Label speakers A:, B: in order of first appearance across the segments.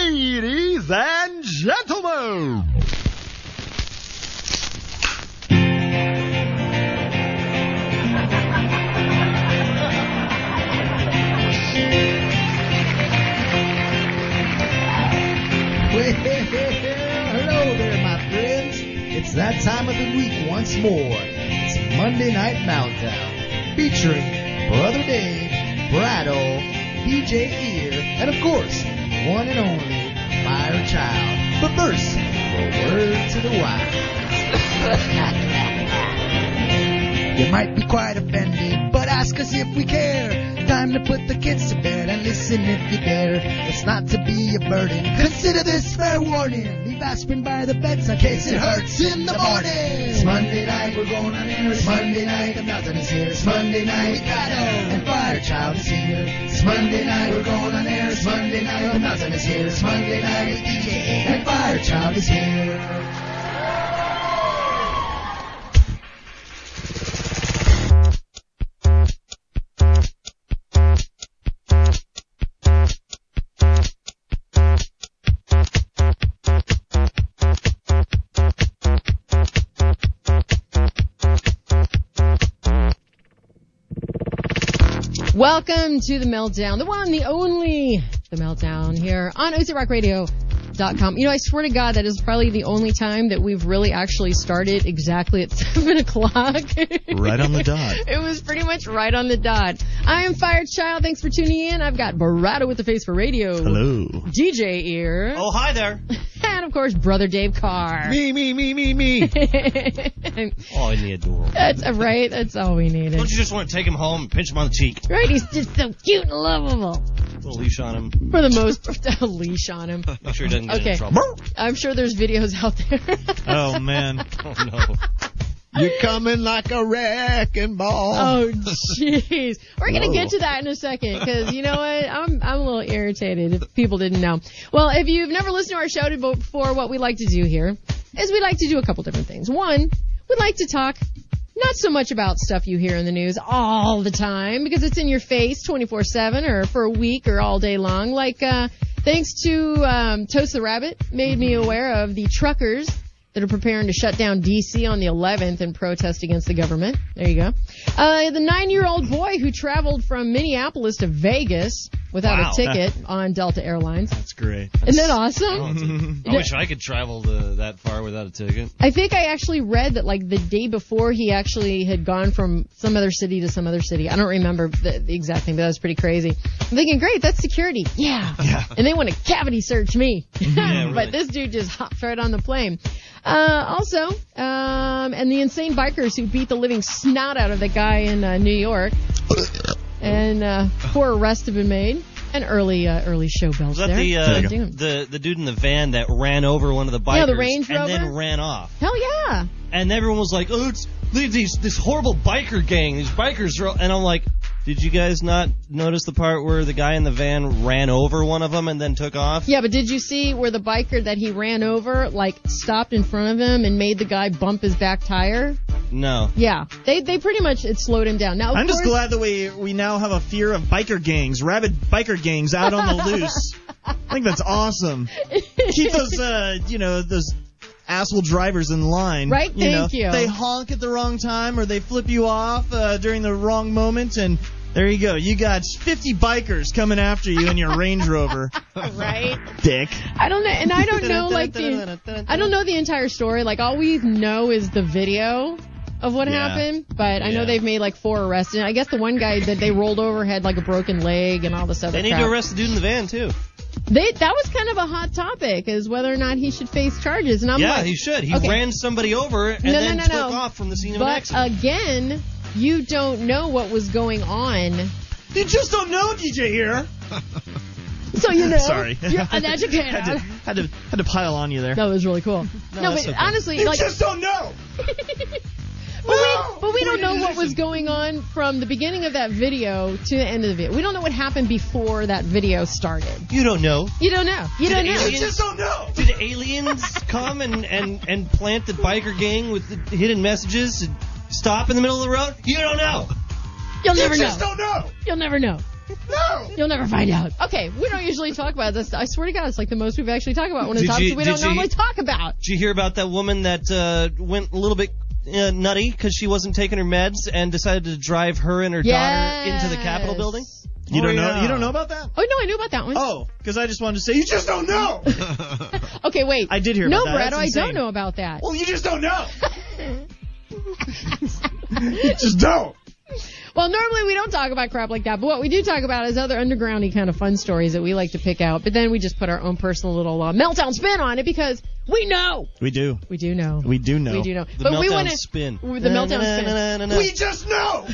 A: Ladies and gentlemen.
B: Well, hello there, my friends. It's that time of the week once more. It's Monday Night Meltdown, featuring Brother Dave, Bridal, DJ Ear, and of course, one and only Fire Child. But first, a word to the wise. you might be quite offended, but ask us if we care. Time to put the kids to bed and listen if you dare. It's not to be a burden. Consider this fair warning. Leave aspirin by the bedside in case it hurts in the morning. It's Monday night, we're going on air. It's Monday night, and nothing is here. It's Monday night, we got it. And Fire Child is here. It's Monday night, we're going on air. It's Monday night, and nothing is here. It's Monday night, with DJ and Fire Child is here.
C: Welcome to the meltdown, the one, the only, the meltdown here on OTRockRadio.com. You know, I swear to God, that is probably the only time that we've really actually started exactly at seven o'clock.
A: Right on the dot.
C: It was pretty much right on the dot. I am Fire Child. Thanks for tuning in. I've got Barato with the face for radio.
A: Hello.
C: DJ Ear.
D: Oh, hi there.
C: And of course, brother Dave Carr.
D: Me, me, me, me, me.
C: That's
D: oh, isn't he adorable?
C: uh, right. That's all we needed.
D: Don't you just want to take him home and pinch him on the cheek?
C: Right? He's just so cute and lovable.
D: Put a leash on him.
C: For the most part, a leash on him.
D: Make sure he doesn't get
C: Okay.
D: in trouble.
C: I'm sure there's videos out there.
A: Oh man,
D: Oh, no.
A: you're coming like a wrecking ball.
C: oh, jeez. We're gonna get to that in a second because you know what? I'm I'm a little irritated if people didn't know. Well, if you've never listened to our show to- before, what we like to do here is we like to do a couple different things. One, we like to talk. Not so much about stuff you hear in the news all the time because it's in your face 24/7 or for a week or all day long. Like uh, thanks to um, Toast the Rabbit, made me aware of the truckers that are preparing to shut down DC on the 11th in protest against the government. There you go. Uh, the nine-year-old boy who traveled from Minneapolis to Vegas without
D: Wow.
C: a ticket on Delta Airlines.
A: That's great.
C: Isn't that awesome? Mm-hmm.
D: I wish I could travel the, that far without a ticket.
C: I think I actually read that like the day before he actually had gone from some other city to some other city. I don't remember the, the exact thing, but that was pretty crazy. I'm thinking, great, that's security. Yeah. And they want to cavity search me.
D: really.
C: but this dude just hopped right on the plane. Uh, also, um, and the insane bikers who beat the living snot out of the guy in uh, New York. and uh, four arrests have been made. An early, uh, early show bells
D: Was that
C: there.
D: the,
C: That's what
D: uh,
C: I'm doing.
D: the the dude in the van that ran over one of the bikers
C: Yeah, the Range
D: and then
C: Rover?
D: ran off?
C: Hell yeah.
D: And everyone was like, "Oh, it's these this horrible biker gang. These bikers are." all-" And I'm like, "Did you guys not notice the part where the guy in the van ran over one of them and then took off?"
C: Yeah, but did you see where the biker that he ran over like stopped in front of him and made the guy bump his back tire?
D: No.
C: Yeah, they they pretty much it slowed him down. Now of
E: I'm just
C: course-
E: glad that we we now have a fear of biker gangs, rabid biker gangs out on the loose. I think that's awesome. Keep those uh, you know, those asshole drivers in line.
C: Right,
E: You
C: thank
E: know,
C: you.
E: They honk at the wrong time or they flip you off uh, during the wrong moment and there you go. You got 50 bikers coming after you in your Range Rover.
C: right?
E: Dick.
C: I don't know, and I don't know like the I don't know the entire story. Like all we know is the video of what
D: Yeah.
C: happened, but I know
D: Yeah.
C: they've made like four arrests, and I guess the one guy that they rolled over had like a broken leg and all this other.
D: They need
C: crap.
D: to arrest the dude in the van too.
C: They that was kind of a hot topic is whether or not he should face charges, and I'm
D: yeah,
C: like,
D: he should. He
C: okay.
D: ran somebody over and
C: No, no,
D: then
C: no,
D: took
C: no.
D: off from the scene of an
C: But
D: accident.
C: again, you don't know what was going on.
E: You just don't know, DJ here.
C: So you know,
E: Sorry.
C: you're uneducated.
E: Had to, had to had to pile on you there.
C: that was really cool. No, but
E: that's okay.
C: honestly,
E: You
C: like,
E: just don't know.
C: but
E: No!
C: we, but we
E: We
C: don't know
E: didn't
C: what was
E: listen.
C: going on from the beginning of that video to the end of the video. We don't know what happened before that video started.
D: you don't know.
C: You don't know. You don't know.
D: aliens-
E: don't know.
D: Did aliens come and, and, and plant the biker gang with the hidden messages? And stop in the middle of the road? You don't know.
C: You'll never know.
E: don't know.
C: You'll never know.
E: No.
C: You'll never find out. Okay, we don't usually talk about this. I swear to God, it's like the most we've actually talked about. One of the
D: Did
C: topics
D: you-
C: we don't
D: did you-
C: normally talk about.
D: Did you hear about that woman that uh, went a little bit uh, nutty because she wasn't taking her meds and decided to drive her and her daughter into the Capitol
C: Yes.
D: building?
E: You don't
D: Oh,
E: know.
D: yeah.
E: You don't know about that?
C: Oh no, I knew about that one.
E: Oh, because I just wanted to say you just don't know.
C: Okay, wait.
E: I did hear
C: no,
E: about that.
C: Brad,
E: That's
C: I don't
E: insane.
C: know about that.
E: well, you just don't know. just don't.
C: Well, normally we don't talk about crap like that, but what we do talk about is other undergroundy kind of fun stories that we like to pick out. But then we just put our own personal little uh, meltdown spin on it because we know.
E: We do.
C: We do know.
E: We do know.
C: We do know.
D: The
C: but
D: meltdown
C: we want to
D: spin.
C: the meltdown spin,
E: We just know.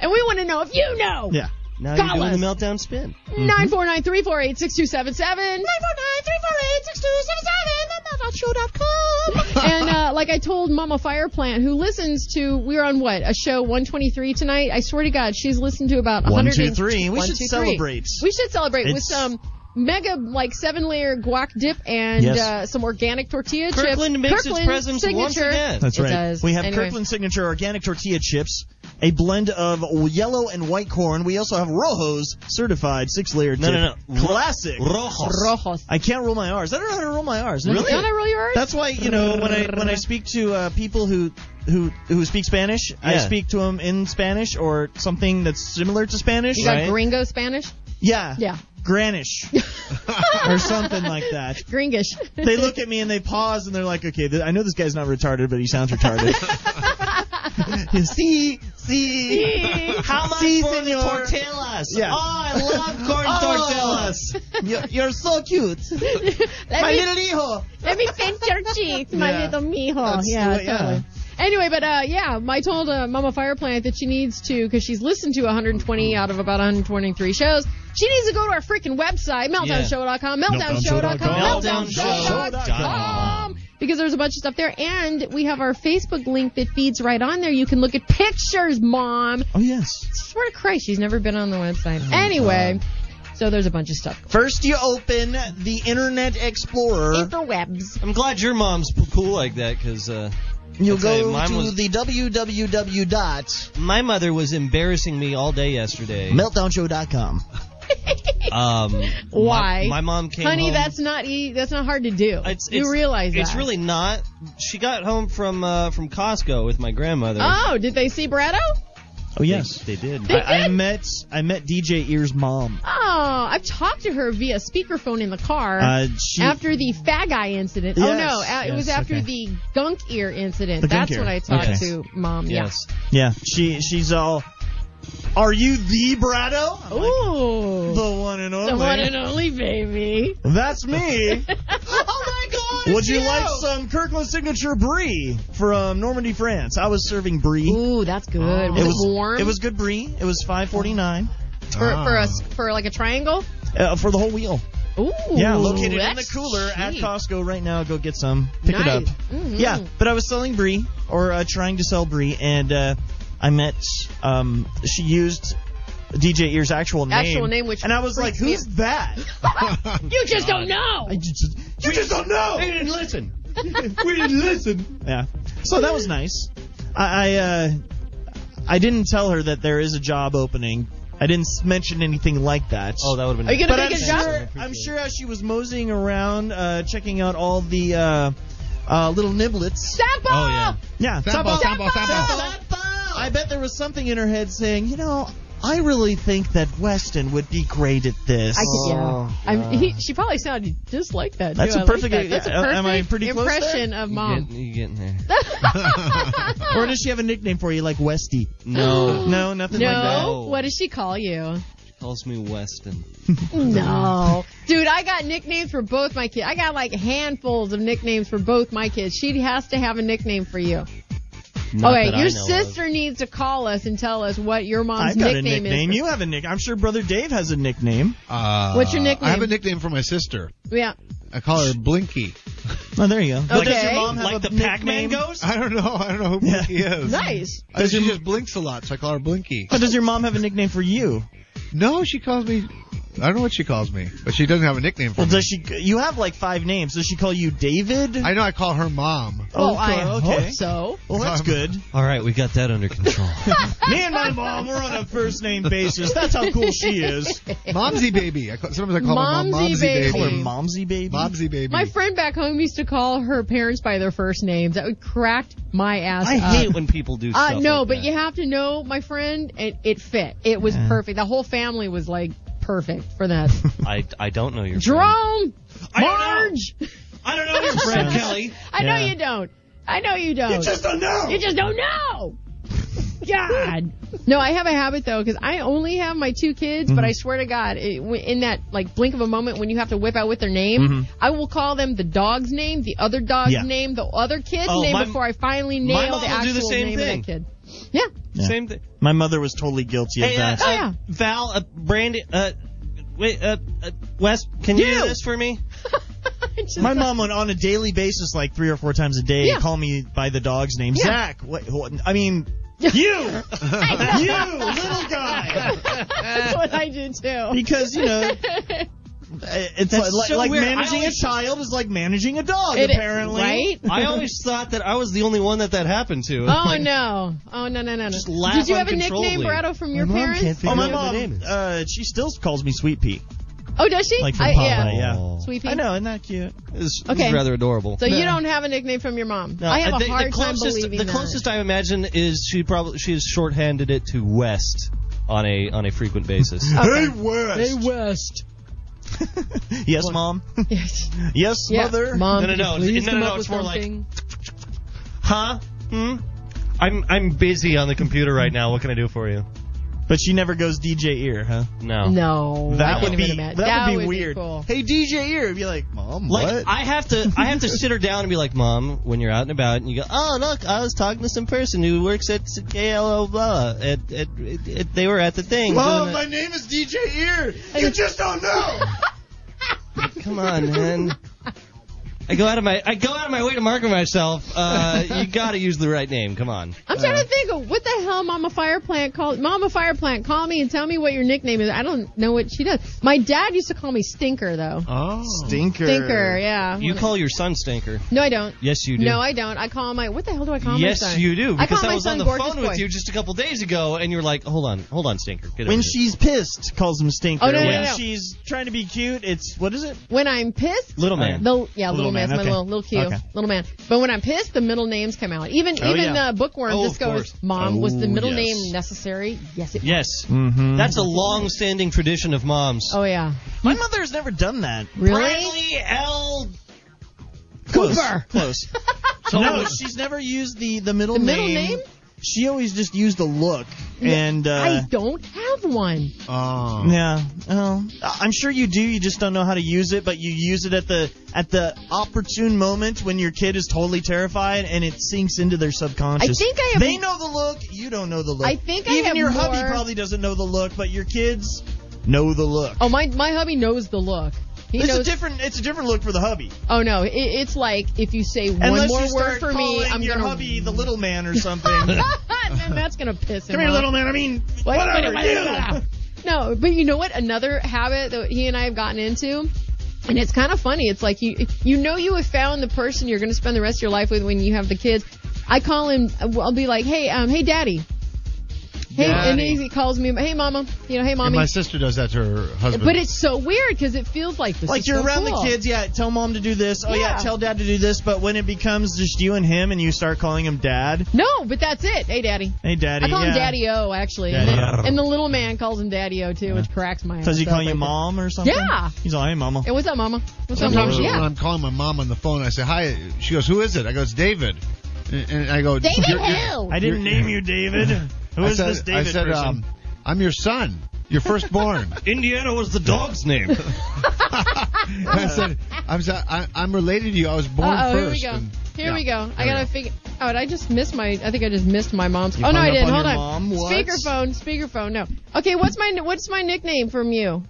C: and we want to know if you know.
E: Yeah.
D: Now
C: Call
D: you're doing
C: us.
D: the meltdown spin.
C: Nine four nine three four eight six two seven seven. Nine four nine three four eight six two seven seven. And uh, like I told Mama Fireplant, who listens to, we are on what a show 123 tonight. I swear to God, she's listened to about
E: One,
C: 100.
E: two,
C: and-
E: three. We
C: One,
E: should
C: two, three.
E: celebrate.
C: We should celebrate with
E: It's-
C: some mega like seven layer guac dip and
E: Yes.
C: uh, some organic tortilla chips.
D: Kirkland makes its
C: Kirkland
D: presence once
C: signature.
D: again.
E: That's
C: It
E: right.
C: does.
E: We have
C: Anyway.
E: Kirkland Signature Organic Tortilla Chips, a blend of yellow and white corn. We also have Rojo's certified six layer
D: No, no, no.
E: Classic.
D: Rojos.
C: Rojos.
E: I can't roll my R's. I don't know how to roll my R's.
C: Don't I roll your R's?
E: That's why you know when I when I speak to uh, people who who who speak Spanish, I
D: Yeah.
E: speak to them in Spanish or something that's similar to Spanish.
C: You got
D: Right.
C: gringo Spanish?
E: Yeah.
C: Yeah.
E: Granish or something like that.
C: Gringish.
E: They look at me and they pause and they're like, "Okay, th- I know this guy's not retarded, but he sounds retarded." see, see,
D: How much
E: Si,
D: for
E: senor.
D: the tortillas?
E: Yeah.
D: Oh, I love corn
E: Oh.
D: tortillas.
E: you're, you're so cute,
C: Let
E: my
C: me-
E: little hijo.
C: Let me pinch your cheeks, my
E: Yeah.
C: little mijo.
E: That's
C: yeah,
E: the way- yeah.
C: totally. Anyway, but uh, yeah, I told uh, Mama Fireplant that she needs to, because she's listened to 120 out of about 123 shows. She needs to go to our freaking website, meltdownshow.com, meltdownshow.com,
D: Meltdownshow.com.
C: meltdownshow.com, because there's a bunch of stuff there, and we have our Facebook link that feeds right on there. You can look at pictures, mom.
E: Oh yes.
C: Swear to Christ, she's never been on the website.
E: Oh
C: Anyway, so there's a bunch of stuff.
E: First, you open the Internet Explorer.
C: webs.
D: I'm glad your mom's p- cool like that because uh,
E: You
D: I'll tell
E: go
D: you, mine
E: to
D: was-
E: the www dot
D: my mother was embarrassing me all day yesterday.
E: meltdownshow.com.
D: Um, my-
C: Why?
D: My, mom came
C: Honey,
D: home-
C: that's not e- that's not hard to do.
D: It's,
C: you
D: it's-
C: realize that.
D: It's really not. She got home from uh, from Costco with my grandmother.
C: Oh, did they see Bratto?
E: Oh
D: They-
E: yes.
D: they, did.
E: I, I met I met DJ Ear's mom.
C: Oh, I've talked to her via speakerphone in the car
E: Uh, she,
C: after the fag eye incident. oh
E: Yes,
C: no, uh, it was
E: yes,
C: after
E: okay.
C: the gunk ear incident.
E: The gunk
C: that's
E: ear.
C: when I talked
E: Okay.
C: to mom.
D: yes.
E: yeah, she she's all. Are you the Brado? I'm
D: Oh.
C: Yeah.
E: like,
C: Ooh,
E: the one and only.
C: the one and only baby.
E: That's me.
C: oh my God!
E: Would you like some Kirkland signature brie from Normandy, France? I was serving brie.
C: Ooh, that's good. Was it, warm?
E: Oh. It was Ah. good brie. It was 5.49
C: for, for us for like a triangle.
E: uh, for the whole wheel.
C: Ooh,
E: Yeah, located in the
C: that's
E: cooler at
C: cheap.
E: Costco right now. Go get some. Pick it up.
C: Nice. Mhm.
E: Yeah, but I was selling brie or uh, trying to sell brie, and uh, I met. Um, she used DJ Ear's actual name.
C: Actual name, which
E: and I was like,
C: freaks me
E: "Who's that?"
C: You just don't know.
E: I just, you just don't know. We didn't listen. we didn't listen. Yeah. So that was nice. I I, uh, I didn't tell her that there is a job opening. I didn't s- mention anything like that.
D: Oh, that would have been.
C: Are you gonna
E: But
C: make
E: I'm
C: a job?
E: sure, I'm sure as she was moseying around, uh, checking out all the uh, uh, little niblets.
C: Sampo!
D: Oh, yeah.
E: Yeah,
A: Sample,
E: Sambo.
A: sample, sample.
E: I bet there was something in her head saying, you know, I really think that Weston would be great at this.
C: I could, yeah. I'm, he, she probably sounded just like that.
E: Oh, That's
C: too.
E: a
C: I like
E: perfect-
C: that. That's a
E: uh,
C: perfect
E: am I pretty close there?
C: impression of
D: You
C: mom.
D: get- you getting there?
E: Or does she have a nickname for you like Westy?
D: No.
E: No, nothing like that.
C: No,
D: No.
C: what does she call you?
D: Calls me Weston.
C: No, dude, I got nicknames for both my kids. I got like handfuls of nicknames for both my kids. She has to have a nickname for you.
D: Not
C: okay,
D: that I
C: your
D: know of.
C: sister needs to call us and tell us what your mom's
E: I've got
C: nickname,
E: a nickname.
C: is.
E: You have a nick. I'm sure brother Dave has a nickname.
A: Uh,
C: What's your nickname?
A: I have a nickname for my sister.
C: yeah,
A: I call her Blinky.
E: Oh, there you go.
C: Okay. does your mom
D: Like the Pac-Man goes?
A: I don't know. I don't know who Blinky is.
C: nice.
A: I, she just blinks a lot, so I call her Blinky.
E: But does your mom have a nickname for you?
A: No, she calls me I don't know what she calls me, but she doesn't have a nickname for
E: Well,
A: me.
E: does she? You have like five names. Does she call you David?
A: I know I call her mom.
C: Oh,
E: Okay,
C: I
E: okay.
C: hope so.
E: well, that's good.
D: um, All right, we got that under control.
E: Me and my mom, we're on a first name basis. That's how cool she is.
A: Momsy baby. I call, sometimes I call her mom
C: Momsy
A: Momsy
C: baby.
E: Call her
A: baby.
E: Momsy baby.
A: Momsy baby.
C: My friend back home used to call her parents by their first names. That would crack my ass
D: I
C: up.
D: hate when people do stuff.
C: Uh, no,
D: like
C: but
D: that.
C: you have to know my friend, and it fit. It was perfect. The whole family was like perfect for that.
D: I I don't know your
C: Jerome,
D: I don't know.
C: Marge.
D: I don't know your
E: friend,
D: friend
E: Kelly.
D: Kelly.
C: I know
E: Yeah.
C: you don't. I know you don't. You just don't know. You just don't know. God. No, I have a habit though, because I only have my two kids,
D: Mm-hmm.
C: but I swear to God, it, w- in that like blink of a moment when you have to whip out with their name,
D: Mm-hmm.
C: I will call them the dog's name, the other dog's
E: Yeah.
C: name, the other kid's
D: Oh,
C: name
D: my-
C: before I finally nail
D: my mom
C: the
D: will do
C: actual
D: the same
C: name
D: thing.
C: of that kid. Yeah.
E: Yeah.
D: Same thing.
E: My mother was totally guilty of
D: Hey, uh,
E: that.
C: Oh,
D: uh,
C: yeah.
D: Val, uh, Brandy, uh, wait, uh, uh, Wes, can you,
C: You!
D: do this for me?
C: Just
E: My
C: like-
E: mom would on a daily basis, like three or four times a day,
C: Yeah.
E: call me by the dog's name.
C: Yeah.
E: Zach. What, what- I mean, you, you little guy.
C: That's what I do too.
E: Because you know, it's
D: That's
E: like,
D: so
E: like
D: weird.
E: managing
D: I
E: a
D: always-
E: child is like managing a dog.
C: It is,
E: apparently,
C: right?
D: I always thought that I was the only one that that happened to.
C: Oh no! Oh no! No! No! no.
D: Just laugh
C: Did you have a nickname,
D: uncontrollably.
C: Bratto, from your
D: mom
C: parents?
D: can't figure
E: Oh, my
D: out what the name
E: mom.
D: is.
E: Uh, she still calls me Sweet Pea.
C: Oh, does she?
E: Like from
C: I-
E: Popeye. Yeah.
C: Sweet Pea.
E: I know, isn't that cute?
D: It's, it's
C: Okay.
D: rather adorable.
C: So you don't have a nickname from your mom.
D: No,
C: I have
D: uh,
C: a
D: the,
C: hard
D: the closest,
C: time believing
D: The
C: that.
D: closest I imagine is she probably she has shorthanded it to West on a on a frequent basis.
E: Hey West. Hey West. yes, mom.
C: Yes.
E: Yes,
C: Yeah.
E: mother.
C: Mom,
D: No, no,
C: could you
D: no.
C: please
D: No, no,
C: come
D: no,
C: up
D: it's
C: with
D: more like-
C: something?
E: Huh?
D: Hmm? I'm I'm busy on the computer right now. What can I do for you?
E: But she never goes DJ Ear, huh?
D: No.
C: No. I
E: That
C: can't
E: would be
C: even imagine.
E: that, would be
C: be
E: weird.
C: cool.
E: Hey DJ Ear, I'd be like, Mom,
D: Like
E: what?
D: I have to I have to sit her down and be like, Mom, when you're out and about and you go, Oh look, I was talking to some person who works at KLO blah at, at, at, at they were at the thing.
E: Mom,
D: doing
E: my
D: that."
E: name is DJ Ear. You just don't know.
D: Come on, man. I go out of my I go out of my way to market myself. Uh, you gotta use the right name. Come on.
E: Uh.
C: I'm trying to think of what the hell Mama Fire Plant called. Mama Fire Plant, call me and tell me what your nickname is. I don't know what she does. My dad used to call me Stinker though.
A: Oh.
E: Stinker.
C: Stinker, yeah.
D: You call your son stinker.
C: no, I don't.
D: Yes, you do.
C: No, I don't. I call my. What the hell do I call
D: yes,
C: my son?
D: you do.
C: I
D: Because
C: call
D: I,
C: my
D: was
C: son
D: on the
C: gorgeous
D: phone with
C: boy.
D: you just a couple days ago, and you're like, "Hold on, hold on, stinker." Get over
E: When
D: here."
E: she's pissed, calls him Stinker.
C: Oh, no, no,
E: when
C: no.
E: she's trying to be cute, it's what is it?
C: When I'm pissed,
D: little man,
C: The, yeah,
E: Little
C: little,
E: man,
C: man's my
E: okay.
C: little little Q,
E: Okay.
C: little man. But when I'm pissed, the middle names come out. Even
E: Oh,
C: even
E: yeah.
C: uh, bookworm
D: Oh,
C: just
D: of
C: goes,
D: course.
C: "Mom, was the
E: Oh,
C: middle
E: yes.
C: name necessary?" Yes, it.
D: yes,
A: Mm.
E: Mm-hmm.
D: that's a long-standing tradition of moms.
C: Oh yeah,
E: my mother has never done that.
C: really?
D: Bradley L.
E: Close.
C: Cooper.
E: Close. no, she's never used the the middle
C: The
E: name.
C: middle name?
E: She always just used the look and. Uh,
C: I don't have one.
A: Oh.
E: yeah. Oh, I'm sure you do. You just don't know how to use it, but you use it at the at the opportune moment when your kid is totally terrified and it sinks into their subconscious.
C: I think I have-
E: They know the look. You don't know the look.
C: I think I
E: even
C: have
E: your hubby
C: more-
E: probably doesn't know the look, but your kids know the look.
C: Oh my, my hubby knows the look. He
E: it's a
C: knows.
E: different. It's a different look for the hubby.
C: oh no, it, it's like if you say one
E: Unless
C: more
E: you start
C: word for me,
E: calling
C: I'm
E: your
C: gonna.
E: hubby the little man or something.
C: then that's gonna piss him
E: Come here,
C: off.
E: little man. I mean,
C: Wait,
E: whatever.
C: wait, wait,
E: you.
C: wait, wait. No, but you know what? Another habit that he and I have gotten into, and it's kind of funny. It's like you you know you have found the person you're going to spend the rest of your life with when you have the kids. I call him. I'll be like, hey, um, hey, daddy. Hey, and
D: Daddy.
C: he he calls me, hey, mama. You know, hey,
A: And
C: mommy.
A: my sister does that to her husband.
C: But it's so weird because it feels like this.
E: Like
C: is
E: you're
C: so
E: around
C: cool.
E: the kids, yeah. Tell mom to do this. Oh
C: Yeah.
E: yeah. tell dad to do this. But when it becomes just you and him, and you start calling him dad,
C: No, but that's it. Hey, daddy.
E: hey daddy,
C: I call
E: yeah.
C: him Daddy O actually, And
E: Daddy-O.
C: then- and the little man calls him Daddy O too, which cracks my.
E: Does he
C: ass up
E: call you
C: like that.
E: mom or something?
C: Yeah.
E: He's like, hey mama.
C: Hey, what's up, mama? What's up,
A: Sometimes
C: mama?
A: when
C: Yeah.
A: I'm calling my mom on the phone, I say, "Hi." She goes, "Who is it?" I go, "It's David." And, and I go,
C: David
A: "You're- you're-"
C: Hill.
E: I didn't
A: You're-
E: name you David. Who
A: I
E: is
A: said,
E: this
A: I
E: David
A: said,
E: person?
A: um, "I'm your son, your firstborn."
D: Indiana was the dog's name.
A: and I said, "I'm so, I, I'm related to you. I was born
C: Uh oh, here we
A: first.
C: go.
A: And-
C: here
A: yeah.
C: we go. I
A: There we
C: gotta
A: go.
C: figure out. I just missed my. I think I just missed my mom's. oh no,
E: hung
C: I
E: up
C: did.
E: on
C: Hold
E: your
C: on.
E: mom? What?
C: Speakerphone. Speakerphone. No. Okay. What's my What's my nickname from you?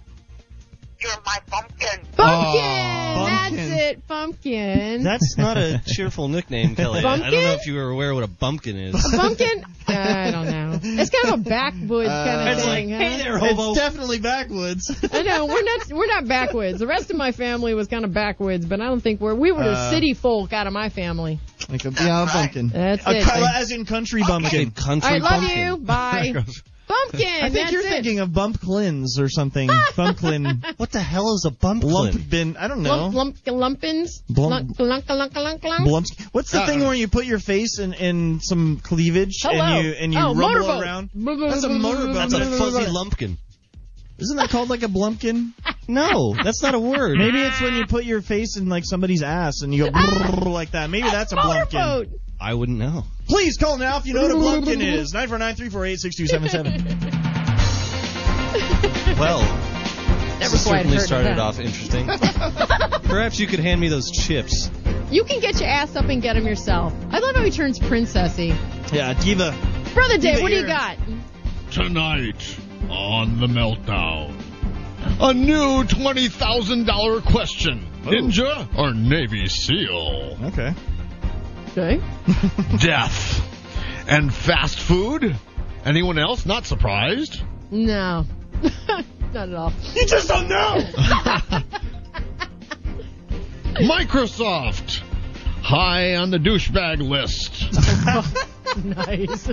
F: You're my pumpkin.
C: Pumpkin.
A: Aw,
C: That's
E: Ah, pumpkin.
C: it. Bumpkin.
D: That's not a cheerful nickname, Kelly. I
C: Bumpkin?
D: don't know if you were aware what a bumpkin is.
C: Bumpkin? Uh, I don't know. It's kind of a backwoods
E: Uh,
C: kind of
D: It's like,
C: thing. huh?
D: hey there, hobo.
E: It's definitely backwoods.
C: I know we're not we're not backwoods. The rest of my family was kind of backwoods, but I don't think we're we were the
E: Uh,
C: city folk out of my family.
E: like a, yeah, a bumpkin.
C: That's
E: A
C: it.
E: cu- as in country bumpkin.
D: country
C: All right, love
D: bumpkin.
C: you. Bye. Bumpkin.
E: I think
C: that's
E: you're
C: it.
E: thinking of bumpkins or something. bumpkin.
D: What the hell is a bumpkin?
E: Lump bin. I don't know.
C: Lump, lump, lumpins.
E: Blum-
C: Lunk, lunk, lunk, lunk, lunk.
E: Blumps. What's the
A: I
E: thing
A: don't know.
E: where you put your face in, in some cleavage
C: Hello.
E: and you and you
C: oh,
E: rumble
C: motorboat.
E: around?
C: That's
E: a motorboat.
D: That's a fuzzy lumpkin.
E: Isn't that called like a blumpkin?
D: No, that's not a word.
E: Maybe it's when you Ah! put your face in like somebody's ass and you go brrrr like that. Maybe that's a blumpkin.
C: motorboat.
D: I wouldn't know.
E: Please call now if you know what a blumpkin is. Nine four nine three four eight six two seven seven.
D: Well,
C: Never quite heard
D: certainly
C: of
D: started
C: that.
D: off interesting. Perhaps you could hand me those chips.
C: You can get your ass up and get 'em yourself. I love how he turns princessy.
E: Yeah, diva.
C: Brother Dave,
E: the
C: what do you
E: ear.
C: got?
A: Tonight on the meltdown. A new twenty thousand dollar question: Ninja or Navy SEAL?
E: Okay.
C: Okay.
A: Death and fast food. Anyone else not surprised?
C: No. Not at all.
E: You just don't know.
A: Microsoft high on the douchebag list.
C: Nice.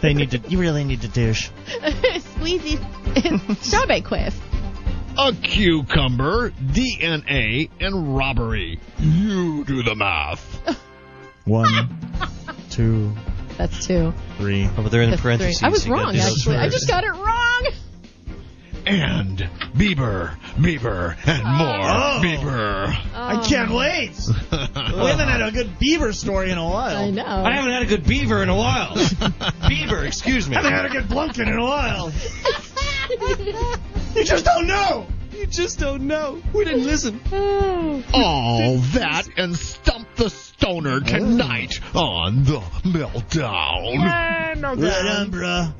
E: they need to. You really need to douche.
C: Squeezy. Strawberry quiz.
A: A cucumber, DNA, and robbery. You do the math.
E: One, two,
C: That's two.
E: three.
D: Over there in
C: That's three.
D: parentheses.
C: I was
D: you got
C: wrong,
D: these
C: actually. I
D: words.
C: just got it wrong.
A: And Bieber, Bieber, and more
E: Oh.
A: Bieber.
C: Um,
E: I can't wait. we haven't had a good beaver story in a while.
C: I know.
D: I haven't had a good beaver in a while. beaver, excuse me.
E: I haven't had a good blumpkin in a while. You just don't know.
D: You just don't know. We didn't listen.
A: All that and Stump the Stoner tonight on the Meltdown.
E: Right on, bruh.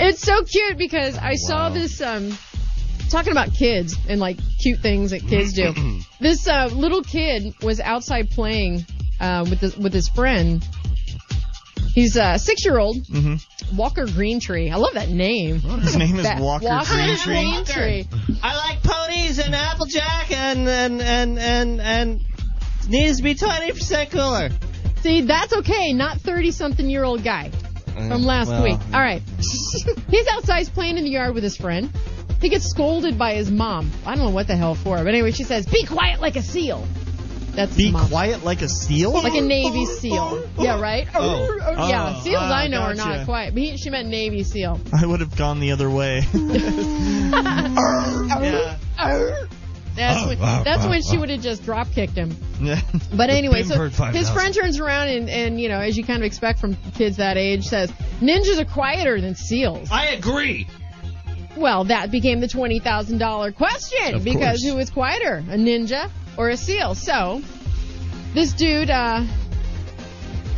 C: It's so cute because I saw this um talking about kids and like cute things that kids do. this uh, little kid was outside playing uh, with this, with his friend. He's a six year old Walker Greentree. I love that name.
E: His name Mm-hmm. is
C: That-
E: Walker, Greentree.
C: Greentree.
D: I like ponies and Applejack and and and and and needs to be twenty percent cooler.
C: See, that's okay. Not thirty something year old guy.
E: Mm,
C: from last week. All right. He's outside playing in the yard with his friend. He gets scolded by his mom. I don't know what the hell for, but anyway, she says, "Be quiet like a seal." That's
E: Be
C: his mom.
E: quiet like a seal.
C: Like a Navy SEAL. Yeah, right?
D: Oh.
C: yeah,
E: Oh,
C: SEALs I know are
E: gotcha.
C: not quiet. But he, she meant Navy SEAL.
E: I would have gone the other way. yeah. Oh.
C: That's when, that's when she would have just drop kicked him.
E: Yeah.
C: But anyway,
D: Big
C: so
D: Bird 5000.
C: his friend turns around and, and, you know, as you kind of expect from kids that age, says, Ninjas are quieter than SEALs.
D: I agree.
C: Well, that became the twenty thousand dollar question
D: Of
C: because
D: course.
C: who is quieter, a ninja or a seal? So, this dude uh,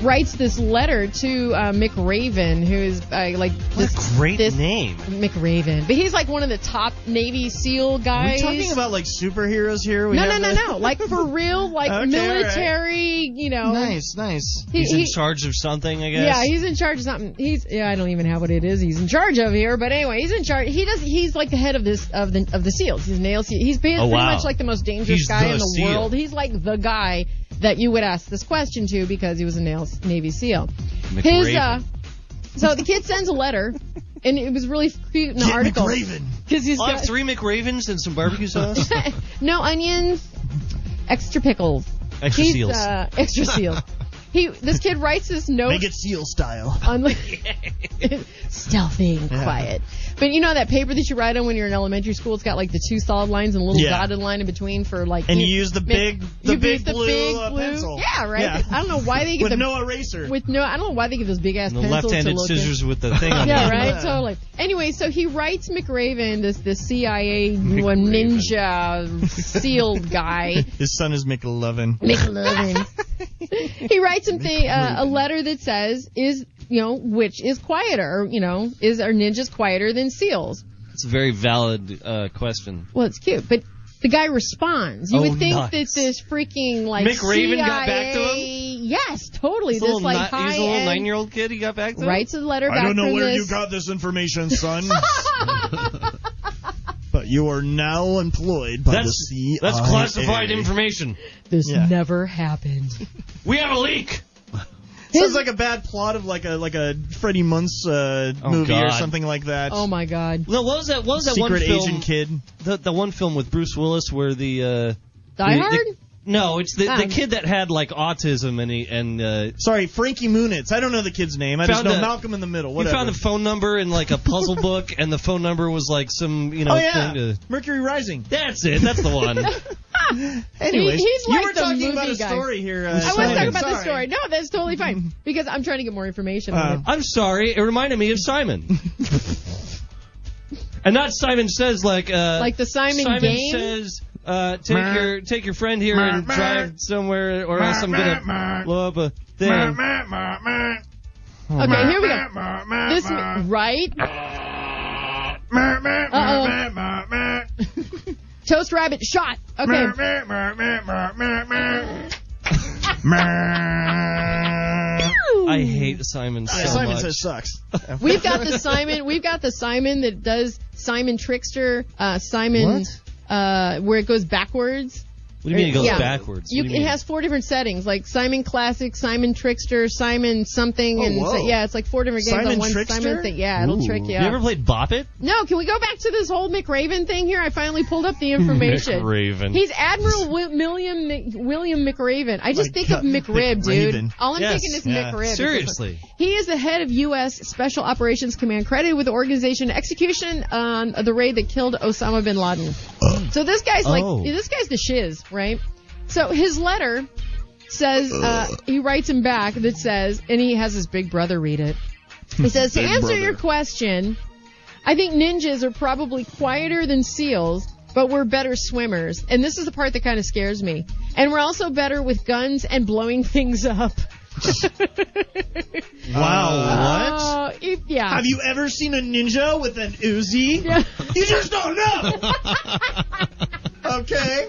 C: writes this letter to uh, McRaven, who is uh, like
D: What
C: this
D: a great
C: this-
D: name.
C: McRaven, but he's like one of the top Navy SEAL
E: Are we
C: guys.
E: talking about like superheroes here? We
C: no, no,
E: have
C: no,
E: the-
C: no, like for real, like
E: Okay, all right.
C: military, you know.
E: Nice, nice.
C: He-
D: He's in
C: he-
D: charge of something, I guess.
C: Yeah, he's in charge of something. He's yeah, I don't even have what it is. He's in charge of here, but anyway, he's in charge. He does. He's like the head of this of the of the seals. He's nail seal. He's pretty,
D: Oh,
C: pretty
D: wow.
C: much like the most dangerous
D: He's
C: guy
D: the
C: in the
D: SEAL.
C: world. He's like the guy that you would ask this question to because he was a nail, Navy SEAL. His uh, so the kid sends a letter, and it was really cute in the article
E: Raven.
C: because he's
D: I'll
C: got
D: have three McRavens and some barbecue sauce.
C: no onions, extra pickles,
D: Extra
C: He's,
D: seals.
C: uh, extra seals. He this kid writes this note
E: Make it seal style.
C: on like stealthy and
E: Yeah.
C: quiet. But you know that paper that you write on when you're in elementary school, it's got like the two solid lines and a little
E: Yeah.
C: dotted line in between for like.
E: And you use the
C: make-
E: big- the
C: you
E: big
C: use the
E: blue,
C: big
E: uh,
C: blue-
E: pencil.
C: Yeah, right.
E: Yeah.
C: I don't know why they give
E: With
C: the
E: no eraser.
C: with no. I don't know why they give those big ass
D: and the
C: pencils to
D: left-handed
C: little kids.
D: scissors with the thing on
C: Yeah,
D: it.
C: right.
E: Yeah.
C: Totally. Anyway, so he writes McRaven, this this CIA ninja sealed guy.
E: His son is McLovin.
C: McLovin. he writes something, uh, a letter that says, "Is you know which is quieter? Or, you know, is are ninjas quieter than seals?"
D: It's a very valid uh, question.
C: Well, it's cute, but The guy responds. You
D: Oh,
C: would think
D: nice.
C: that this freaking like
D: Mick Raven got back to him?
C: CIA Yes, totally.
D: He's a
C: this
D: little,
C: like
D: ni-
C: high
D: he's a little
C: end
D: nine-year-old kid. He got back to him?
C: writes a letter back from this.
E: this information, son. but you are now employed by
D: That's
E: the CIA.
D: that's classified information.
C: This
E: Yeah.
C: never happened.
D: We have a leak.
E: Sounds like a bad plot of like a like a Freddie Munz uh,
D: Oh,
E: movie or
D: God.
E: something like that.
C: Oh my god.
D: No, what was that? What was that one
E: Secret
D: film?
E: agent kid.
D: The, the one film with Bruce Willis where the uh,
C: Die
D: the- the-
C: Hard?
D: no, it's the, the
C: Um.
D: kid that had like autism and he and uh,
E: Sorry, Frankie Muniz. I don't know the kid's name. I just
D: Found
E: know
D: a-
E: Malcolm in the Middle.
D: he
E: Whatever.
D: found a phone number in like a puzzle book and the phone number was like some you know
E: oh yeah,
D: thing to.
E: Mercury Rising.
D: That's it. That's the one.
E: Anyways,
C: he's
E: you
C: like
E: were
C: the
E: talking about
C: movie
E: a
C: guy.
E: story here. Uh,
C: I was
E: Simon.
C: talking about the
E: Sorry.
C: story. No, that's totally fine because I'm trying to get more information on
E: Uh,
C: it.
D: I'm sorry. It reminded me of Simon. and not Simon says like uh,
C: Like the Simon,
D: Simon
C: game.
D: says, uh, take
A: Meh.
D: your take your friend here and
A: Meh,
D: drive
A: meh.
D: somewhere, or else I'm gonna
A: meh.
D: blow up a thing.
C: okay, here we go. This right. Toast Rabbit shot. Okay.
D: I hate Simon so
E: Yeah, Uh, Simon
D: much.
E: says sucks.
C: We've got the Simon. We've got the Simon that does Simon Trickster. Uh, Simon.
E: What?
C: Uh, where it goes backwards.
D: what do you mean it goes
C: Yeah.
D: backwards?
C: You,
D: What do
C: it
D: mean?
C: has four different settings, like Simon Classic, Simon Trickster, Simon something,
E: Oh,
C: and so-
E: whoa.
C: yeah, it's like four different games
E: Simon
C: on one
E: Trickster?
C: Simon thing. Yeah, it'll
A: Ooh.
C: trick you.
D: You
C: out.
D: ever played Bop It?
C: No, can we go back to this whole McRaven thing here? I finally pulled up the information.
D: McRaven.
C: He's Admiral Wi- William Mc- William McRaven. I just
E: My
C: think of
E: God,
C: McRib, dude.
E: McRaven.
C: All I'm
D: Yes,
C: thinking is
E: yeah.
C: McRib.
D: Seriously.
C: He is the head of U.S. Special Operations Command, credited with the organization execution on the raid that killed Osama bin Laden. so this guy's like,
D: Oh.
C: this guy's the shiz, right? So his letter says, uh, he writes him back that says, and he has his big brother read it. He says, to answer your question, I think ninjas are probably quieter than seals, but we're better swimmers. And this is the part that kind of scares me. And we're also better with guns and blowing things up.
E: Wow, what?
C: Uh, if- yeah.
E: Have you ever seen a ninja with an Uzi? You just don't know. okay.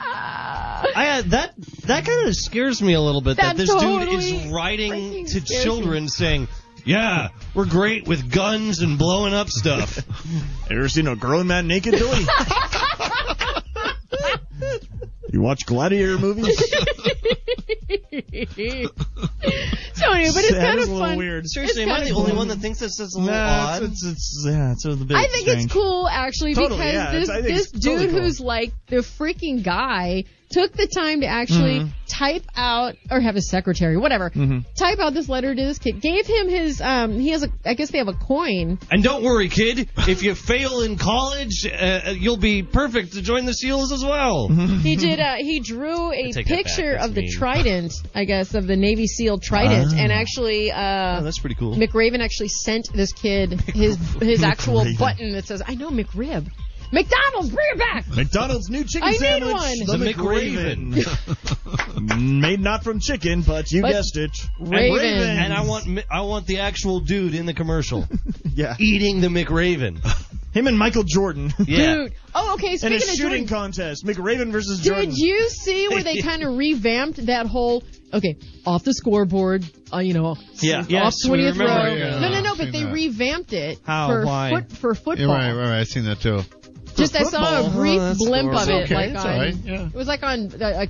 D: I, uh, that that kind of scares me a little bit
C: That
D: that, this dude
C: totally
D: is writing
C: freaking
D: to
C: scares
D: children saying, "Yeah, we're great with guns and blowing up stuff."
E: Ever seen a grown man naked, Billy? you watch gladiator movies?
C: so anyway, but it's
E: That
C: kind
E: is
C: of
E: a little
C: fun.
E: weird.
D: Seriously, am I the
C: kinda
D: only
C: cool.
D: one that thinks this is a little
E: Nah,
D: odd?
E: it's, it's, it's, yeah, it's a bit
C: I think
E: strange.
C: it's cool actually
E: Totally,
C: because
E: yeah,
C: this
E: it's- I think
C: this
E: it's
C: dude
E: totally cool.
C: who's like the freaking guy took the time to actually
E: Mm-hmm.
C: type out or have his secretary, whatever, type out this letter to this kid. Gave him his um he has a I guess they have a coin.
D: And don't worry, kid. If you fail in college, uh, you'll be perfect to join the SEALs as well.
C: He did uh he drew a
D: take that back.
C: picture
D: That's
C: of the
D: mean. Ah.
C: trident, I guess, of the Navy SEAL trident and actually uh
D: Oh, That's pretty cool.
C: McRaven actually sent this kid his his actual button that says, "I know McRib, McDonald's, bring it back."
E: McDonald's new chicken
C: I made
E: sandwich.
C: one.
E: The,
D: The
E: McRaven. Made not from chicken, but you
C: But-
E: guessed it.
C: Raven.
D: And I want mi- I want the actual dude in the commercial
E: Yeah.
D: eating the McRaven.
E: Him and Michael Jordan.
D: Yeah.
C: Dude. Oh, okay.
E: In
C: Speaking
E: a
C: of
E: shooting
C: Jordan,
E: contest. McRaven versus Jordan.
C: did you see where they kind of revamped that whole? Okay, off the scoreboard. Uh, you know,
D: Yeah.
C: off
D: Yes, we
C: twentieth row.
D: remember,
A: yeah.
C: no, no, no.
A: I've
C: But
A: seen
C: they
A: that.
C: revamped it
E: How?
C: for
E: Why?
C: foot for
A: Yeah,
C: football.
A: right, right, right. I've seen that too.
C: Just I saw a
D: football?
C: brief
D: Oh, that's
C: blimp of
D: adorable.
C: it,
A: Okay,
C: like
A: it's
C: on.
A: all right, yeah.
C: It was like on uh, a,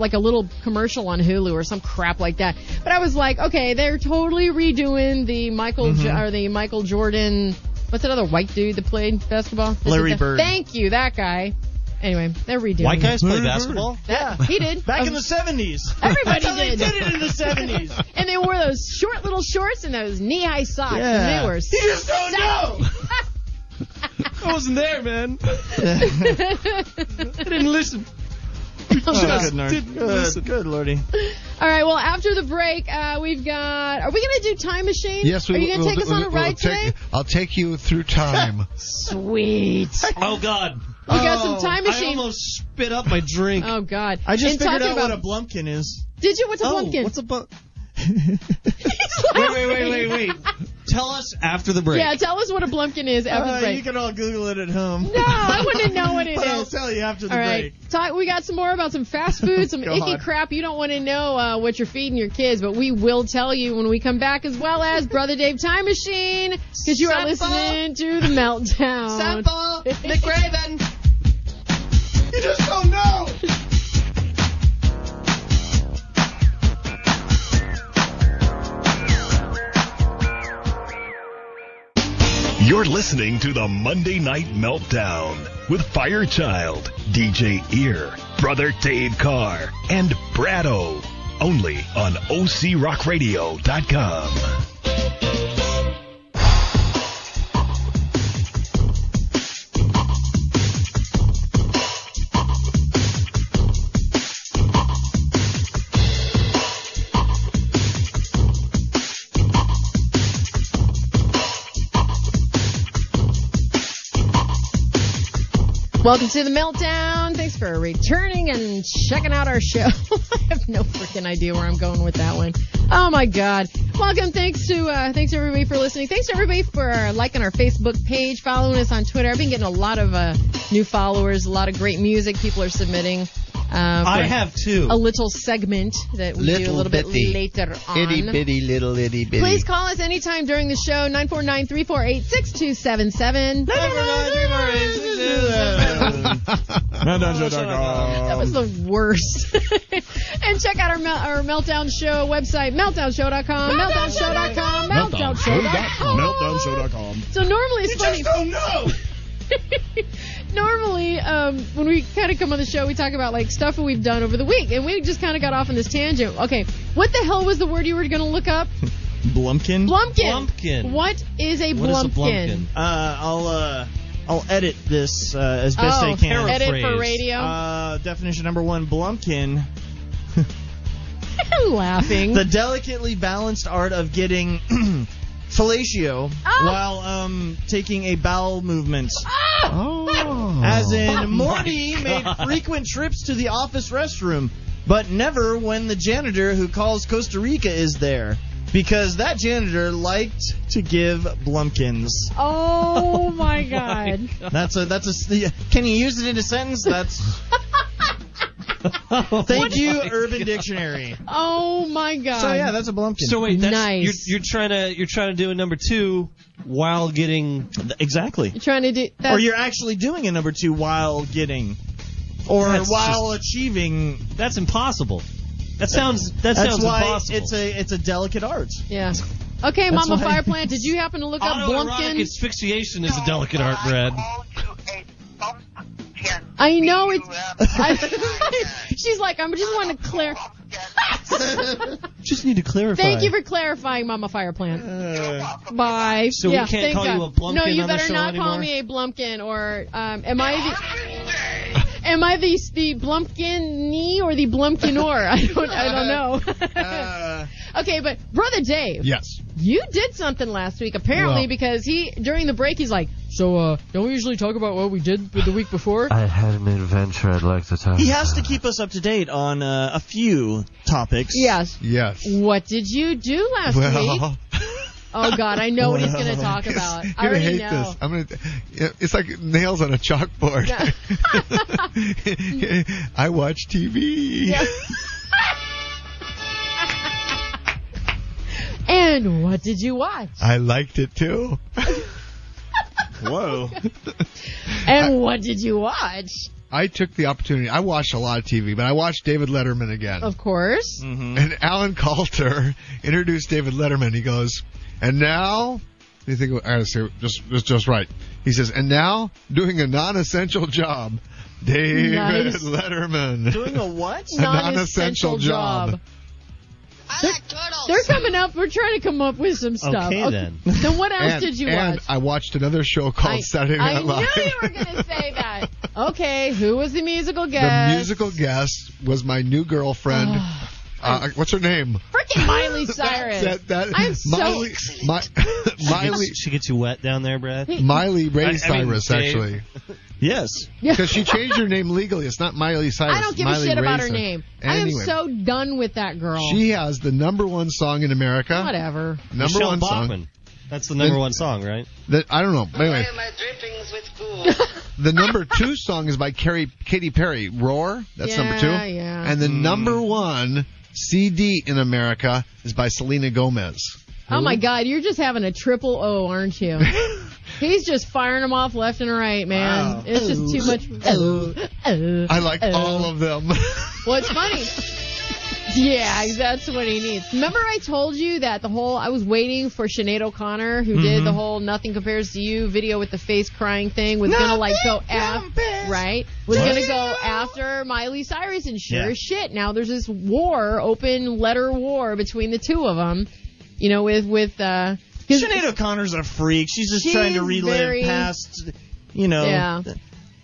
C: like a little commercial on Hulu or some crap like that. But I was like, okay, they're totally redoing the Michael Jo- or the Michael Jordan. What's that other white dude that played basketball? This
E: Larry
C: is the-
E: Bird.
C: Thank you, that guy. Anyway, they're redoing.
D: White guys
C: it.
D: play basketball.
C: Yeah, he did.
E: Back in
C: Um,
E: the 70s.
C: Everybody
E: That's how they
C: did.
E: did it in the 70s.
C: and they wore those short little shorts and those knee-high socks,
E: Yeah.
C: and they were.
E: You just don't know.
D: I wasn't there, man. I didn't listen.
E: good, Nerd. good, good, Lordy.
C: All right. Well, after the break, uh, we've got. Are we going to do time machine?
A: Yes, we
C: Are you going to
A: we'll-
C: take us
A: we'll-
C: on a
A: we'll
C: ride
A: take-
C: today?
A: I'll take you through time.
C: Sweet.
D: Oh God.
C: We got
E: Oh,
C: some time
D: I
C: machine.
D: almost spit up my drink.
C: Oh God!
E: I just
C: and
E: figured
C: talking
E: out
C: about,
E: what a blumpkin is.
C: Did you? What's a
D: Oh,
C: pumpkin?
D: what's a bu-
C: He's
D: Wait,
C: laughing.
D: wait, wait, wait, wait. Tell us after the break.
C: Yeah, tell us what a blumpkin is after the
E: Uh, you
C: break.
E: can all Google it at home.
C: No, I want to know what it
E: But I'll
C: is.
E: tell Shortly after the
C: All
E: break.
C: right. Talk, we got some more about some fast food, some
E: God.
C: icky crap. You don't want to know uh, what you're feeding your kids, but we will tell you when we come back, as well as Brother Dave Time Machine, because you are
F: Sample.
C: listening to The Meltdown.
F: Sample McRaven.
B: You just don't know.
G: You're listening to the Monday Night Meltdown with Firechild, DJ Ear, Brother Dave Carr, and Brado. Only on OCRockRadio.com.
C: Welcome to The Meltdown. Thanks for returning and checking out our show. I have no freaking idea where I'm going with that one. Oh my God. Welcome. Thanks to, uh, thanks everybody for listening. Thanks to everybody for uh, liking our Facebook page, following us on Twitter. I've been getting a lot of, uh, new followers, a lot of great music people are submitting. Uh, for-
D: I have two.
C: a little segment that we do a
F: Little
C: little bit
F: bitty.
C: later on.
F: Itty bitty little itty bitty.
C: Please call us anytime during the show, 949-348-6277. That was the worst. and check out our, mel- our Meltdown Show website, meltdownshow.com, meltdownshow.com, meltdownshow.com.
G: Meltdownshow.com.
C: So normally it's funny.
B: don't know.
C: normally um, when we kind of come on the show we talk about like stuff that we've done over the week and we just kind of got off on this tangent okay what the hell was the word you were going to look up
E: Blumpkin.
C: blumpkin
D: Blumpkin.
C: what is a
D: What is a
C: blumpkin
D: blumpkin?
E: Uh, I'll uh, I'll edit this uh, as best
C: oh
E: I can.
C: edit for
D: Paraphrase.
C: radio
E: Uh, definition number one: Blumpkin,
C: laughing
E: the delicately balanced art of getting fellatio
C: Ah!
E: while um taking a bowel movement.
C: Ah!
A: Oh.
E: As in, Morty made frequent trips to the office restroom, but never when the janitor who calls Costa Rica is there, because that janitor liked to give Blumpkins.
C: oh my god
E: That's a that's a. Can you use it in a sentence? That's.
D: Oh
E: Thank you, Urban Dictionary.
C: oh my god
E: So yeah, that's a Blumpkin.
D: So wait, that's,
C: Nice.
D: you're, you're trying to you're trying to do a number two while getting
E: exactly.
C: you're trying to do
E: Or
C: that
E: you're actually doing a number two while getting, or
D: That's
E: while achieving.
D: that's impossible. That sounds that
E: That's
D: sounds
E: why
D: impossible.
E: it's a it's a delicate art.
C: yeah okay
E: That's
C: mama
E: why-
C: fire plant did you happen to look up
D: Autoerotic
C: blumpkin
D: asphyxiation is a delicate art, Brad.
E: Oh,
C: i know Oh, it's I, she's like i just want to clear
E: Just need to clarify.
C: Thank you for clarifying, Mama Fire Plant.
E: Uh,
C: Bye.
D: So we
C: yeah,
D: can't
C: thank
D: call
C: God.
D: you a blumpkin
C: No, you
D: on the
C: better
D: show
C: not call
D: anymore?
C: me a blumpkin, or um, am I the am I the the blumpkin or the blumpkinor? I don't I don't know.
D: Uh.
C: okay, but brother Dave,
A: Yes.
C: you did something last week apparently
A: Well-
C: because he during the break he's like, so uh, don't we usually talk about what we did the week before?
H: I had an adventure I'd like to talk
E: he has to
H: about.
E: keep us up to date on uh, a few topics.
C: yes.
A: Yes.
C: What did you do last week?
A: Well,
C: Oh God, I know what he's gonna talk about.
A: you're
C: I
A: gonna
C: already
A: hate
C: know.
A: this. I'm gonna. It's like nails on a chalkboard. I watch TV.
C: And what did you watch?
A: I liked it too.
E: Whoa.
C: And what did you watch?
A: I took the opportunity. I watched a lot of TV, but I watched David Letterman again.
C: Of course.
E: Mm-hmm.
A: And Alan Coulter introduced David Letterman. He goes, and now, you think, I gotta say, just, just, just right. He says, and now, doing a non-essential job, David
C: Nice.
A: Letterman.
E: Doing a what?
A: A non-essential job.
F: I like turtles.
C: They're coming up. We're trying to come up with some stuff.
D: Okay, then.
C: Then what else
A: and,
C: did you
A: and
C: watch?
A: I watched another show called Saturday
C: I
A: Night Live.
C: knew you were going to say that. Okay, who was the musical
A: the
C: guest?
A: musical guest was my new girlfriend. uh, what's her name?
C: Freaking Miley Cyrus.
A: That, that,
C: I'm so-
A: Miley, Mi- Miley,
D: She gets, she gets you wet down there, Brad.
A: Miley Ray
D: I- I mean,
A: Cyrus,
D: Dave.
A: actually.
E: Yes.
C: Yeah.
A: Because she changed her name legally. It's not Miley Cyrus.
C: I don't give
A: Miley
C: a shit about
A: Ray
C: her
A: Cyrus.
C: name.
A: Anyway,
C: I am so done with that girl.
A: She has the number one song in America.
C: Whatever.
A: Number
D: Michelle
A: one
D: Bachman.
A: song.
D: That's the number one song, right?
A: That I don't know. Anyway,
F: am I drippings with goo?
A: the number two song is by Carrie, Katy Perry, Roar. That's number two.
C: Yeah, yeah.
A: And the
D: Hmm.
A: number one CD in America is by Selena Gomez.
C: Oh my God, you're just having a triple O, aren't you? He's just firing them off left and right, man.
A: Wow.
C: It's just too much. Oh, oh,
A: I like
C: oh.
A: all of them.
C: Well, it's funny. Yeah, that's what he needs. Remember, I told you that the whole I was waiting for Sinead O'Connor, who did the
E: Mm-hmm.
C: whole "Nothing Compares to You" video with the face crying thing, was gonna like go after, right? Was gonna go after Miley Cyrus, and sure
E: Yeah.
C: as shit, now there's this war, open letter war between the two of them. You know, with with uh, 'cause-
E: Sinead O'Connor's a freak. She's just
C: She's
E: trying to relive
C: very-
E: past, you know.
C: Yeah.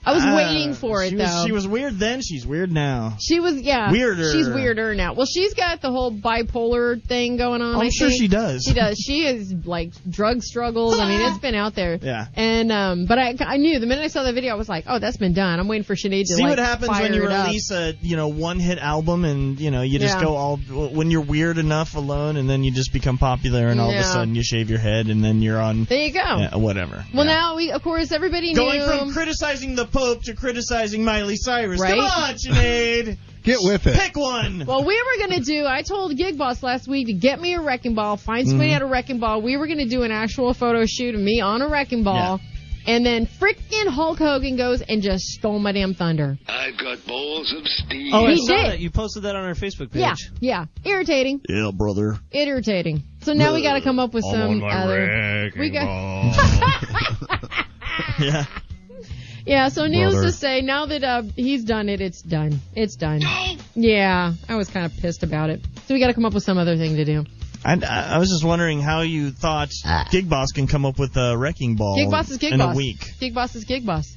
C: I was
E: uh,
C: waiting for it
E: she
C: though.
E: Was, she was weird then. She's weird now.
C: She was, yeah.
E: Weirder.
C: She's weirder now. Well, she's got the whole bipolar thing going on.
E: Oh, I'm
C: I
E: sure
C: think.
E: she does.
C: She does. She is like drug struggles. I mean, it's been out there.
E: Yeah.
C: And um, but I, I knew the minute I saw the video, I was like, oh, that's been done. I'm waiting for Sinead to
E: See
C: like,
E: what happens
C: fire
E: when you
C: it up.
E: release a you know one hit album and you know you just
C: Yeah.
E: go all when you're weird enough alone and then you just become popular and all of a
C: Yeah.
E: sudden you shave your head and then you're on
C: There you go.
E: yeah, whatever.
C: Well,
E: Yeah.
C: now we, of course, everybody
E: going
C: knew.
E: from criticizing the Pope to criticizing Miley Cyrus.
C: Right?
E: Come on, Sinead,
A: Get with it.
E: pick one.
C: well, we were gonna do. I told Gig Boss last week to get me a wrecking ball. Find
E: Mm-hmm.
C: somebody at a wrecking ball. We were gonna do an actual photo shoot of me on a wrecking ball, and then freaking Hulk Hogan goes and just stole my damn thunder.
I: I've got balls of steel.
D: Oh,
C: He
D: I saw
C: did.
D: that. You posted that on our Facebook page.
C: Yeah, yeah. Irritating.
E: yeah, brother.
C: Irritating. So now we got to come up with some other. We got,
E: Yeah.
C: yeah. So needless
A: Brother.
C: to say, now that uh, he's done it, it's done. It's done. Yeah, I was kind of pissed about it. So we got to come up with some other thing to do.
E: I, I I was just wondering how you thought
D: Ah.
E: Gig Boss can come up with a wrecking ball
C: Gig Boss is Gig
E: in
C: Boss.
E: a week.
C: Gig Boss is Gig Boss.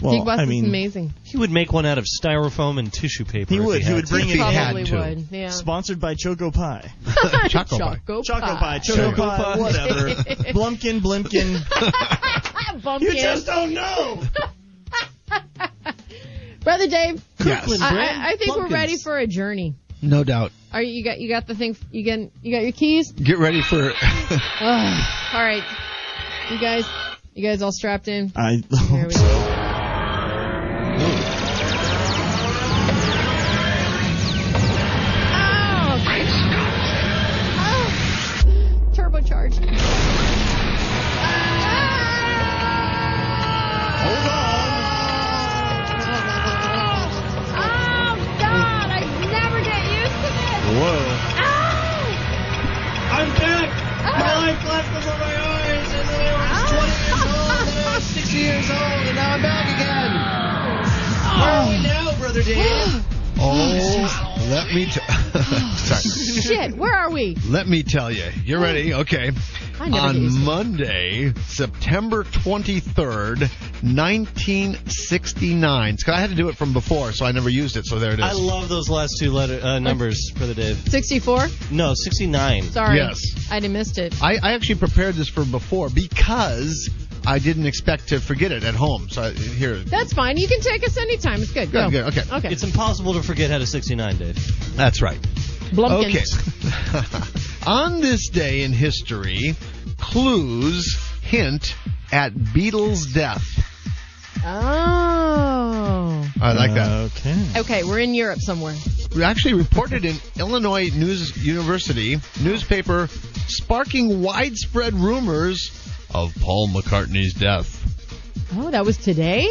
E: Well,
C: Gig Boss
E: I mean,
C: is amazing.
D: He would make one out of styrofoam and tissue paper.
E: He
D: if
E: would. He
D: had
E: would
D: to.
E: bring it in.
C: Probably
A: to.
C: would. Yeah.
E: Sponsored by Choco Pie.
A: Choco Pie.
C: Choco
E: Choco Pie,
C: Pie.
E: Choco
A: Choco
E: Pie, whatever. Blumpkin, Blimpkin.
C: Bumpkin.
E: don't know.
C: Brother Dave,
A: Yes.
C: I, I, I think we're ready for a journey.
A: No doubt.
C: Are you, you got you got the thing? You got you got your keys?
A: Get ready for.
C: Ugh. All right, you guys, you guys all strapped in.
E: I.
C: Here we go. Oh. Oh. Turbocharged. Oh God! I never get used to this.
E: Whoa.
C: Ow!
E: I'm back.
C: Oh.
E: My life left over my eyes, and then I was 20 years old, and I was 60 years old, and now I'm back again.
C: Oh.
E: Where are we now, brother Dan?
A: Oh, let me. T- Sorry.
C: Shit, where are we?
A: Let me tell you. You ready? Okay.
C: I never
A: On
C: get used to this.
A: Monday, September 23rd, 1969. It's 'cause I had to do it from before, so I never used it, so there it is.
D: I love those last two letter uh, numbers for the Dave.
C: 64?
D: No, 69.
C: Sorry.
A: Yes.
C: I missed it.
A: I, I actually prepared this for before because I didn't expect to forget it at home. So I, here. Good,
C: That's fine. You can take us anytime. It's good. Go.
A: good. Okay.
C: Okay.
D: It's impossible to forget how to 69, Dave.
A: That's right.
C: Blumpkin.
A: Okay. On this day in history, clues hint at Beatles' death.
C: Oh.
A: I like that.
E: Okay.
C: Okay, we're in Europe somewhere.
A: actually reported in Illinois News University newspaper, sparking widespread rumors of Paul McCartney's death.
C: Oh, that was today?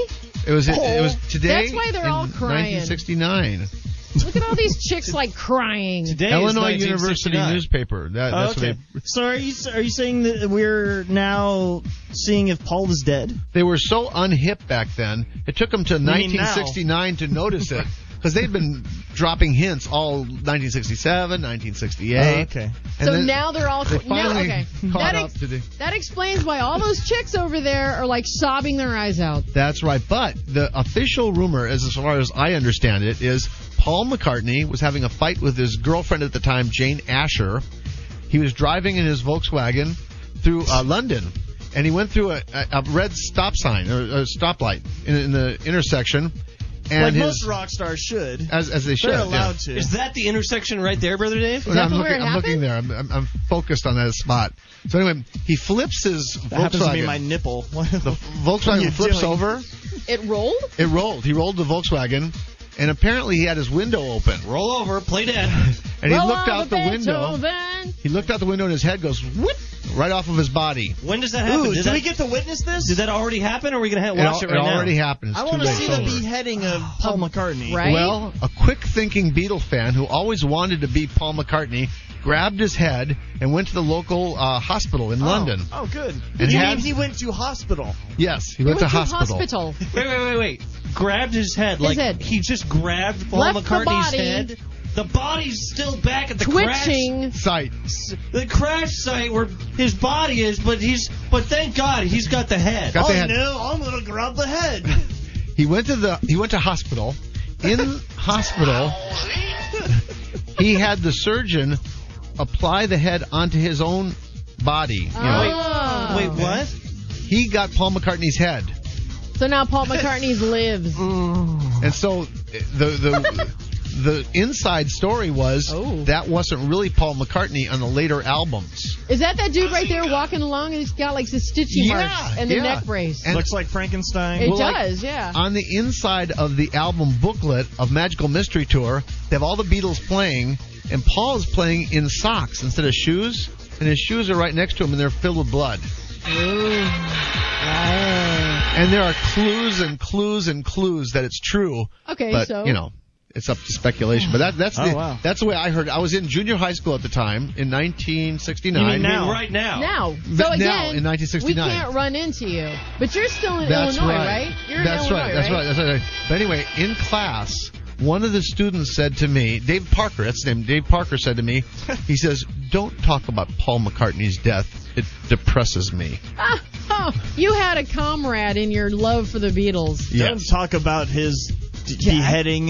A: It was it, was today.
C: That's why they're
A: in
C: all crying.
A: 1969,
C: Look at all these chicks like crying.
D: Today is
A: Illinois
D: 1969.
A: University newspaper. That, that's
E: okay.
A: what they,
E: So are you are you saying that we're now seeing if Paul is dead?
A: they were so unhip back then. It took them to
E: mean now?
A: 1969 to notice it because they'd been dropping hints all 1967, 1968.
E: Oh, okay.
A: And
C: so
A: then
C: now they're all
A: they
C: now,
A: finally
C: okay.
A: caught
C: That,
A: up to the.
C: that explains why all those chicks over there are like sobbing their eyes out.
A: That's right. But the official rumor, as as far as I understand it, is Paul McCartney was having a fight with his girlfriend at the time, Jane Asher. He was driving in his Volkswagen through uh, London, and he went through a, a, a red stop sign or a stoplight in, in the intersection. and
E: like
A: his,
E: most rock stars should.
A: as as they should.
E: They're
A: yeah.
E: allowed to.
D: Is that the intersection right there, brother Dave?
A: No, I'm,
C: where
A: looking,
C: it
A: I'm looking there. I'm, I'm, I'm focused on that spot. So anyway, he flips his
E: That happens to be
A: Volkswagen.
E: my nipple.
A: the
E: you
A: Volkswagen flips
E: doing?
A: over.
C: It rolled?
A: It rolled. He rolled the Volkswagen, and apparently he had his window open.
D: Roll over, play dead.
A: And he
C: Roll
A: looked
C: on
A: out the window.
C: Beethoven.
A: He looked out the window, and his head goes whoop right off of his body.
D: When does that happen?
E: Ooh,
D: did
E: do
D: that,
E: we get to witness this?
D: did that already happen, or are we gonna ha-
A: It, al-
D: watch it,
A: it
D: right now? Oh.
A: already happened. It's
E: I
A: too
E: want to
A: late.
E: see
A: It's
E: the
A: over.
E: beheading of Paul McCartney.
C: Right?
A: Well, a quick-thinking Beatle fan who always wanted to be Paul McCartney grabbed his head and went to the local uh, hospital in
E: Oh.
A: London.
E: Oh, good.
A: And
E: Which
A: he
E: means
A: had-
E: he went to hospital.
A: Yes, he
C: Went
A: went,
C: to
A: to hospital.
C: hospital.
D: Wait, wait, wait, wait. Grabbed his head. like
C: head.
D: he just grabbed Paul
C: Left the
D: McCartney's
C: body.
D: head. The body's still back at the crash,
C: Twitching.
A: Sight.
D: the crash site where his body is, but he's but thank God he's got the head.
A: Got
E: oh
A: the head.
E: no, I'm gonna grab the head.
A: He went to the he went to hospital. In hospital, he had the surgeon apply the head onto his own body.
C: Ah.
A: You know,
C: Oh.
D: Wait, what?
A: he got Paul McCartney's head,
C: So now Paul McCartney's lives.
A: Mm. and so the the. The inside story was
C: Oh.
A: that wasn't really Paul McCartney on the later albums.
C: Is that that dude right there walking along and he's got like the stitchy
A: Yeah,
C: marks and the
A: yeah.
C: neck brace?
A: And-
E: Looks like Frankenstein.
C: it
A: well, like-
C: does, yeah.
A: On the inside of the album booklet of Magical Mystery Tour, they have all the Beatles playing, and Paul's playing in socks instead of shoes, and his shoes are right next to him, and they're filled with blood. And there are clues and clues and clues that it's true,
C: okay,
A: but
C: so
A: you know, it's up to speculation. But that, that's the
E: Oh, wow.
A: that's the way I heard. it. I was in junior high school at the time in 1969.
E: You mean
D: I
E: now?
D: mean, right now.
C: now. So
A: Now,
C: again,
A: in 1969.
C: we can't run into you. But you're still in
A: That's
C: Illinois,
A: right.
C: right? You're
A: that's
C: in Illinois,
A: right. That's right. That's right. But anyway, in class, one of the students said to me, Dave Parker, that's his name, Dave Parker said to me, he says, Don't talk about Paul McCartney's death. It depresses me.
C: Oh, you had a comrade in your love for the Beatles.
E: Don't talk about his d- beheading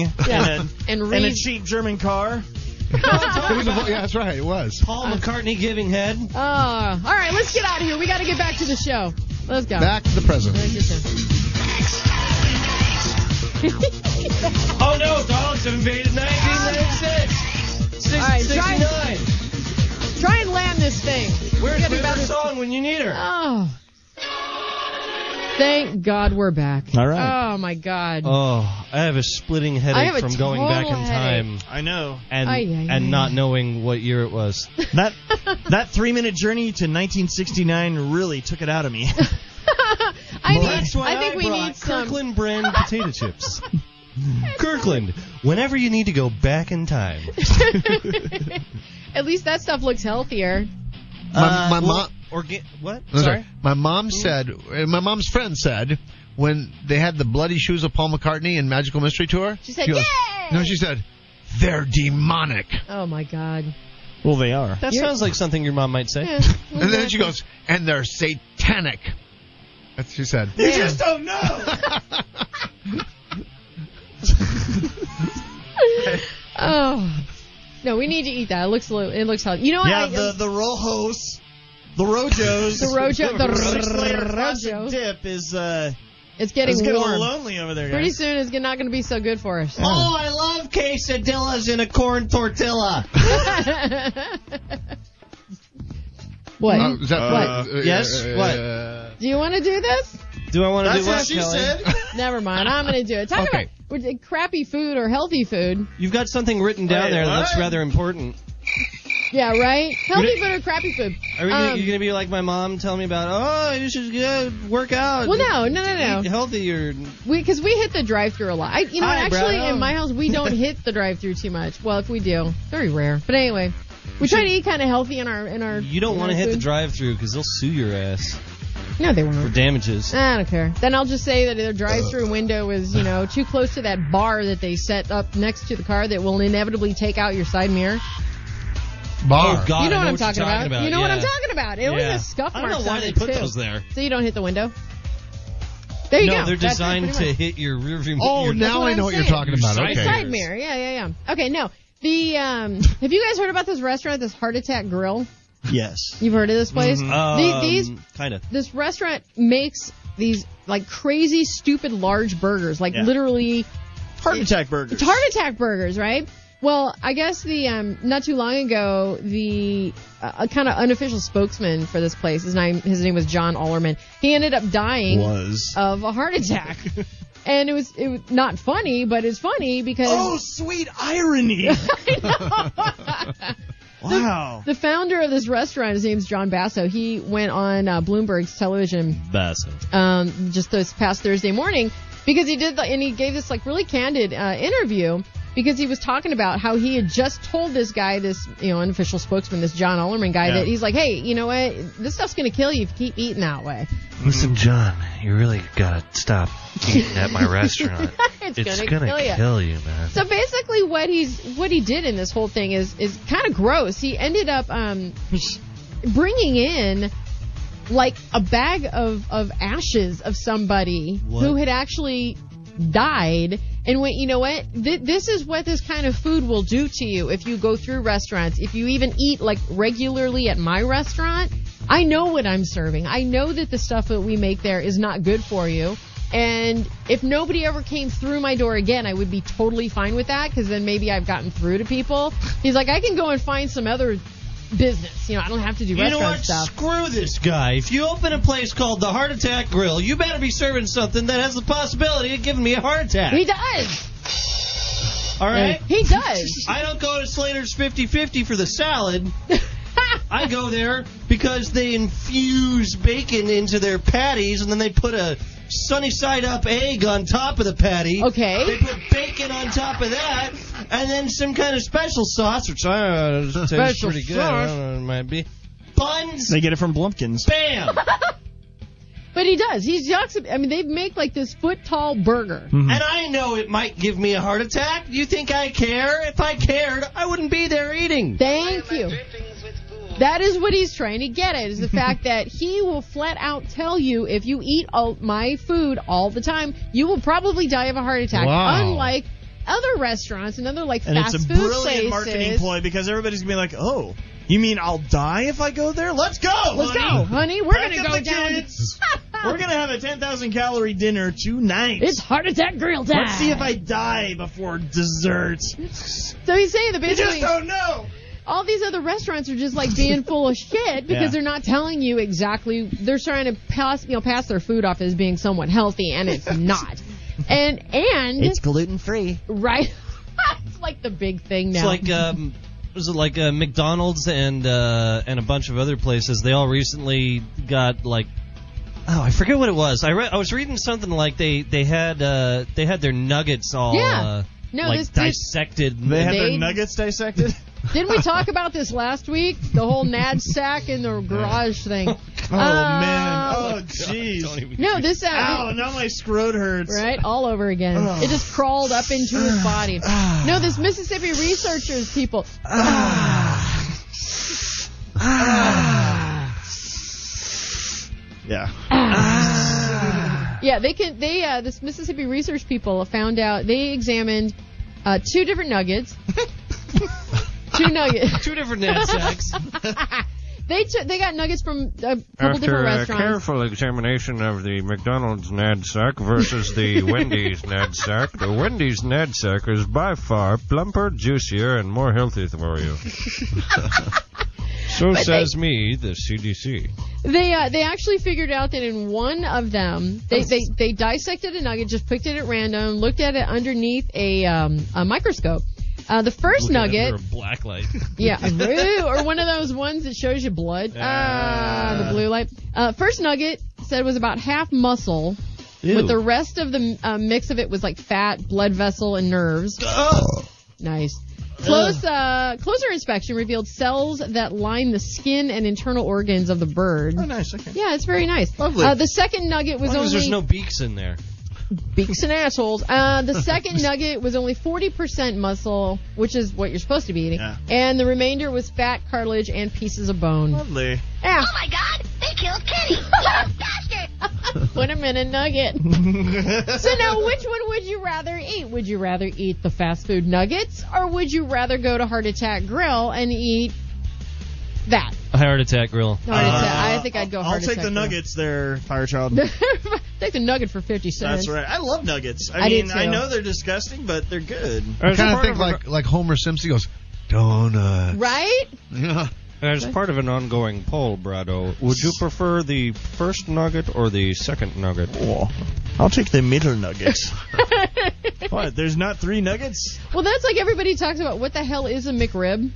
E: in,
C: And
E: a, in a
C: read.
E: cheap German car.
A: It was a vo- yeah, that's right. It was.
D: Paul McCartney giving head.
C: Uh, all right, let's get out of here. We got to get back to the show. Let's go.
A: Back to the present.
C: Let's get done.
D: Oh no, dogs have invaded 1996.
C: All right, try-
D: 69.
C: Try and land this thing.
D: Where's
C: Getting
D: River
C: better.
D: Song when you need her?
C: Oh. Thank God we're back.
E: All right. Uh,
C: Oh my God.
D: Oh, I have a splitting
C: I
D: headache
C: have a
D: from going back in
C: total
D: time
E: I know.
D: and
C: Ay, ay, ay.
D: and not knowing what year it was.
E: That that three minute journey to 1969 really took it out of me.
C: I need.
D: That's why
C: I think we
D: brought
C: need some.
D: Kirkland brand potato chips. Kirkland, whenever you need to go back in time.
C: At least that stuff looks healthier. Uh,
A: My, my mom.
D: Or get what?
A: I'm
D: Sorry.
A: sorry. My
C: Mm.
A: mom said, uh, my mom's friend said, when they had the bloody shoes of Paul McCartney in Magical Mystery Tour,
C: She said,
A: goes,
C: "Yay!"
A: No, she said, they're demonic.
C: Oh my God.
E: well, they are.
D: That
C: You're-
D: sounds like something your mom might say.
C: Yeah.
A: And
C: Mm-hmm.
A: then she goes, and they're satanic. That's what she said.
E: You just don't know.
C: Oh. No, we need to eat that. It looks. lo- It looks healthy. You know what?
E: yeah,
C: I,
E: the the rojos, the rojos,
C: The rojo- the
E: six layer frosted
C: rojo.
E: dip is uh,
C: it's getting
E: it's getting a
C: warm.
E: little lonely over there,
C: Pretty
E: guys.
C: soon, it's not going to be so good for us.
D: Oh, I love quesadillas in a corn tortilla.
C: what?
A: Oh, is that
E: Uh,
A: uh,
D: yes? What?
C: do you want to do this?
D: Do I want to do
E: That's
D: what,
E: what she
D: Kelly?
E: said.
C: Never mind. I'm going to do it. Talk
A: Okay.
C: about with the crappy food or healthy food.
D: You've got something written down
E: Wait,
D: there that's
E: what?
D: rather important.
C: Yeah, right? Healthy
D: did-
C: food or crappy food?
D: Are we gonna,
C: Um,
D: you gonna be like my mom, telling me about? Oh, you should yeah, work out.
C: Well, no, no, no,
D: Eat
C: no.
D: healthy or
C: Because we, hit the drive through a lot. I, you know,
D: Hi,
C: actually,
D: Brad.
C: in my house, we don't hit the drive through too much. Well, if we do, very rare. But anyway, we try to eat kind of healthy in our. in our.
D: you don't
C: in
D: want to
C: our
D: hit the
C: food.
D: drive-through because they'll sue your ass
C: No, they
D: for
C: won't.
D: damages.
C: I don't care. Then I'll just say that their drive-through window is, you know, too close to that bar that they set up next to the car that will inevitably take out your side mirror.
A: Bar.
D: Oh God,
C: you know,
D: I
C: what I'm
D: you're
C: talking, about. You know what
D: yeah.
C: I'm talking about. It
D: Yeah.
C: was a scuff
D: I
C: mark.
D: don't know why they put those there.
C: So you don't hit the window. There you
D: no,
C: go.
D: they're
C: That's it,
D: designed to
C: pretty much.
D: hit your rearview.
A: Oh,
D: your,
A: now
C: what
A: I
C: I'm
A: know what you're
C: saying.
A: talking
D: Your
A: about.
D: side
A: Okay.
C: side mirror. Yeah, yeah, yeah. Okay, no. The um, have you guys heard about this restaurant, this Heart Attack Grill?
E: Yes.
C: You've heard of this place? The-
D: Um,
C: these
D: kind of.
C: this restaurant makes these like crazy, stupid, large burgers, like
E: Yeah.
C: literally
E: Heart attack burger.
C: It's heart attack burgers, right? Well, I guess the um, not too long ago, the uh, kind of unofficial spokesman for this place, his name his name was John Allerman. He ended up dying
E: Was.
C: of a heart attack, and it was it was not funny, but it's funny because
E: Oh, sweet irony. wow.
C: the founder of this restaurant, his name's John Basso. He went on uh, Bloomberg's television
D: Basso.
C: um, just this past Thursday morning because he did the, and he gave this like really candid uh, interview because he was talking about how he had just told this guy, this you know unofficial spokesman, this John Ullerman guy,
E: Yeah.
C: that he's like, hey, you know what, this stuff's gonna kill you if you keep eating that way.
H: Listen, John, you really gotta stop eating at my restaurant.
C: It's
H: it's
C: gonna
H: gonna
C: kill ya.
H: kill you, man.
C: So basically, what he's what he did in this whole thing is is kind of gross. He ended up um, bringing in like a bag of of ashes of somebody who had actually died and went you know what Th- this is what this kind of food will do to you if you go through restaurants if you even eat like regularly at my restaurant i know what i'm serving i know that the stuff that we make there is not good for you and if nobody ever came through my door again, I would be totally fine with that because then maybe I've gotten through to people. He's like, I can go and find some other business. You know, I don't have to do
D: You know
C: restaurant
D: what?
C: stuff.
D: Screw this guy. If you open a place called the Heart Attack Grill, you better be serving something that has the possibility of giving me a heart attack.
C: He does.
D: All right?
C: He does.
D: I don't go to Slater's 50 50 for the salad. I go there because they infuse bacon into their patties and then they put a sunny side up egg on top of the patty.
C: Okay.
D: They put bacon on top of that and then some kind of special sauce, which I don't know, tastes
E: Special
D: pretty good. I
E: sauce.
D: don't know, it might be. Buns,
E: They get it from Blumpkins.
D: bam!
E: Mm-hmm.
C: But he does. He talks. I mean, they make like this foot tall burger.
E: Hmm.
D: And I know it might give me a heart attack. You think I care? If I cared, I wouldn't be there eating.
C: Thank you.
F: Drippings with ghouls.
C: That is what he's trying to get at is the fact that he will flat out tell you if you eat all my food all the time, you will probably die of a heart attack.
D: Wow.
C: Unlike other restaurants and other like
E: And
C: fast
E: it's a
C: food
E: brilliant
C: places.
E: marketing ploy because everybody's gonna be like, "Oh, you mean I'll die if I go there? Let's go!
C: Let's
E: honey.
C: go, honey. We're
E: Pack
C: gonna
E: up
C: go
E: the
C: down.
E: kids. We're gonna have a 10,000 calorie dinner tonight.
C: It's heart attack grill time.
E: Let's see if I die before dessert.
C: So he's saying that
E: You just
C: basically
E: don't know.
C: all these other restaurants are just like being full of shit because
E: Yeah.
C: they're not telling you exactly. They're trying to pass you know pass their food off as being somewhat healthy and it's not. And and
E: gluten free.
C: right. it's like the big thing now.
D: It's like um, was it like uh, McDonald's and uh, and a bunch of other places? They all recently got like. Oh, I forget what it was. I read. I was reading something like they they had uh, they had their nuggets all
C: Yeah.
D: uh,
C: No,
D: like
C: this- this-
D: dissected.
E: They had
C: They-
E: their nuggets dissected.
C: Didn't we talk about this last week? The whole nad sack in the garage thing.
E: oh man.
C: Uh,
E: Oh jeez.
C: No, this
E: Ow!
C: uh,
E: Now my scrot hurts.
C: right all over again. It just crawled up into his body. No, this Mississippi researchers people.
E: Yeah.
C: Yeah, they can. They uh, this Mississippi research people found out they examined uh, two different nuggets. two nuggets.
D: Two different nut sacks.
C: They took. they got nuggets from uh, a couple different
H: After a
C: restaurants.
H: careful examination of the McDonald's NADSAC versus the Wendy's NADSAC, the Wendy's NADSAC is by far plumper, juicier, and more healthy for you. so says me, the CDC.
C: They uh, they actually figured out that in one of them, they, they they dissected a nugget, just picked it at random, looked at it underneath a um, a microscope. Uh, the first nugget,
D: black light.
C: yeah, ooh, or one of those ones that shows you blood. Ah, the blue light. Uh, first nugget said was about half muscle, but the rest of the uh, mix of it was like fat, blood vessel, and nerves. Nice. Close, uh, closer inspection revealed cells that line the skin and internal organs of the bird.
E: Oh nice. Okay.
C: Yeah, it's very nice.
E: Lovely.
C: Uh, the second nugget was
D: Because
C: only
D: there's no beaks in there.
C: beaks and assholes. Uh, the second nugget was only 40% muscle, which is what you're supposed to be eating,
E: Yeah.
C: and the remainder was fat, cartilage, and pieces of bone.
E: Lovely.
C: Ah,
F: Oh my god, they killed Kitty! You bastard!
C: put them in a nugget. so now, which one would you rather eat? Would you rather eat the fast food nuggets, or would you rather go to Heart Attack Grill and eat that?
D: Heart attack grill.
C: Heart attack. think I'd go
E: Uh, I'll
C: hard
E: take the
C: attack,
E: nuggets there, Fire Child.
C: though. take the nugget for 50 cents.
E: That's right. I love nuggets. I,
C: I do
E: mean,
C: too.
E: I know they're disgusting, but they're good.
A: I
H: As
A: kind of
H: part
A: think
H: of
A: like like Homer Simpson goes, donut. Oh.
C: Right?
A: Yeah.
H: As part of an ongoing poll, Brado, would you prefer the first nugget or the second nugget?
E: Oh, I'll take the middle nuggets. what? There's not three nuggets?
C: Well, that's like everybody talks about what the hell is a McRib?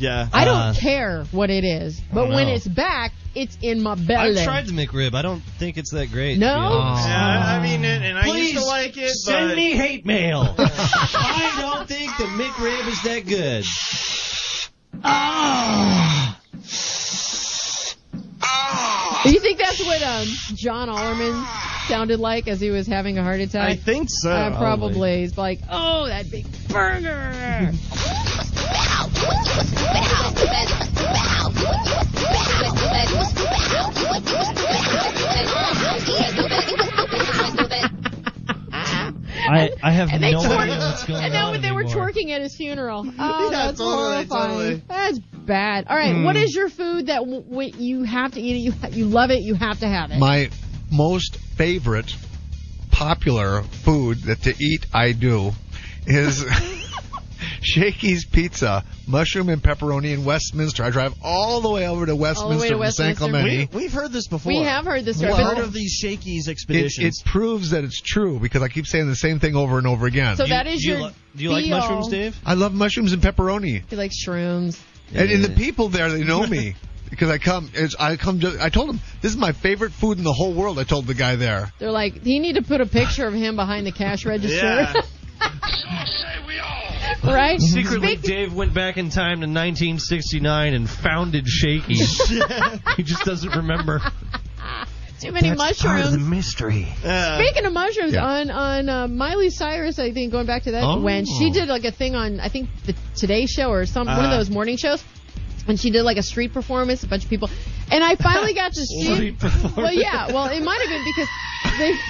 E: yeah.
C: I don't
D: Uh,
C: care what it is, but when
D: know.
C: it's back, it's in my
D: I've
C: belly.
D: tried the McRib. I don't think it's that great. to
C: No?
D: be honest.
E: Yeah, I I mean, and, and I used to like it,
D: send
E: but
D: me hate mail. I don't think the McRib is that good.
C: Do you think that's what um, John Allerman sounded like as he was having a heart attack?
E: I think so.
C: Uh, probably. He's like, oh, that big burger.
D: I, I have
C: And they
D: no
C: twerk-
D: idea what's going
C: and
D: on
C: then they were
D: anymore.
C: twerking at his funeral. Oh,
E: Yeah,
C: that's
E: totally,
C: horrifying.
E: totally.
C: That's bad. All right,
D: Hmm.
C: what is your food that w- w- you have to eat it? You ha- you love it. You have to have it.
A: My most favorite popular food that to eat I do is Shakey's Pizza, mushroom and pepperoni in Westminster. I drive all the way over to Westminster
C: way to
A: from San
C: Westminster.
A: Clemente.
E: We, have heard this before.
C: we have heard this.
E: We've
C: story, but-
E: heard of these Shakey's
A: It, it
E: expeditions.
A: proves that it's true because I keep saying the same thing over and over again.
C: so
D: Do you-
C: that is
D: do you
C: your.
D: li- do you like
C: deal.
D: mushrooms, Dave?
A: I love mushrooms and pepperoni.
C: He likes shrooms.
A: And, and the people there, they know me because I come. It's, I come. To, I told them this is my favorite food in the whole world. I told the guy there.
C: They're like, you need to put a picture of him behind the cash register,
E: yeah.
I: Say we all.
C: right?
D: Secretly,
C: Speak-
D: Dave went back in time to 1969 and founded Shakey's. he just doesn't remember.
C: too many mushrooms.
H: mystery.
E: Uh,
C: Speaking of mushrooms,
A: Yeah.
C: on on uh, Miley Cyrus, I think going back to that
A: Oh.
C: when she did like a thing on I think the Today Show or some one of
D: Uh.
E: Uh-huh.
C: those morning shows, and she did like a street performance, a bunch of people, and I finally got to see. well, yeah, well it might have been because they.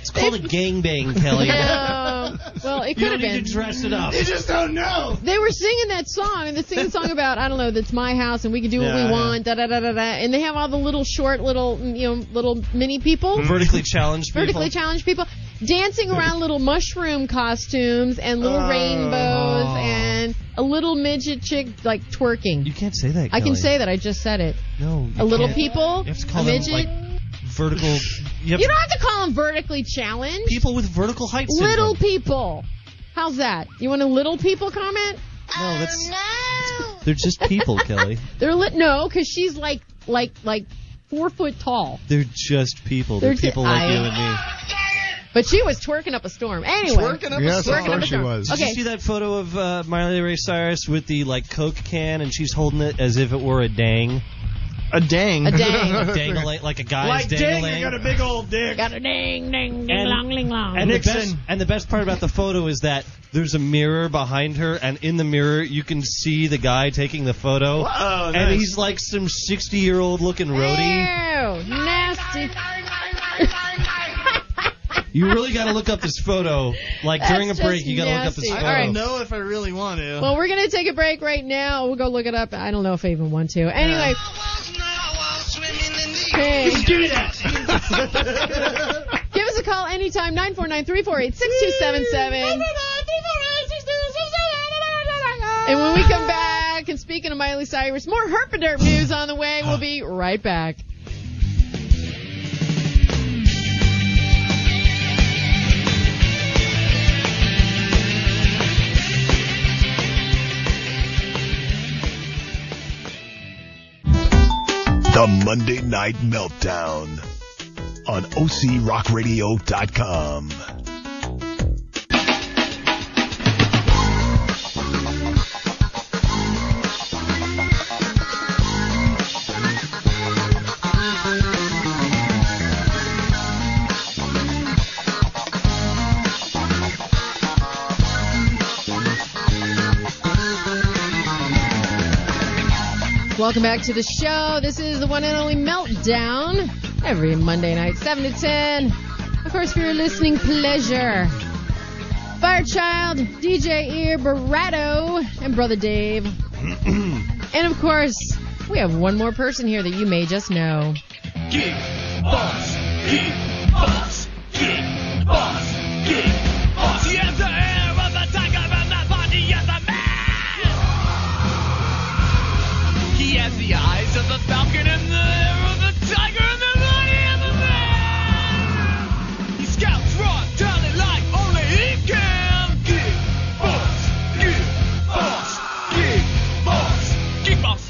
D: It's called a gangbang, Kelly.
C: Um, well, it
D: You
C: could
D: don't
C: have
D: need
C: been.
D: to dress it up.
E: just don't know.
C: They were singing that song, and they sing a song about I don't know, that's my house, and we can do what
E: Yeah,
C: we
E: yeah.
C: want, da da da da da. And they have all the little short, little you know, little mini people.
D: Vertically challenged people.
C: vertically challenged people dancing around little mushroom costumes and little
D: Uh-huh.
C: rainbows and a little midget chick like twerking.
D: You can't say that.
C: I can
D: Kelly.
C: say that. I just said it.
D: no.
C: A little people,
D: people. You have
C: a
D: to call them,
C: midget.
D: like, vertical. You, have
C: you
D: to-
C: don't have to call them vertically challenged.
D: people with vertical height syndrome.
C: little people. How's that? You want a little people comment?
D: No, that's
F: No!
D: they're just people, Kelly.
C: They're lit. No, because she's like like like four foot tall.
D: They're just people. They're,
C: They're ju-
D: people like
C: I-
D: you and me.
C: But she was twerking up a storm. Anyway,
E: Twerking up
A: Yes,
E: a
A: of
C: Working up
A: course
C: a
A: she
C: storm.
A: was.
C: Okay.
D: Did you see that photo of uh, Miley Ray Cyrus with the like Coke can and she's holding it as if it were a dang,
E: A dang.
C: a dang.
D: dangling like a guy's
E: Like dang,
D: dangling.
E: you got a big old dick.
C: Got a ding ding ding
D: And-
C: long ling long.
D: and the
E: Nixon.
D: best and the best part about the photo is that there's a mirror behind her and in the mirror you can see the guy taking the photo
E: Wow,
D: and
E: nice.
D: he's like some 60 year old looking roadie.
C: Ew, nasty.
D: You really got to look up this photo. Like
C: That's
D: during a break,
C: just
D: you got to look up this
C: nasty.
D: photo.
E: I
C: All right.
E: don't know if I really want to.
C: Well, we're gonna take a break right now. We'll go look it up. I don't know if I even want to. Anyway, hey, give us a call anytime. Nine four nine three four eight six two seven seven. And when we come back, and speaking of Miley Cyrus, more herpaderp news on the way. We'll be right back.
G: The Monday Night Meltdown on OCRockRadio.com.
C: Welcome back to the show. This is the one and only Meltdown every Monday night, 7 to 10. Of course, for your listening pleasure. Firechild, DJ Ear, Barato, and Brother Dave. and of course, We have one more person here that you may just know.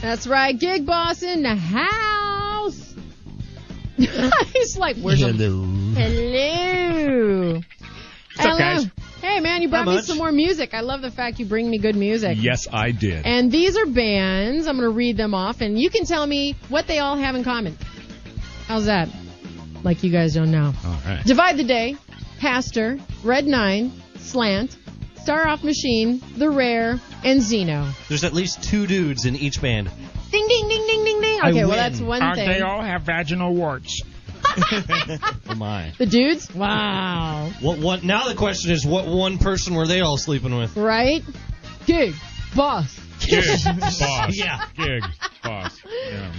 C: That's right, Gig Boss in the house. He's like, where's the Hello. Hello.
J: guys?
C: Hey, man, you brought
E: Not
C: me
E: much.
C: some more music. I love the fact you bring me good music.
J: Yes, I did.
C: And these are bands. I'm going to read them off, and you can tell me what they all have in common. How's that? Like you guys don't know.
J: All right.
C: Divide the Day, Pastor, Red Nine, Slant, Star Off Machine, The Rare, and Xeno.
D: There's at least two dudes in each band.
C: Ding, ding, ding, ding, ding, ding. Okay, well,
D: win.
C: that's one
J: Uh,
C: thing.
J: they all have vaginal warts.
D: Oh my.
C: the dudes? Wow.
D: What one? Now the question is, what one person were they all sleeping with?
C: Right? Gig, boss.
J: Gig boss. Yeah. Gig boss. Yeah.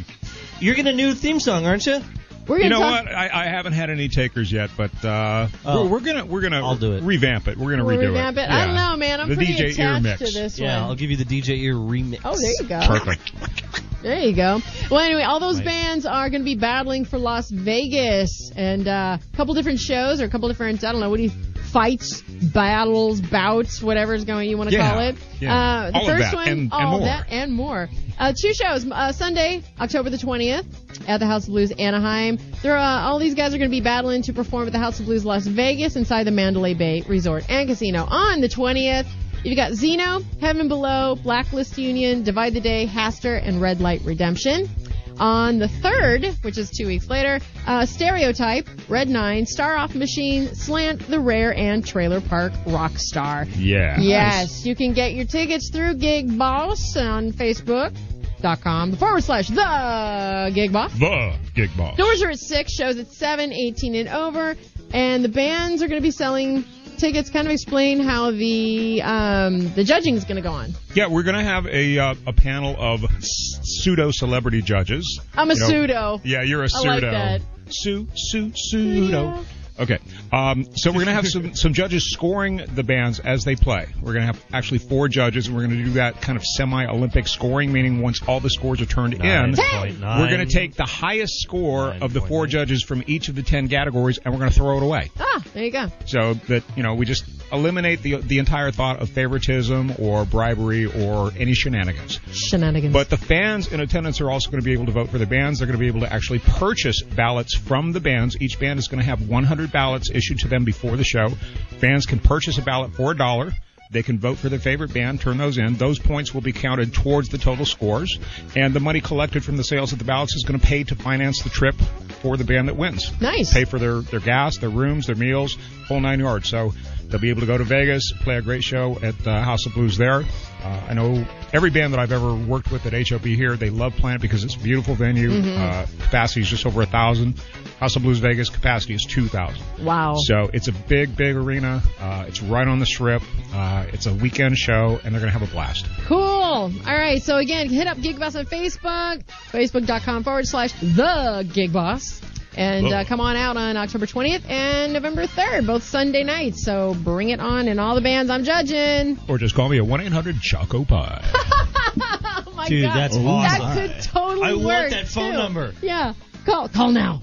D: You're getting a new theme song, aren't you?
C: We're
J: You
C: going to
J: know
C: talk.
J: what? I, I haven't had any takers yet, but uh,
D: Oh.
J: we're, we're gonna we're gonna
D: I'll do it.
J: revamp it. We're gonna
C: We'll
J: redo
C: revamp
J: it.
C: it. I don't know, man. I'm
J: the
C: pretty
J: DJ
C: attached
J: ear mix.
C: to this
D: Yeah, I'll
C: one.
D: give you the DJ ear remix.
C: Oh, there you go.
J: Perfect.
C: There you go. Well, anyway, all those bands are going to be battling for Las Vegas, and uh, a couple different shows or a couple different I don't know what do you fights, battles, bouts, whatever is going you want to
J: Yeah,
C: call it.
J: yeah.
C: Uh, the
J: All of
C: first
J: that
C: one,
J: and- and
C: all
J: more.
C: that and more. Uh, two shows. Uh, Sunday, October the twentieth, at the House of Blues Anaheim. There, are, uh, all these guys are going to be battling to perform at the House of Blues Las Vegas inside the Mandalay Bay Resort and Casino on the twentieth. You've got Xeno, Heaven Below, Blacklist Union, Divide the Day, Haster, and Red Light Redemption. On the third, which is two weeks later, uh, Stereotype, Red Nine, Star Off Machine, Slant, The Rare, and Trailer Park Rockstar.
J: Yeah.
C: Yes, you can get your tickets through Gig Boss on Facebook.com forward slash the Gig Boss.
J: The gig boss.
C: Doors are at 6, shows at 7, 18 and over. And the bands are going to be selling tickets. Kind of explain how the um, the judging is going to go on.
J: Yeah, we're gonna have a uh, a panel of pseudo celebrity judges.
C: I'm a
J: You know,
C: pseudo.
J: Yeah, you're a
C: I
J: pseudo.
C: like that.
J: Su, su, pseudo.
C: Pseudo.
J: Okay, um, so we're gonna have some some judges scoring the bands as they play. We're gonna have actually four judges, and we're gonna do that kind of semi-Olympic scoring, meaning once all the scores are turned in, we're gonna take the highest score of the four judges from each of the ten categories, and we're gonna throw it away.
C: Ah, there you go.
J: So that you know, we just eliminate the the entire thought of favoritism or bribery or any shenanigans.
C: Shenanigans.
J: But the fans in attendance are also going to be able to vote for the bands. They're going to be able to actually purchase ballots from the bands. Each band is going to have 100 ballots issued to them before the show. Fans can purchase a ballot for a dollar. They can vote for their favorite band, turn those in. Those points will be counted towards the total scores. And the money collected from the sales of the ballots is going to pay to finance the trip for the band that wins.
C: Nice.
J: Pay for their, their gas, their rooms, their meals, whole nine yards. So they'll be able to go to Vegas, play a great show at the House of Blues there. Uh, I know every band that I've ever worked with at HOB here, they love playing it because it's a beautiful venue. Uh, capacity is just over a thousand. House of Blues Vegas capacity is two thousand.
C: wow.
J: So it's a big, big arena. Uh, it's right on the strip. Uh, it's a weekend show, and they're gonna have a blast.
C: Cool. All right. So again, hit up Gig Boss on Facebook, facebook.com forward slash the Gig Boss. And uh, come on out on October 20th and November 3rd, both Sunday nights. So bring it on and all the bands I'm judging.
J: Or just call me at one eight hundred Choco Pie.
C: Oh my
D: Dude,
C: God.
D: that's
C: that
D: awesome.
C: could totally
D: I
C: work.
D: want that phone
C: too.
D: number.
C: Yeah. Call call now.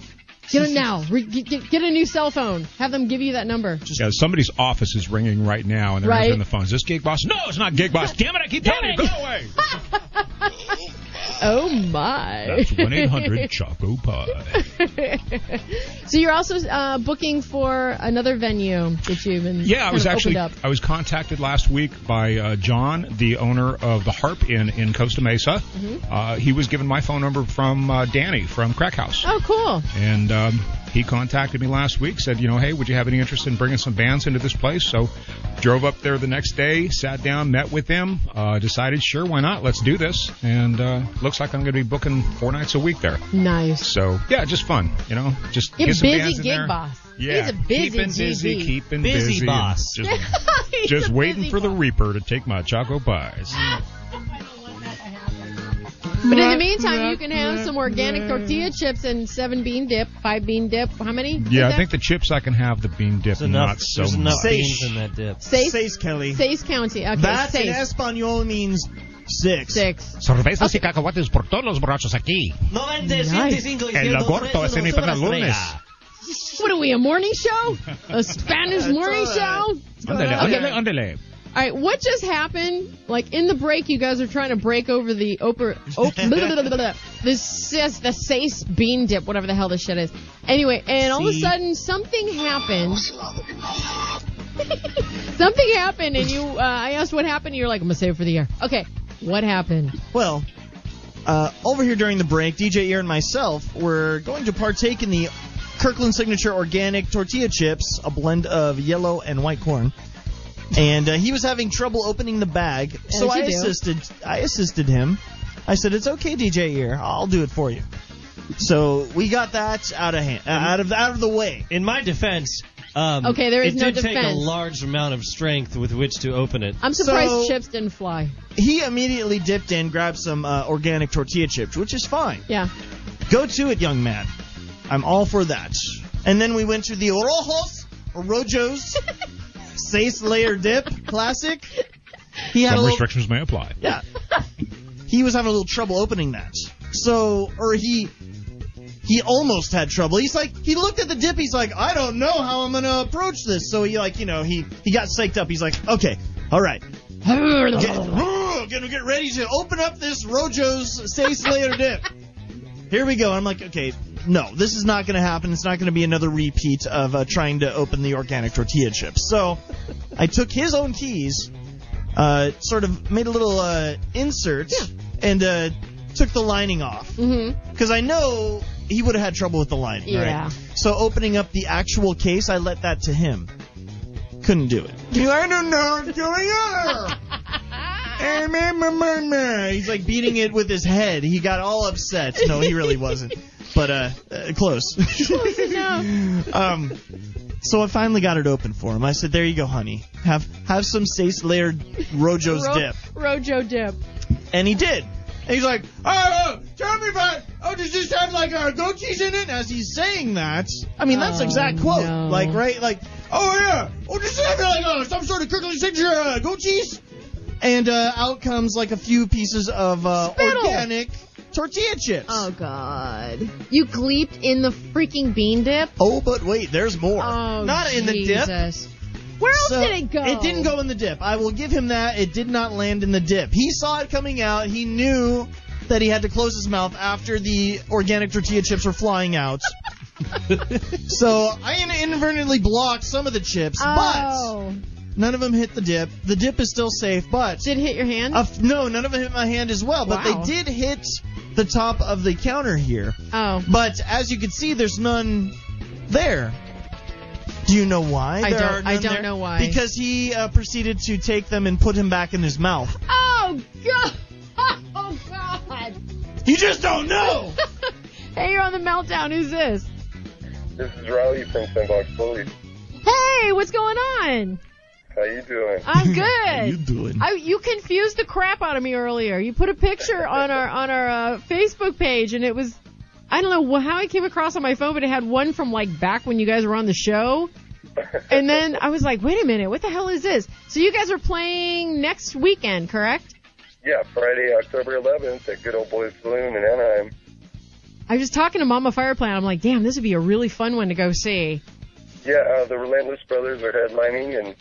C: Get it now. Re- get, get, get a new cell phone. Have them give you that number.
J: Yeah, somebody's office is ringing right now, and they're
C: Right.
J: answering the phone. Is this Gig Boss? No, it's not Gig Boss. Damn it! I keep telling you, go away.
C: Oh my.
J: That's one eight hundred Choco Pie.
C: So you're also uh, booking for another venue that you've been
J: Yeah, I
C: kind
J: was
C: of
J: actually
C: opened
J: I was contacted last week by uh, John, the owner of the Harp Inn in Costa Mesa. Uh, he was given my phone number from uh, Danny from Crack House.
C: up. Oh, cool.
J: And um, he contacted me last week, said, you know, hey, would you have any interest in bringing some bands into this place? So, drove up there the next day, sat down, met with them, uh, decided, sure, why not? Let's do this. And uh, looks like I'm going to be booking four nights a week there.
C: Nice.
J: So, yeah, just fun, you know, just
C: You're
J: get some
C: busy
J: bands in
C: gig
J: there.
C: boss.
J: Yeah,
C: He's a busy
J: keeping busy,
C: GB.
J: keeping
D: Busy
J: busy, and
D: boss.
J: Just,
C: He's
J: just
C: a
J: waiting
C: busy
J: for the
C: boss.
J: Reaper to take my choco pies.
C: But in the meantime, you can have some organic tortilla chips and seven bean dip, five bean dip. How many? is
E: Yeah, I
C: that?
E: think the chips I can have the bean dip,
K: enough-
E: not so
K: there's enough
E: much.
K: beans in that dip.
C: Seis,
D: Says Kelly.
C: Seis County. Okay,
D: That in
C: Seis.
D: Espanol means six.
C: Six.
L: Cervezas y cacahuates por todos los borrachos aquí. El aborto es en mi plena lunes.
C: What are we, a morning show? A Spanish morning show?
E: Ándale,
C: Okay.
E: ándale, ándale.
C: All right, what just happened? Like in the break, you guys are trying to break over the oper, op, blah, blah, blah, blah, blah. this is the Sace bean dip, whatever the hell this shit is. Anyway, and all of a
D: See? Oh,
C: sudden something happened. something happened, and you, uh, I asked what happened. and You're like, I'm gonna save it for the air. Okay, what happened?
D: Well, uh, over here during the break, DJ Ear and myself were going to partake in the Kirkland Signature Organic Tortilla Chips, a blend of yellow and white corn. And uh, he was having trouble opening the bag, so
C: As
D: I
C: you do.
D: assisted. I assisted him. I said, "It's okay, DJ Ear. I'll do it for you." So we got that out of hand, uh, out of out of the way.
K: In my defense, um,
C: Okay, there is
K: it
C: no
K: did take a
C: defense.
K: large amount of strength with which to open it.
C: I'm surprised
D: So-
C: chips didn't fly.
D: He immediately dipped in, grabbed some uh, organic tortilla chips, which is fine.
C: Yeah.
D: Go to it, young man. I'm all for that. And then we went to the Rojos, or Rojos, Sace Layer Dip Classic. He had a
E: Some
D: little,
E: restrictions may apply.
D: yeah. He was having a little trouble opening that. So, or he, he almost had trouble. He's like, he looked at the dip. He's like, I don't know how I'm gonna approach this. So he like, you know, he he got psyched up. He's like, okay, all right, Get, gonna get ready to open up this Rojo's Say Slayer dip. Here we go. I'm like, okay, no, this is not gonna happen. It's not gonna be another repeat of uh, trying to open the organic tortilla chips. So, I took his own keys, uh, sort of made a little uh, insert, and uh, took the lining off
C: Mm-hmm.
D: because I know he would have had trouble with the lining.
C: Yeah.
D: Right? So opening up the actual case, I let that to him. Couldn't do it. He's like, I don't know what's going on. Eh, meh, meh, meh, meh. He's like beating it with his head. He got all upset. No, he really wasn't. But uh, uh close.
C: Close enough.
D: um, so I finally got it open for him. I said, "There you go, honey. Have have some Stace layered Rojo's
C: Ro-
D: dip."
C: Rojo dip.
D: And he did. And he's like, oh, oh, tell me about, oh, does this have like uh, goat cheese in it? As he's saying that, I mean,
C: Oh,
D: that's the exact quote.
C: no.
D: Like, right? Like, oh, yeah, oh, does this have like uh, some sort of Kirkland signature uh, goat cheese? And uh, out comes like a few pieces of uh,
C: Spittle.
D: organic tortilla chips.
C: Oh God! You gleeped in the freaking bean dip.
D: Oh, but wait, there's more.
C: Oh,
D: Not in the dip.
C: Jesus. Where else
D: So,
C: did it go?
D: It didn't go in the dip. I will give him that. It did not land in the dip. He saw it coming out. He knew that he had to close his mouth after the organic tortilla chips were flying out. so I inadvertently blocked some of the chips,
C: Oh.
D: but none of them hit the dip. The dip is still safe, but
C: Did it hit your hand?
D: a f- no, none of them hit my hand as well. But
C: Wow.
D: they did hit the top of the counter here.
C: oh.
D: But as you can see, there's none there. Do you know why?
C: I
D: there
C: don't-
D: are none
C: I don't
D: there?
C: know why.
D: Because he uh, proceeded to take them and put them back in his mouth.
C: Oh God! Oh God!
D: You just don't know.
C: Hey, you're on the meltdown. Who's this?
J: This is Rowdy from Sandbox Bullies.
C: Hey, what's going on?
J: How you doing?
C: I'm good.
D: doing?
C: I, you confused the crap out of me earlier. You put a picture on our on our uh, Facebook page, and it was I don't know wh- how I came across on my phone, but it had one from like back when you guys were on the show. And then I was like, wait a minute, what the hell is this? So you guys are playing next weekend, correct?
J: yeah, Friday, October 11th at Good Old Boys Saloon in Anaheim.
C: I was talking to Mama Fireplant. I'm like, damn, this would be a really fun one to go see.
J: Yeah, uh, the Relentless Brothers are headlining, and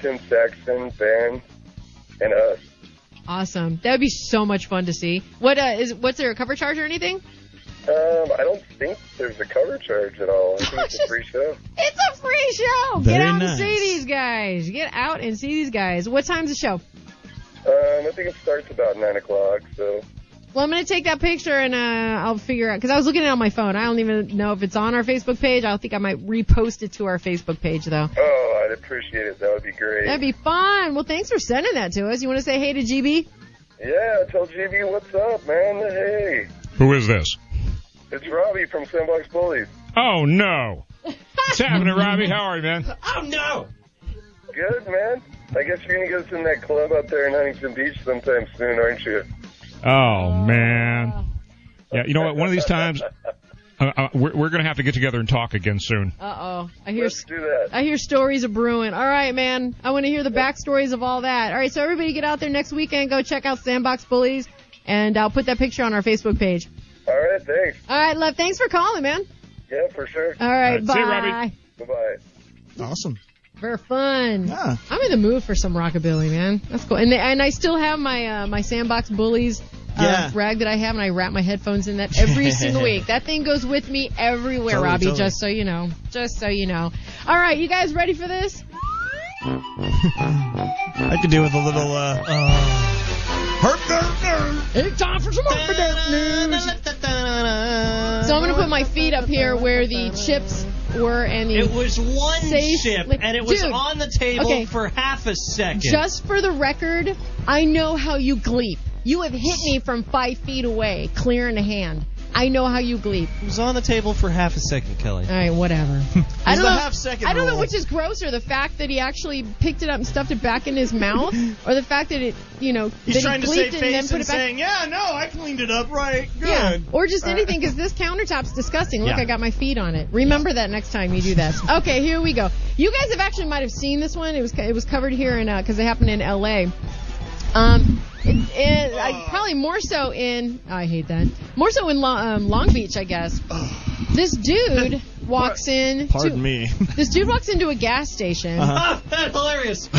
J: Tim Saxon, Van, and us.
C: Awesome. That would be so much fun to see. What uh, is what's there a cover charge or anything?
J: Um, I don't think there's a cover charge at all. I think it's a free show.
C: It's a free show. Get
D: Very
C: out
D: nice.
C: and see these guys. Get out and see these guys. What time's the show?
J: Um, I think it starts about 9 o'clock, so.
C: Well, I'm gonna take that picture and uh, I'll figure out because I was looking at it on my phone. I don't even know if it's on our Facebook page. I think I might repost it to our Facebook page though.
J: Oh, I'd appreciate it. That would be great.
C: That'd be fun. Well, thanks for sending that to us. You want to say hey to GB?
J: yeah, tell GB what's up, man. Hey,
E: Who is this?
J: it's Robbie from Sandbox Bullies.
E: Oh, no. What's
J: uh,
E: happening, Robbie? How are you, man?
D: Oh,
J: Good, man. I guess you're going to go to that club out there in Huntington Beach sometime soon, aren't you? Oh man. Yeah, you know what? One of these times, uh, uh, we're, we're going to have to get together and talk again soon.
C: Uh oh. I hear I hear stories of brewing. All right, man. I want to hear the backstories of all that. All right, so everybody get out there next weekend. Go check out Sandbox Bullies, and I'll put that picture on our Facebook page.
M: All right, thanks.
C: All right, love. Thanks for calling, man.
M: Yeah, for sure.
C: All right, All right, see you, bye. Robbie.
M: Bye-bye.
E: Awesome.
C: For fun. Yeah. I'm in the mood for some rockabilly, man. That's cool. And and I still have my uh, my Sandbox Bullies uh,
E: Yeah.
C: rag that I have, and I wrap my headphones in that every single week. That thing goes with me everywhere,
E: Totally,
C: Robbie.
E: totally.
C: Just so you know. Just so you know. All right, you guys ready for this?
E: I could do with a little. Uh, uh,
C: It's time for some more news. So I'm gonna put my feet up here where the chips were and the
D: It was one
C: safe-
D: chip, and it was
C: Dude,
D: on the table
C: okay.
D: for half a second.
C: Just for the record, I know how you gleep. You have hit me from five feet away, clear in the hand. I know how you gleep.
D: it was on the table for half a second, Kelly.
C: All right, whatever. I
D: It's
C: don't
D: the
C: know.
D: half-second
C: I don't know
D: rule.
C: which is grosser, the fact that he actually picked it up and stuffed it back in his mouth, or the fact that it, you know,
E: He's
C: that
E: trying
C: he
E: to
C: gleeped it
E: save
C: and then
E: face
C: put
E: and
C: it back.
E: saying, "Yeah, no, I cleaned it up right. Good."
C: Yeah, or just
E: All right.
C: anything because this countertop's disgusting. Look,
E: Yeah.
C: I got my feet on it. Remember that next time you do this. Okay, here we go. You guys have actually might have seen this one. It was it was covered here in because it happened in L.A. Um, it, it,
E: Oh.
C: I, probably more so in I hate that more so in Lo- um, Long Beach, I guess. This dude walks in.
E: Pardon
C: to,
E: me.
C: This dude walks into a gas station.
E: Uh-huh.
D: That's hilarious.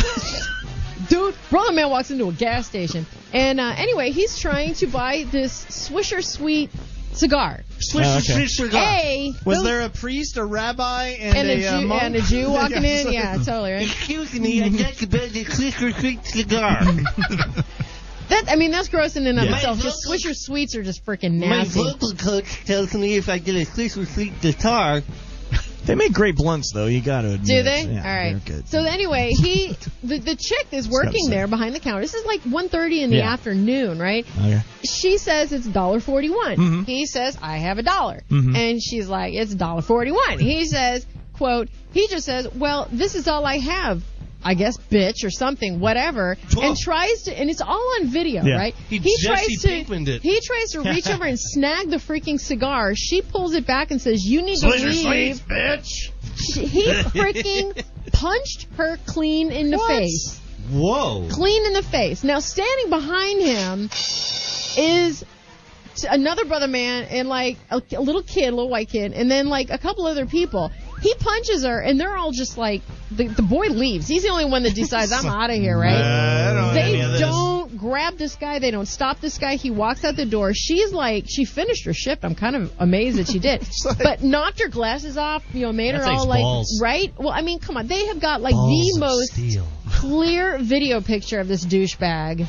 C: Dude, brother man walks into a gas station. And uh, anyway, he's trying to buy this Swisher Sweet cigar.
E: Swisher Oh, okay. Sweet cigar.
C: Hey,
E: Was
C: those-
E: there a priest, a rabbi, and,
C: and a,
E: uh,
C: Jew,
E: monk?
C: and a Jew walking in?
E: so-
C: Yeah, totally right.
D: Excuse me, I'd like to buy the Swisher Sweet cigar.
C: That I mean, that's gross in and of
D: Yeah.
C: itself.
D: My
C: Because Swisher Sweets are just freaking
D: My
C: nasty.
D: vocal coach tells me if I get a Swisher Sweet guitar,
E: They make great blunts, though. You got to admit.
C: Do they?
E: it. Yeah,
C: All right.
E: they're good.
C: So anyway, he the, the chick is working
E: upsetting.
C: there behind the counter. This is like 1.30 in the
E: Yeah.
C: afternoon, right?
E: Okay.
C: She says it's dollar forty one.
E: Mhm.
C: He says I have a dollar,
E: Mhm.
C: and she's like it's dollar forty one. He says, "quote He just says, well, this is all I have." I guess bitch or something, whatever, and tries to, and it's all on video,
D: Yeah.
C: right?
D: He Jesse Pinkman'd it.
C: He tries to reach over and snag the freaking cigar. She pulls it back and says, "You need to
D: Swisher
C: leave."
D: Sweets, bitch.
C: She- he freaking punched her clean in the face.
D: Whoa.
C: Clean in the face. Now standing behind him is t- another brother man and like a, a little kid, a little white kid, and then like a couple other people. He punches her and they're all just like the, the boy leaves. He's the only one that decides I'm out of here, right?
E: Uh, I don't want any of
C: they
E: this.
C: don't grab this guy. They don't stop this guy. He walks out the door. She's like, she finished her shift. I'm kind of amazed that she did, but knocked her glasses off. You know, made
D: That
C: her
D: takes
C: all like
D: balls.
C: right. Well, I mean, come on. They have got like
D: Balls
C: the
D: of
C: most
D: steel.
C: clear video picture of this douchebag.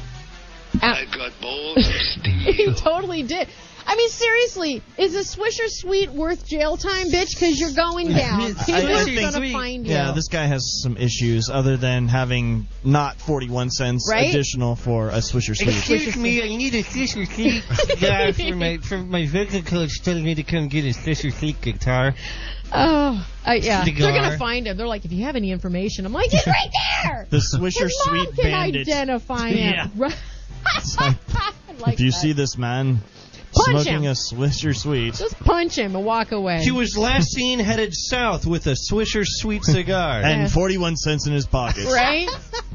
I: I got balls of steel.
C: He totally did. I mean, seriously, is a Swisher Sweet worth jail time, bitch? Because you're going down. He's
E: I- I think-
C: going to find you.
E: Yeah, this guy has some issues other than having not 41 cents
C: Right?
E: additional for a Swisher Sweet.
D: Excuse me, I need a Swisher Sweet guitar for my, for my vocal coach tells me to come get a Swisher Sweet guitar.
C: oh, uh, yeah.
D: Cigar.
C: They're going to find him. They're like, if you have any information, I'm like, it's right there.
E: The Swisher
C: His mom
E: Sweet
C: can
E: Bandit.
C: identify him.
E: Yeah.
C: Right. I like
E: if you
C: that.
E: see this man
C: Punch
E: smoking
C: him.
E: a Swisher Sweet,
C: Just punch him and walk away.
D: He was last seen headed south with a Swisher Sweet cigar.
E: and 41 cents in his pocket.
C: right?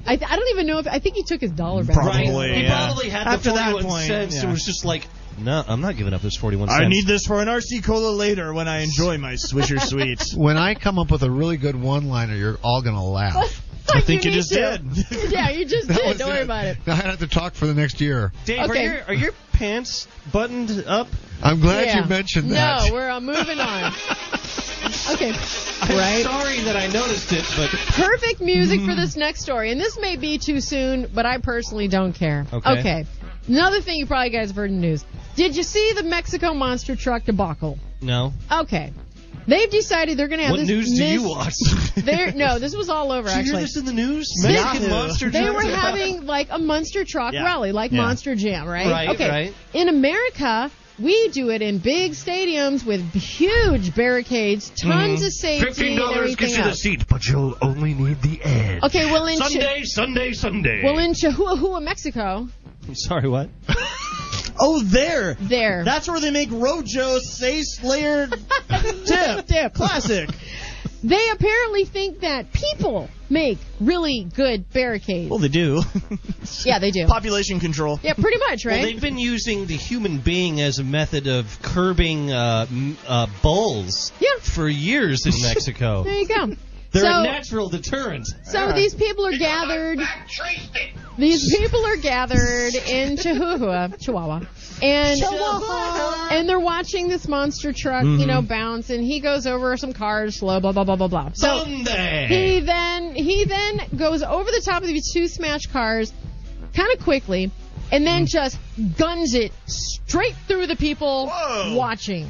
C: I, I don't even know if I think he took his dollar back.
E: Probably.
D: Right. He
E: yeah.
D: probably had
E: After
D: the
E: that
D: 41
E: point,
D: cents.
E: yeah.
D: It was just like, no, I'm not giving up this 41 cents.
E: I need this for an RC Cola later when I enjoy my Swisher Sweet.
A: When I come up with a really good one-liner, you're all gonna laugh.
E: I think you,
C: need
E: just
C: to.
E: did.
C: Yeah, you just
A: That
C: did.
A: was
C: Don't worry about it.
A: Now I have to talk for the next year.
D: Dave,
C: Okay.
D: are, your, are your pants buttoned up?
A: I'm glad
C: Yeah.
A: you mentioned that.
C: No, we're uh, moving on. okay.
D: I'm
C: Right.
D: sorry that I noticed it, but
C: Perfect music for
D: Mm-hmm.
C: this next story. And this may be too soon, but I personally don't care.
D: Okay.
C: Another thing you probably guys have heard in the news. Did you see the Mexico monster truck debacle?
D: no.
C: Okay. They've decided they're going to have
D: What
C: this
D: news do you
C: mis-
D: watch?
C: They're, no, this was all over
D: Did you hear
C: actually.
D: this in the news?
C: This-
D: Mexican monster
C: They
D: truck.
C: were having like a monster truck
E: Yeah.
C: rally, like
E: Yeah.
C: Monster Jam, right?
D: Right,
C: okay.
D: right.
C: In America, we do it in big stadiums with huge barricades,
D: Mm-hmm.
C: tons of safety, and everything else.
G: seat, but you'll only need the edge.
C: Okay, well in Chi-
G: Sunday, Sunday, Sunday.
C: well in Chihuahua, Mexico,
D: I'm sorry, what?
E: Oh, there.
C: There.
E: That's where they make Rojo say Slayer tip.
C: Dip.
E: Classic.
C: They apparently think that people make really good barricades.
E: Well, they do.
C: yeah, they do.
E: Population control.
C: Yeah, pretty much, right?
D: Well, they've been using the human being as a method of curbing uh, m- uh, bulls
C: Yeah.
D: for years in Mexico.
C: there you go.
D: They're
C: so,
D: a natural deterrent.
C: So these people are gathered. These people are gathered in Chihuahua, Chihuahua, and and they're watching this monster truck, you know, bounce. And he goes over some cars slow, blah blah blah blah blah. So
D: Oh, Sunday.
C: he then he then goes over the top of the two smash cars, kind of quickly, and
D: Mm.
C: then just guns it straight through the people watching.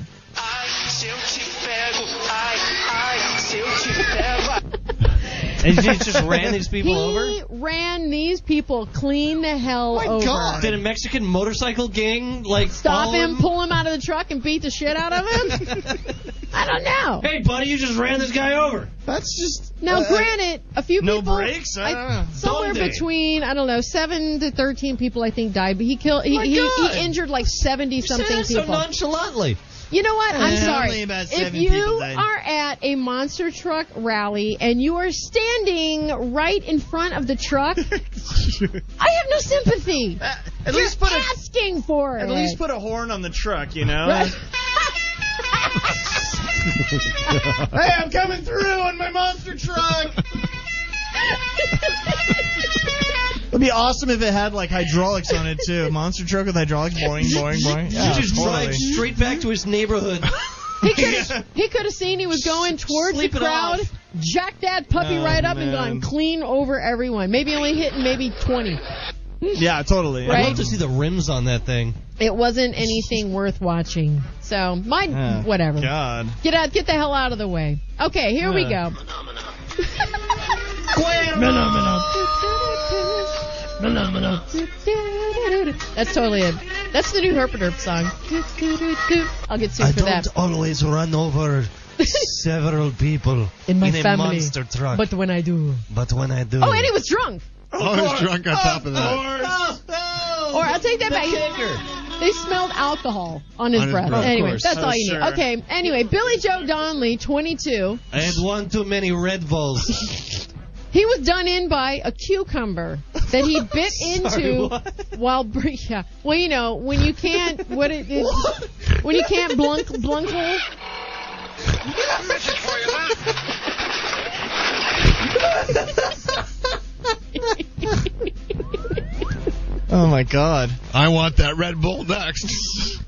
D: And he just ran these people
C: he
D: over?
C: ran these people clean the hell over.
D: Did a Mexican motorcycle gang like
C: Stop
D: follow
C: him, pull him out of the truck, and beat the shit out of him? I don't know.
D: Hey, buddy, you just ran this guy over.
E: That's just.
C: Now,
E: uh,
C: granted, a few
D: no
C: people.
D: brakes? I don't know.
C: somewhere
D: Sunday.
C: between I don't know seven to thirteen people I think died, but he killed. He,
D: My
C: he,
D: God.
C: he injured like seventy something
D: Say that
C: people.
D: so nonchalantly.
C: You know what? I'm
E: Yeah,
C: sorry.
E: only about
C: if
E: seven
C: you
E: people died.
C: are at a monster truck rally and you are standing right in front of the truck, I have no sympathy.
E: At
C: You're
E: least put a
C: asking for it.
E: At least put a horn on the truck, you know?
C: Right.
E: hey, I'm coming through on my monster truck! It'd be awesome if it had like hydraulics on it too. Monster truck with hydraulics, boing, boing, boing. Yeah,
D: he just
E: totally.
D: drives straight back to his neighborhood.
C: He could have he could have seen he was going towards
D: Sleep
C: the
D: it
C: crowd,
D: off.
C: jacked that puppy
E: Oh,
C: right up and gone
E: man.
C: clean over everyone. Maybe only hitting maybe 20.
E: Yeah, totally. Oh,
D: I'd
C: Right.
D: love to see the rims on that thing.
C: It wasn't anything worth watching. So, my
E: Yeah.
C: whatever.
E: God.
C: Get out get the hell out of the way. Okay, here we go. That's totally it. That's the new Herp and Herp song. I'll get sued for that.
D: always run over several people
C: In my family. But when I do.
D: but when I do,
C: Oh, and he was drunk.
A: Oh, he's drunk on top of that.
C: Or I'll take that back. They smelled alcohol on his
A: On his
C: breath.
A: breath. Of
C: Anyway,
A: course.
C: that's
E: Oh,
C: all you need.
E: sure.
C: Okay. Anyway, Billy Joe Donnelly, 22.
D: I had one too many Red Bulls.
C: He was done in by a cucumber that he bit into while br- yeah. Well, you know when you can't what it is when you can't blunk blunkle.
E: Oh my god.
A: I want that Red Bull next.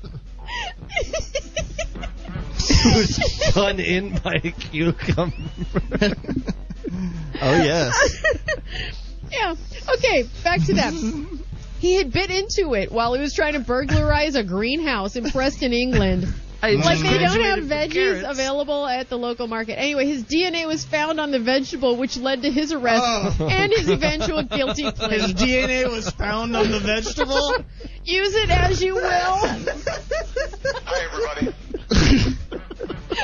D: Done in by a cucumber.
A: Mm.
E: Oh yes.
C: yeah. Okay, back to that. He had bit into it while he was trying to burglarize a greenhouse in Preston, England. like they don't have veggies available at the local market. Anyway, his DNA was found on the vegetable, which led to his arrest and his eventual guilty plea.
E: Oh. His DNA was found on the vegetable.
C: Use it as you will.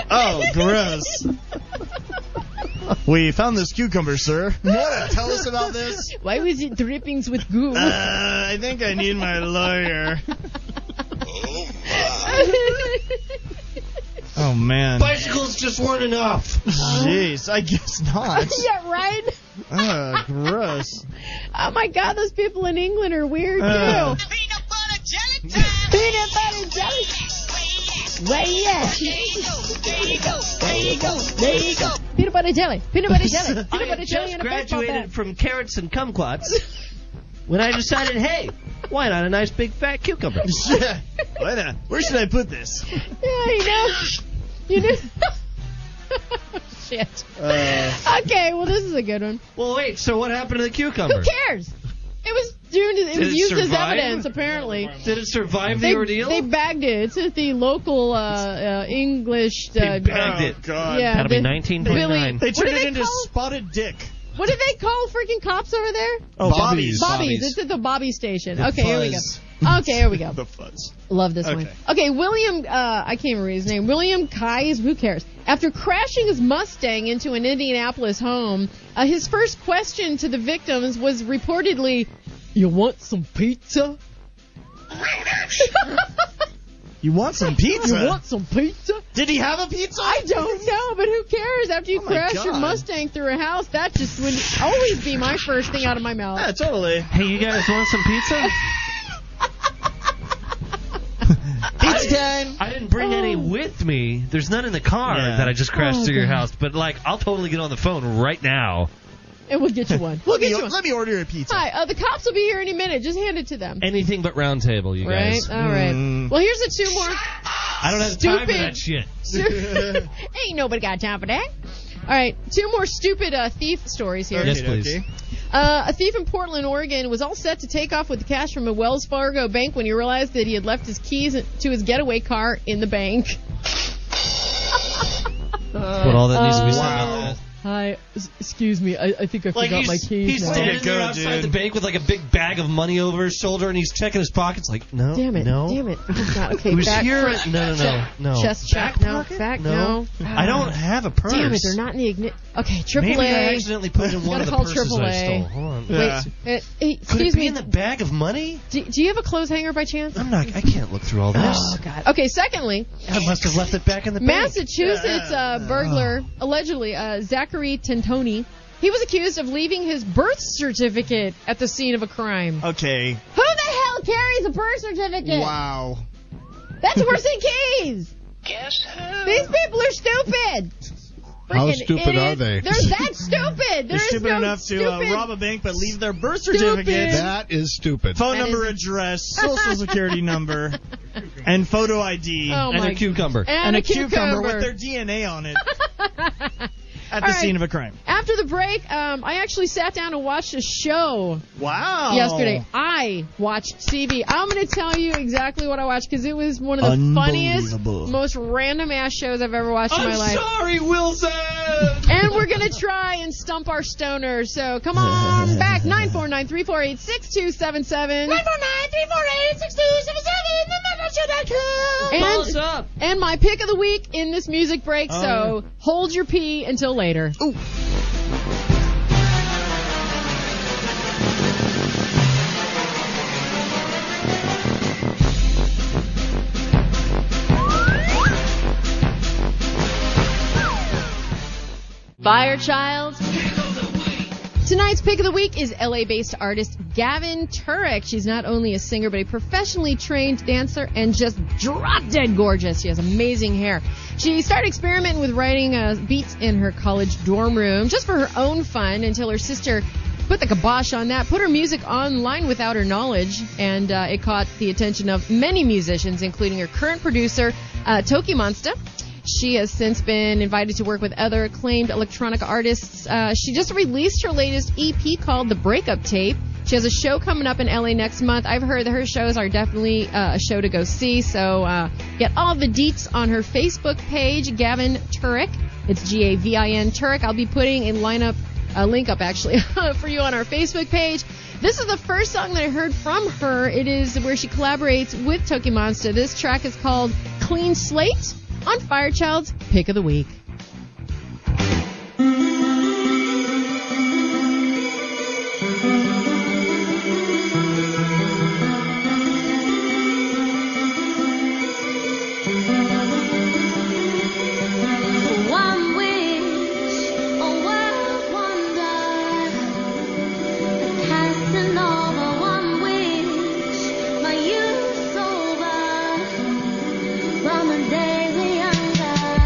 E: Oh, gross. We found this cucumber, sir. What? Tell us about this.
C: Why was it drippings with goo?
E: Uh, I think I need my lawyer. Oh man.
D: Bicycles just weren't enough.
E: Jeez, I guess not.
C: yeah, right?
E: Oh, gross.
C: Oh my god, those people in England are weird too.
E: Uh.
F: Peanut butter jelly time.
C: Peanut butter jelly. Where you at?
F: There you go. There you go. There you go. There you go.
C: Peanut butter jelly. Peanut butter jelly.
D: I
C: Peanut butter
D: had
C: jelly
D: just
C: and a baseball bat.
D: graduated from carrots and kumquats when I decided, hey, why not a nice big fat cucumber?
E: Yeah. Why not? Where should I put this?
C: Yeah, you know. You know. Shit.
D: Uh,
C: okay, well, this is a good one.
D: Well, wait. So what happened to the
C: Who
D: cucumber?
C: cares? It was doomed. It was
D: it
C: used as
D: survive?
C: evidence, apparently.
D: Did it survive the
C: They,
D: ordeal?
C: they bagged it. It's at the local uh, uh, English. Uh,
D: They bagged it.
E: Oh, God.
C: Yeah,
D: That'll be
C: the-
D: 19.9.
E: They
C: Billy- What
E: turned
C: do
E: it
C: they
E: into
C: call-
E: spotted dick.
C: What do they call freaking cops over there?
E: Oh,
A: Bobbies.
C: Bobby's. It's at the Bobby station.
E: The
C: okay, here we
E: fuzz.
C: go. Okay, here we go.
E: The fuzz.
C: Love this
E: Okay.
C: one. Okay, William, uh, I can't remember his name. William Kais, who cares? After crashing his Mustang into an Indianapolis home, uh, his first question to the victims was reportedly, You want some pizza?
E: You want some pizza?
C: You want some pizza?
E: Did he have a pizza?
C: I don't know, but who cares? After you
E: Oh my
C: crash your
E: God.
C: Mustang through a house, that just would always be my first thing out of my mouth.
E: Yeah, totally. Hey, you guys want some pizza?
D: Pizza time. I didn't bring any with me. There's none in the car
E: Yeah.
D: that I just crashed
E: Oh,
D: through your
E: God.
D: house. But like, I'll totally get on the phone right now.
C: And we'll get you one. We'll
E: Let
C: get
E: me,
C: you one.
E: let me order a pizza.
C: Hi, uh, the cops will be here any minute. Just hand it to them.
D: Anything but round table, you
C: Right?
D: guys. Mm.
C: All right. Well, here's the two more. Ah.
D: I don't have time
C: Stupid.
D: for that shit.
C: Stu- Ain't nobody got time for that. All right, two more stupid uh, thief stories here.
D: Yes, please.
C: Uh, a thief in Portland, Oregon, was all set to take off with the cash from a Wells Fargo bank when he realized that he had left his keys to his getaway car in the bank.
D: But all that needs to be said
C: Uh,
D: about that.
C: Hi, s- excuse me. I, I think I
D: Oh, Like
C: forgot
D: he's,
C: my keys.
D: he's
C: now.
D: standing there outside the bank with like a big bag of money over his shoulder, and he's checking his pockets. Like, no,
C: Damn it!
D: no.
C: Damn it! Oh, God, okay,
D: It was
C: back
D: here-
C: front,
D: no, no, no,
C: check-
D: no.
C: Chest check. No. Back. No.
D: I don't have a purse.
C: Damn it! They're not in the ignition. Okay. Triple
D: Maybe
C: A.
D: I accidentally put in
C: Gotta
D: one of the
C: call
D: purses I
C: AAA.
D: stole. Hold on.
C: Wait. Uh, hey,
D: Could
C: excuse
D: it be
C: me.
D: in the bag of money?
C: do, do you have a clothes hanger by chance?
D: I'm not. I can't look through all this.
C: Oh God. Okay. Secondly,
D: I must have left it back in the
C: Massachusetts uh, burglar allegedly uh, Zachary Tentoni. He was accused of leaving his birth certificate at the scene of a crime.
E: Okay.
C: Who the hell carries a birth certificate?
E: Wow.
C: That's worse than keys. Guess who? These people are stupid.
A: How
C: Freaking
A: stupid are they?
C: They're that stupid.
E: They're
C: There's
E: stupid
C: no
E: enough to uh,
C: stupid-
E: rob a bank but leave their birth
C: Stupid.
E: certificate,
A: That is stupid.
E: phone
C: That
E: number, address, social security number, and photo ID,
C: Oh my-
D: cucumber.
C: And a
E: with
C: cucumber.
E: their DNA on it at the
C: All right.
E: scene of a crime.
C: After the break, um, I actually sat down and watched a show
E: Wow.
C: yesterday. I watched TV. I'm going to tell you exactly what I watched because it was one of the funniest,
E: Unbelievable.
C: most random ass shows I've ever watched in my
D: I'm
C: life.
D: sorry, Wilson.
C: And we're going to try and stump our stoner. So come on back. 949 348 6277. 949 348 6277. And my pick of the week in this music break.
E: Oh,
C: so hold your pee until later. Fire Child. Tonight's pick of the week is LA based artist Gavin Turek. She's not only a singer, but a professionally trained dancer and just drop dead gorgeous. She has amazing hair. She started experimenting with writing uh, beats in her college dorm room just for her own fun until her sister put the kibosh on that, put her music online without her knowledge, and uh, it caught the attention of many musicians, including her current producer, uh, Toki Monsta. She has since been invited to work with other acclaimed electronic artists. Uh, she just released her latest EP called The Breakup Tape. She has a show coming up in LA next month. I've heard that her shows are definitely uh, a show to go see. So uh, get all the deets on her Facebook page, Gavin Turek. It's G A V I N Turek. I'll be putting a lineup, a link up actually, for you on our Facebook page. This is the first song that I heard from her. It is where she collaborates with Toki Monster. This track is called Clean Slate on Firechild's Pick of the Week.
F: One wish, a world wonder, a Casanova. One wish, my youth's over, from a day we're younger.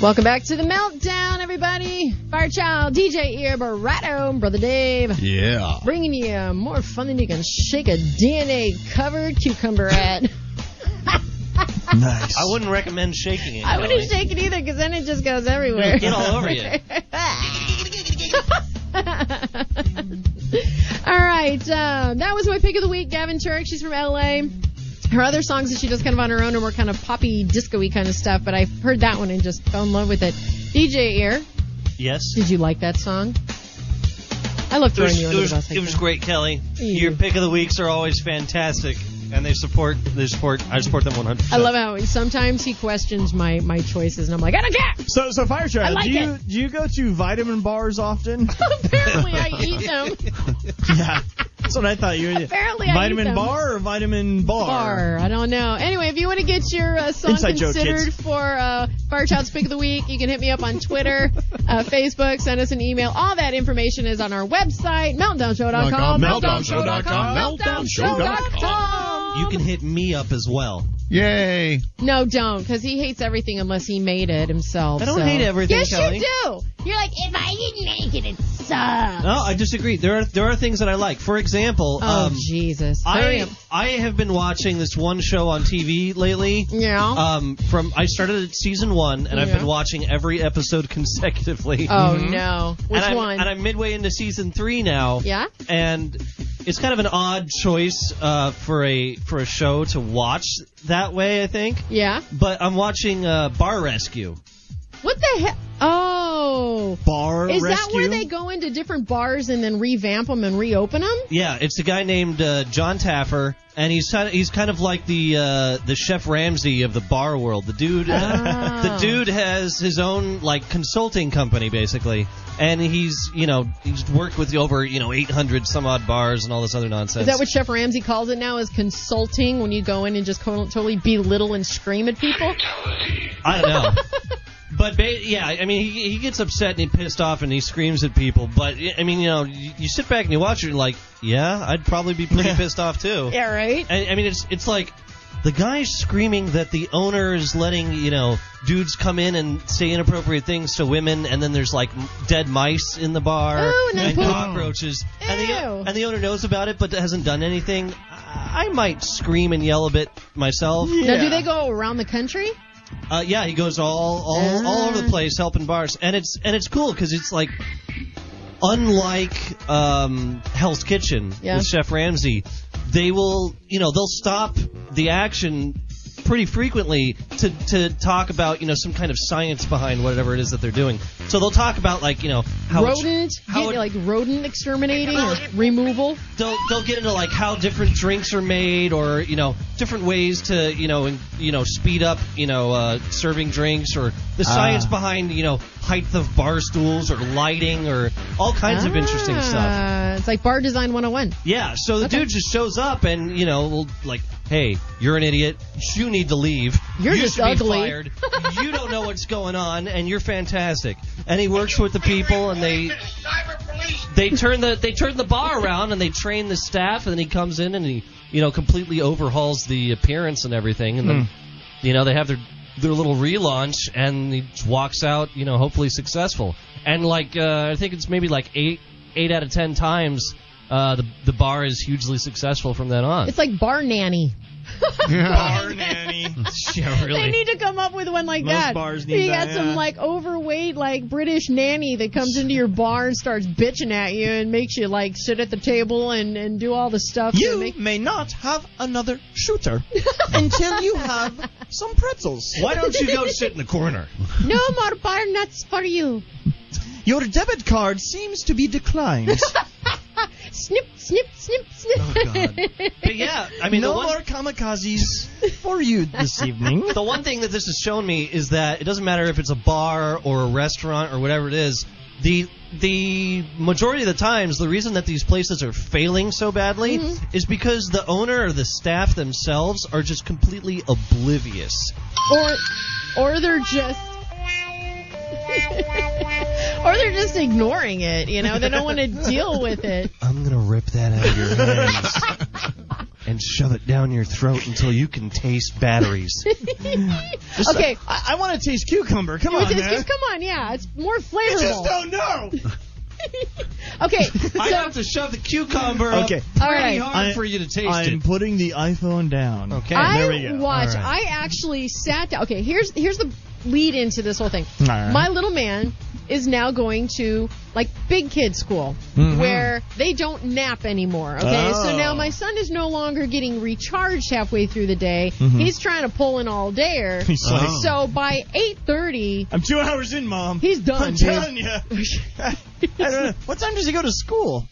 C: Welcome back to the meltdown, everybody. Firechild, DJ Ear, Barato, Brother Dave.
A: Yeah.
C: Bringing you more fun than you can shake a DNA covered cucumber at.
D: Nice. I wouldn't recommend shaking it.
C: I
D: Kelly.
C: wouldn't shake it either because then it just goes everywhere.
D: Get all over you.
C: All right, uh, that was my pick of the week. Gavin Turk, she's from LA. Her other songs that she does kind of on her own are more kind of poppy, disco-y kind of stuff, but I heard that one and just fell in love with it. DJ Ear,
D: Yes.
C: did you like that song? I looked
D: It was,
C: throwing you
D: it,
C: under the
D: was,
C: bus.
D: it was great, Kelly.
C: You.
D: Your pick of the weeks are always fantastic, and they support they support I support them 100.
C: I love how sometimes he questions my, my choices, and I'm like, I don't care!
E: So, so
C: I
E: Firechild,
C: like
E: do you do you go to vitamin bars often?
C: Apparently, I eat them.
E: yeah, that's what I thought you. Were.
C: Apparently, I eat
E: vitamin
C: them.
E: bar or vitamin bar?
C: Bar. I don't know. Anyway, if you want to get your uh, song
E: Inside joke,
C: considered
E: kids.
C: for uh, Firechild's Pick of the Week, you can hit me up on Twitter, uh, Facebook, send us an email. All that information is on our website, meltdownshow.com.
E: uh,
D: Meltdownshow.com,
C: meltdownshow.com.
D: You can hit me up as well.
A: Yay.
C: No, don't, because he hates everything unless he made it himself.
D: I don't
C: so-
D: hate everything,
C: Yes,
D: Kelly.
C: you do. You're like, if I didn't make it, it sucks.
D: No, I disagree. There are there are things that I like. For example,
C: Oh,
D: um,
C: Jesus. Hurry
D: I
C: up.
D: I have been watching this one show on TV lately.
C: Yeah.
D: Um, from I started at season one, and I've
C: Oh. Yeah.
D: been watching every episode consecutively.
C: Oh, no. Which
D: mm-hmm. and I'm,
C: one?
D: And I'm midway into season three now.
C: Yeah?
D: And it's kind of an odd choice uh, for a for a show to watch that way. I think.
C: yeah?
D: But I'm watching uh, Bar Rescue.
C: What the hell? Oh.
D: Bar
C: Is that where they go into different bars and then revamp them and reopen them?
D: Yeah, it's a guy named uh, John Taffer, and he's kind of, he's kind of like the uh, the Chef Ramsey of the bar world. The dude,
C: Ah.
D: the dude has his own like consulting company basically, and he's you know he's worked with over you know 800 some odd bars and all this other
C: Is
D: nonsense.
C: that what Chef Ramsey calls it now? Is consulting when you go in and just co- totally belittle and scream at people?
D: I don't know. But ba- yeah, I mean, he, he gets upset and he pissed off and he screams at people. But I mean, you know, you, you sit back and you watch it and like, yeah, I'd probably be pretty pissed off too.
C: Yeah, right.
D: I, I mean, it's it's like the guy's screaming that the owner is letting you know dudes come in and say inappropriate things to women, and then there's like m- dead mice in the bar
C: Ooh, and they poop.
D: cockroaches, and the
C: Ew.
D: and the owner knows about it but hasn't done anything. I I might scream and yell a bit myself.
C: Now, do they go around the country?
D: Uh, yeah, he goes all all, all
C: Ah.
D: over the place helping bars, and it's and it's cool because it's like unlike um, Hell's Kitchen
C: Yeah.
D: with Chef Ramsay, they will you know they'll stop the action pretty frequently to, to talk about you know some kind of science behind whatever it is that they're doing. So they'll talk about like you know how it's-
C: rodent,
D: how
C: get-
D: it-
C: like rodent exterminating or removal.
D: they'll they'll get into like how different drinks are made or you know different ways to you know and, you know speed up you know uh, serving drinks or the science
E: Ah.
D: behind you know height of bar stools or lighting or all kinds of interesting
C: Uh,
D: stuff.
C: it's like bar design 101.
D: Yeah, so the dude just shows up and you know will like, hey, you're an idiot. You need to leave.
C: You're
D: You
C: just
D: should be
C: ugly."
D: fired. you don't know what's going on, and you're fantastic. And he works with the people, and they they turn the they turn the bar around and they train the staff, and then he comes in and he you know completely overhauls the appearance and everything, and then you know they have their their little relaunch, and he walks out you know hopefully successful, and like uh, I think it's maybe like eight eight out of ten times. Uh, the the bar is hugely successful from then on.
C: It's like bar nanny.
D: Bar nanny. yeah, really.
C: They need to come up with one like
D: Most
C: that.
D: bars
C: you
D: need
C: got
D: that,
C: some
D: yeah.
C: like overweight like British nanny that comes into your bar and starts bitching at you and makes you like sit at the table and and do all the stuff. to
E: You
C: make-
E: may not have another shooter until you have some pretzels.
D: Why don't you go sit in the corner?
C: no more bar nuts for you.
E: Your debit card seems to be declined.
C: Snip, snip, snip, snip.
D: But yeah, I mean,
E: no
D: the one,
E: more kamikazes for you this evening.
D: the one thing that this has shown me is that it doesn't matter if it's a bar or a restaurant or whatever it is. The the majority of the times, the reason that these places are failing so badly is because the owner or the staff themselves are just completely oblivious.
E: Oh,
C: or or they're just or they're just ignoring it. You know, they don't want to deal with it.
D: I'm gonna rip that out of your hands, and shove it down your throat until you can taste batteries. Just-
C: okay.
E: I, I want to taste cucumber. Come
C: You
E: on,
C: would taste-
E: man.
C: just- come on, yeah, it's more flavorful.
E: You just don't know.
C: Okay,
D: I
C: so-
D: have to shove the cucumber up
E: Okay.
D: pretty
C: All right.
D: hard
E: I-
D: for you to taste
E: I'm
D: it.
E: putting the iPhone down. Okay.
C: I
E: there we go.
C: watch.
E: All right.
C: I actually sat down. Okay, here's here's the lead into this whole thing.
E: All right.
C: My little man is now going to like big kid school
E: Mm-hmm.
F: Mhm.
C: where they don't nap anymore. Okay, so
F: Oh.
C: now my son is no longer getting recharged halfway through the day.
E: Mhm.
C: He's trying to pull an all dayer.
E: He's like- oh.
C: so by eight thirty,
E: I'm two hours in, Mom.
C: He's done,
E: I'm
C: dude.
E: telling you. I don't know. What time does he go to school?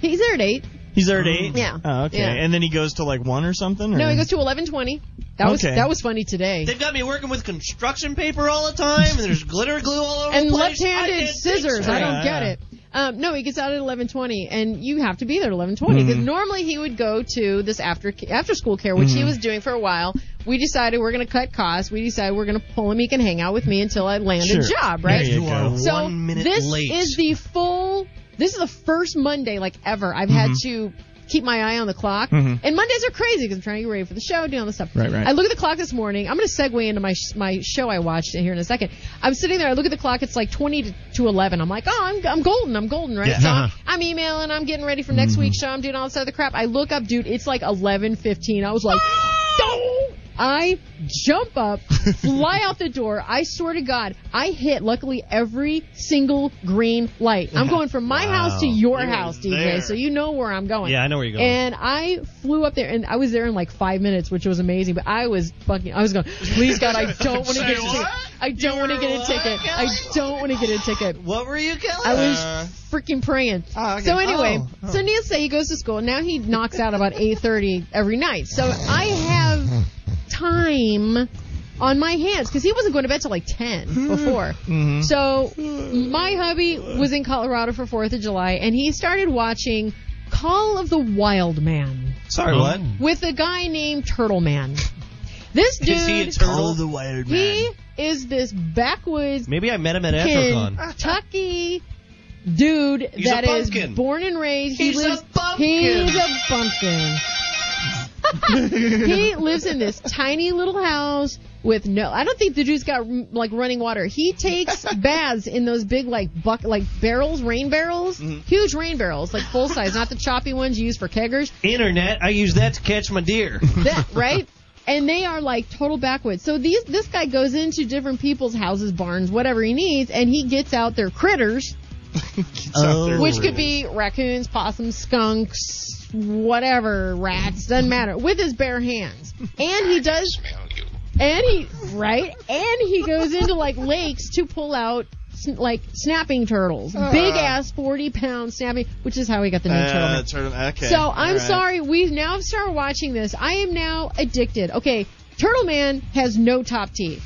C: he's there at eight.
E: He's there at eight.
C: Yeah.
E: Oh, okay.
C: Yeah.
E: And then he goes to like one or something. Or?
C: No, he goes to eleven twenty. That was
E: Okay.
C: that was funny today.
D: They've got me working with construction paper all the time, and there's glitter glue all over
C: and
D: the place. I
C: left-handed
D: can't
C: scissors.
D: fix it.
C: I don't get it. Um, no, he gets out at 11:20, and you have to be there at 11:20 because
F: Mhm.
C: normally he would go to this after after school care, which he
F: Mhm.
C: was doing for a while. We decided we're going to cut costs. We decided we're going to pull him. He can hang out with me until I land
F: Sure.
C: a job, right?
F: There you You go. are
C: so
F: one minute
C: this
F: late.
C: is the full. This is the first Monday like ever I've had
F: Mhm.
C: to keep my eye on the clock.
F: Mhm.
C: And Mondays are crazy because I'm trying to get ready for the show, doing all this stuff.
F: Right, right.
C: I look at the clock this morning. I'm going to segue into my sh- my show I watched here in a second. I'm sitting there. I look at the clock. It's like 20 to, to 11. I'm like, oh, I'm, I'm golden. I'm golden, right?
F: Yeah.
C: So I'm-
F: Uh-huh.
C: I'm emailing. I'm getting ready for next
D: Mm-hmm.
C: week's show. I'm doing all this other crap. I look up, dude. It's like 11:15. I was like,
D: Ah!
C: "Oh!" I jump up, fly out the door. I swear to God, I hit luckily every single green light. I'm going from my house to
D: Wow.
C: your
D: You were
C: house, DJ.
D: there.
C: So you know where I'm going.
D: Yeah, I know where you're going.
C: And I flew up there, and I was there in like five minutes, which was amazing. But I was fucking, I was going, please God, I don't want to
F: Say
C: get a ticket.
F: what?
C: I don't want to get a ticket. I don't want to get a ticket.
D: What were you killing?
C: I was
D: Uh,
C: freaking praying.
D: okay.
C: So anyway,
D: Oh, oh.
C: so needless to say, he goes to school. Now he knocks out about eight thirty every night. So I have time on my hands because he wasn't going to bed till like
D: Hmm.
C: ten before.
D: Mm-hmm.
F: Mhm.
C: So my hubby was in Colorado for Fourth of July, and he started watching Call of the Wild Man.
D: Sorry, what?
C: With a guy named Turtle Man. This dude.
D: Is he a turtle?
E: the wild
C: He is this backwoods
D: Maybe I met him at Anthrocon.
C: Kentucky dude
D: He's a
C: that is
D: pumpkin.
C: born and raised. He
F: He's a
C: lives.
F: pumpkin.
C: He's a pumpkin. he lives in this tiny little house with no. I don't think the dude's got mm, like running water. He takes baths in those big like buck like barrels, rain barrels, huge rain barrels, like full size, not the choppy ones you use for keggers.
D: Internet, I use that to catch my deer.
C: That right? And they are like total backwoods. So these this guy goes into different people's houses, barns, whatever he needs, and he gets out their critters, which could be raccoons, possums, skunks, whatever, rats, doesn't matter, with his bare hands. And he does and he right and he goes into like lakes to pull out sn- like snapping turtles,
E: Uh.
C: big ass 40 pound snapping, which is how he got the name
E: Ah,
D: Uh,
C: turtle. Man.
E: Okay.
C: So I'm
E: All right.
C: sorry. We now have started watching this. I am now addicted. Okay, Turtle Man has no top teeth.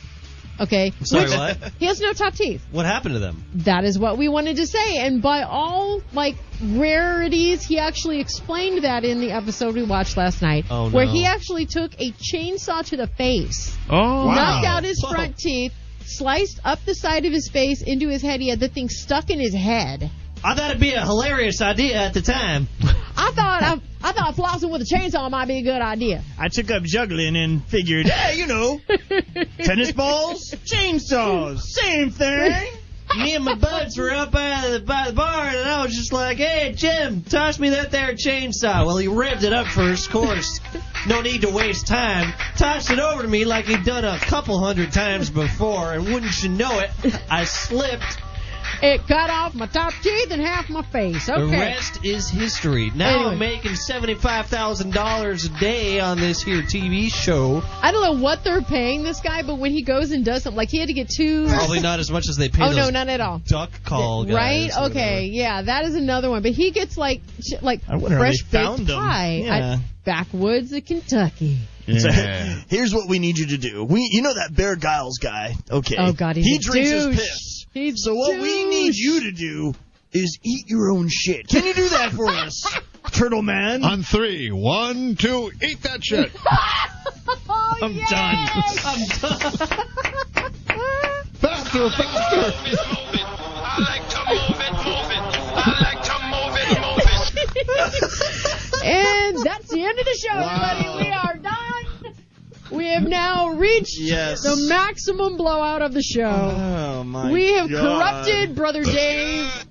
C: Okay,
D: Sorry,
C: Which-
D: what?
C: He has no top teeth.
D: What happened to them?
C: That is what we wanted to say. And by all like rarities, he actually explained that in the episode we watched last night,
F: Oh, no.
C: where he actually took a chainsaw to the face,
F: Oh. Wow.
C: knocked out his front teeth, sliced up the side of his face into his head. He had the thing stuck in his head.
D: I thought it'd be a hilarious idea at the time.
C: I thought I, I thought flossing with a chainsaw might be a good idea.
E: I took up juggling and figured, hey, you know, tennis balls, chainsaws, same thing.
D: Me and my buds were up by the, by the bar, and I was just like, "Hey, Jim, toss me that there chainsaw." Well, he revved it up first, course. No need to waste time. Tossed it over to me like he'd done a couple hundred times before, and wouldn't you know it, I slipped.
C: It cut off my top teeth and half my face. Okay.
D: The rest is history. Now I'm
C: Anyway.
D: making seventy-five thousand dollars a day on this here TV show.
C: I don't know what they're paying this guy, but when he goes and does something, like he had to get two.
D: Probably not as much as they pay.
C: Oh, no,
D: those
C: not at all.
D: Duck call guys.
C: right?
D: or
C: Okay. Yeah, that is another one. But he gets like ch- like
E: I wonder how
C: fresh
E: they found
C: baked
E: them.
C: pie
E: Yeah.
C: at backwoods of Kentucky.
E: So, here's what we need you to do. We, you know that Bear Giles guy, okay?
C: Oh, God, he's
E: he
C: a
E: drinks
C: douche.
E: his piss. so what we need you to do is eat your own shit. Can you do that for us, Turtle Man?
A: On three, one, two, eat that shit.
E: I'm done.
D: I'm done.
A: faster, faster.
C: and that's the end of the show, everybody. We are done. We have now reached
E: Yes.
C: the maximum blowout of the show.
E: Oh my.
C: we have
E: God.
C: corrupted Brother Dave.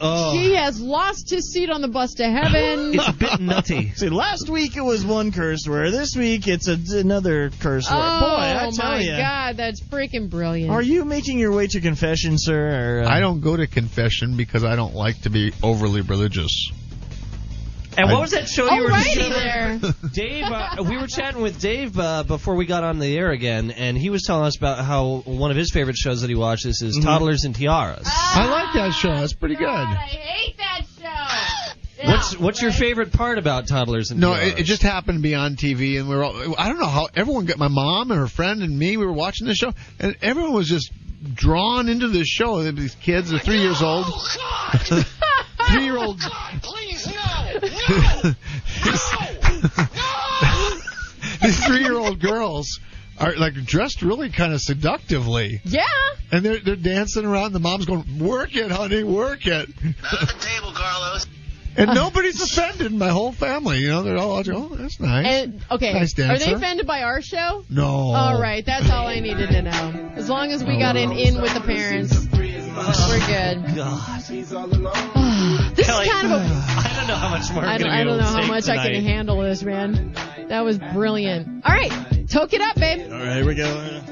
E: Oh.
C: He has lost his seat on the bus to heaven.
E: a bit nutty. See, last week it was one curse word. This week it's a, another curse
C: oh
E: word. Boy, I tell
C: my
E: you.
C: God, that's freaking brilliant.
E: Are you making your way to confession, sir? Or, uh,
A: I don't go to confession because I don't like to be overly religious.
D: And
A: I-
D: what was that show you were
C: Alrighty there.
D: Dave, uh, we were chatting with Dave uh, before we got on the air again, and he was telling us about how one of his favorite shows that he watches
E: Mm-hmm.
D: is Toddlers and Tiaras.
A: I like that show. That's pretty good.
C: I hate that show.
D: What's What's your favorite part about Toddlers and
A: No,
D: Tiaras?
A: it, it just happened to be on TV, and we were all, I don't know how everyone got, my mom and her friend and me, we were watching the show, and everyone was just drawn into this show. And These kids are three years old.
E: Oh,
A: three year old.
C: Oh,
A: These three year old girls are like dressed really kind of seductively.
C: Yeah.
A: And they're, they're dancing around. The mom's going, work it, honey, work it. And nobody's offended. My whole family, you know, they're all watching. Oh, that's nice.
C: And, okay,
A: Nice
C: are they
A: dancer.
C: offended by our show?
A: no.
C: All right, that's all I needed to know. As long as we got an
E: Oh,
C: in with the parents, we're good.
D: God.
C: This is kind of a.
D: I don't know how much more.
C: I
D: I'm
C: don't,
D: gonna
C: I
D: be
C: don't
D: able to
C: know how
D: take
C: much I can
D: tonight.
C: handle this, man. That was brilliant. All right, toke it up, babe.
E: All right, here we go.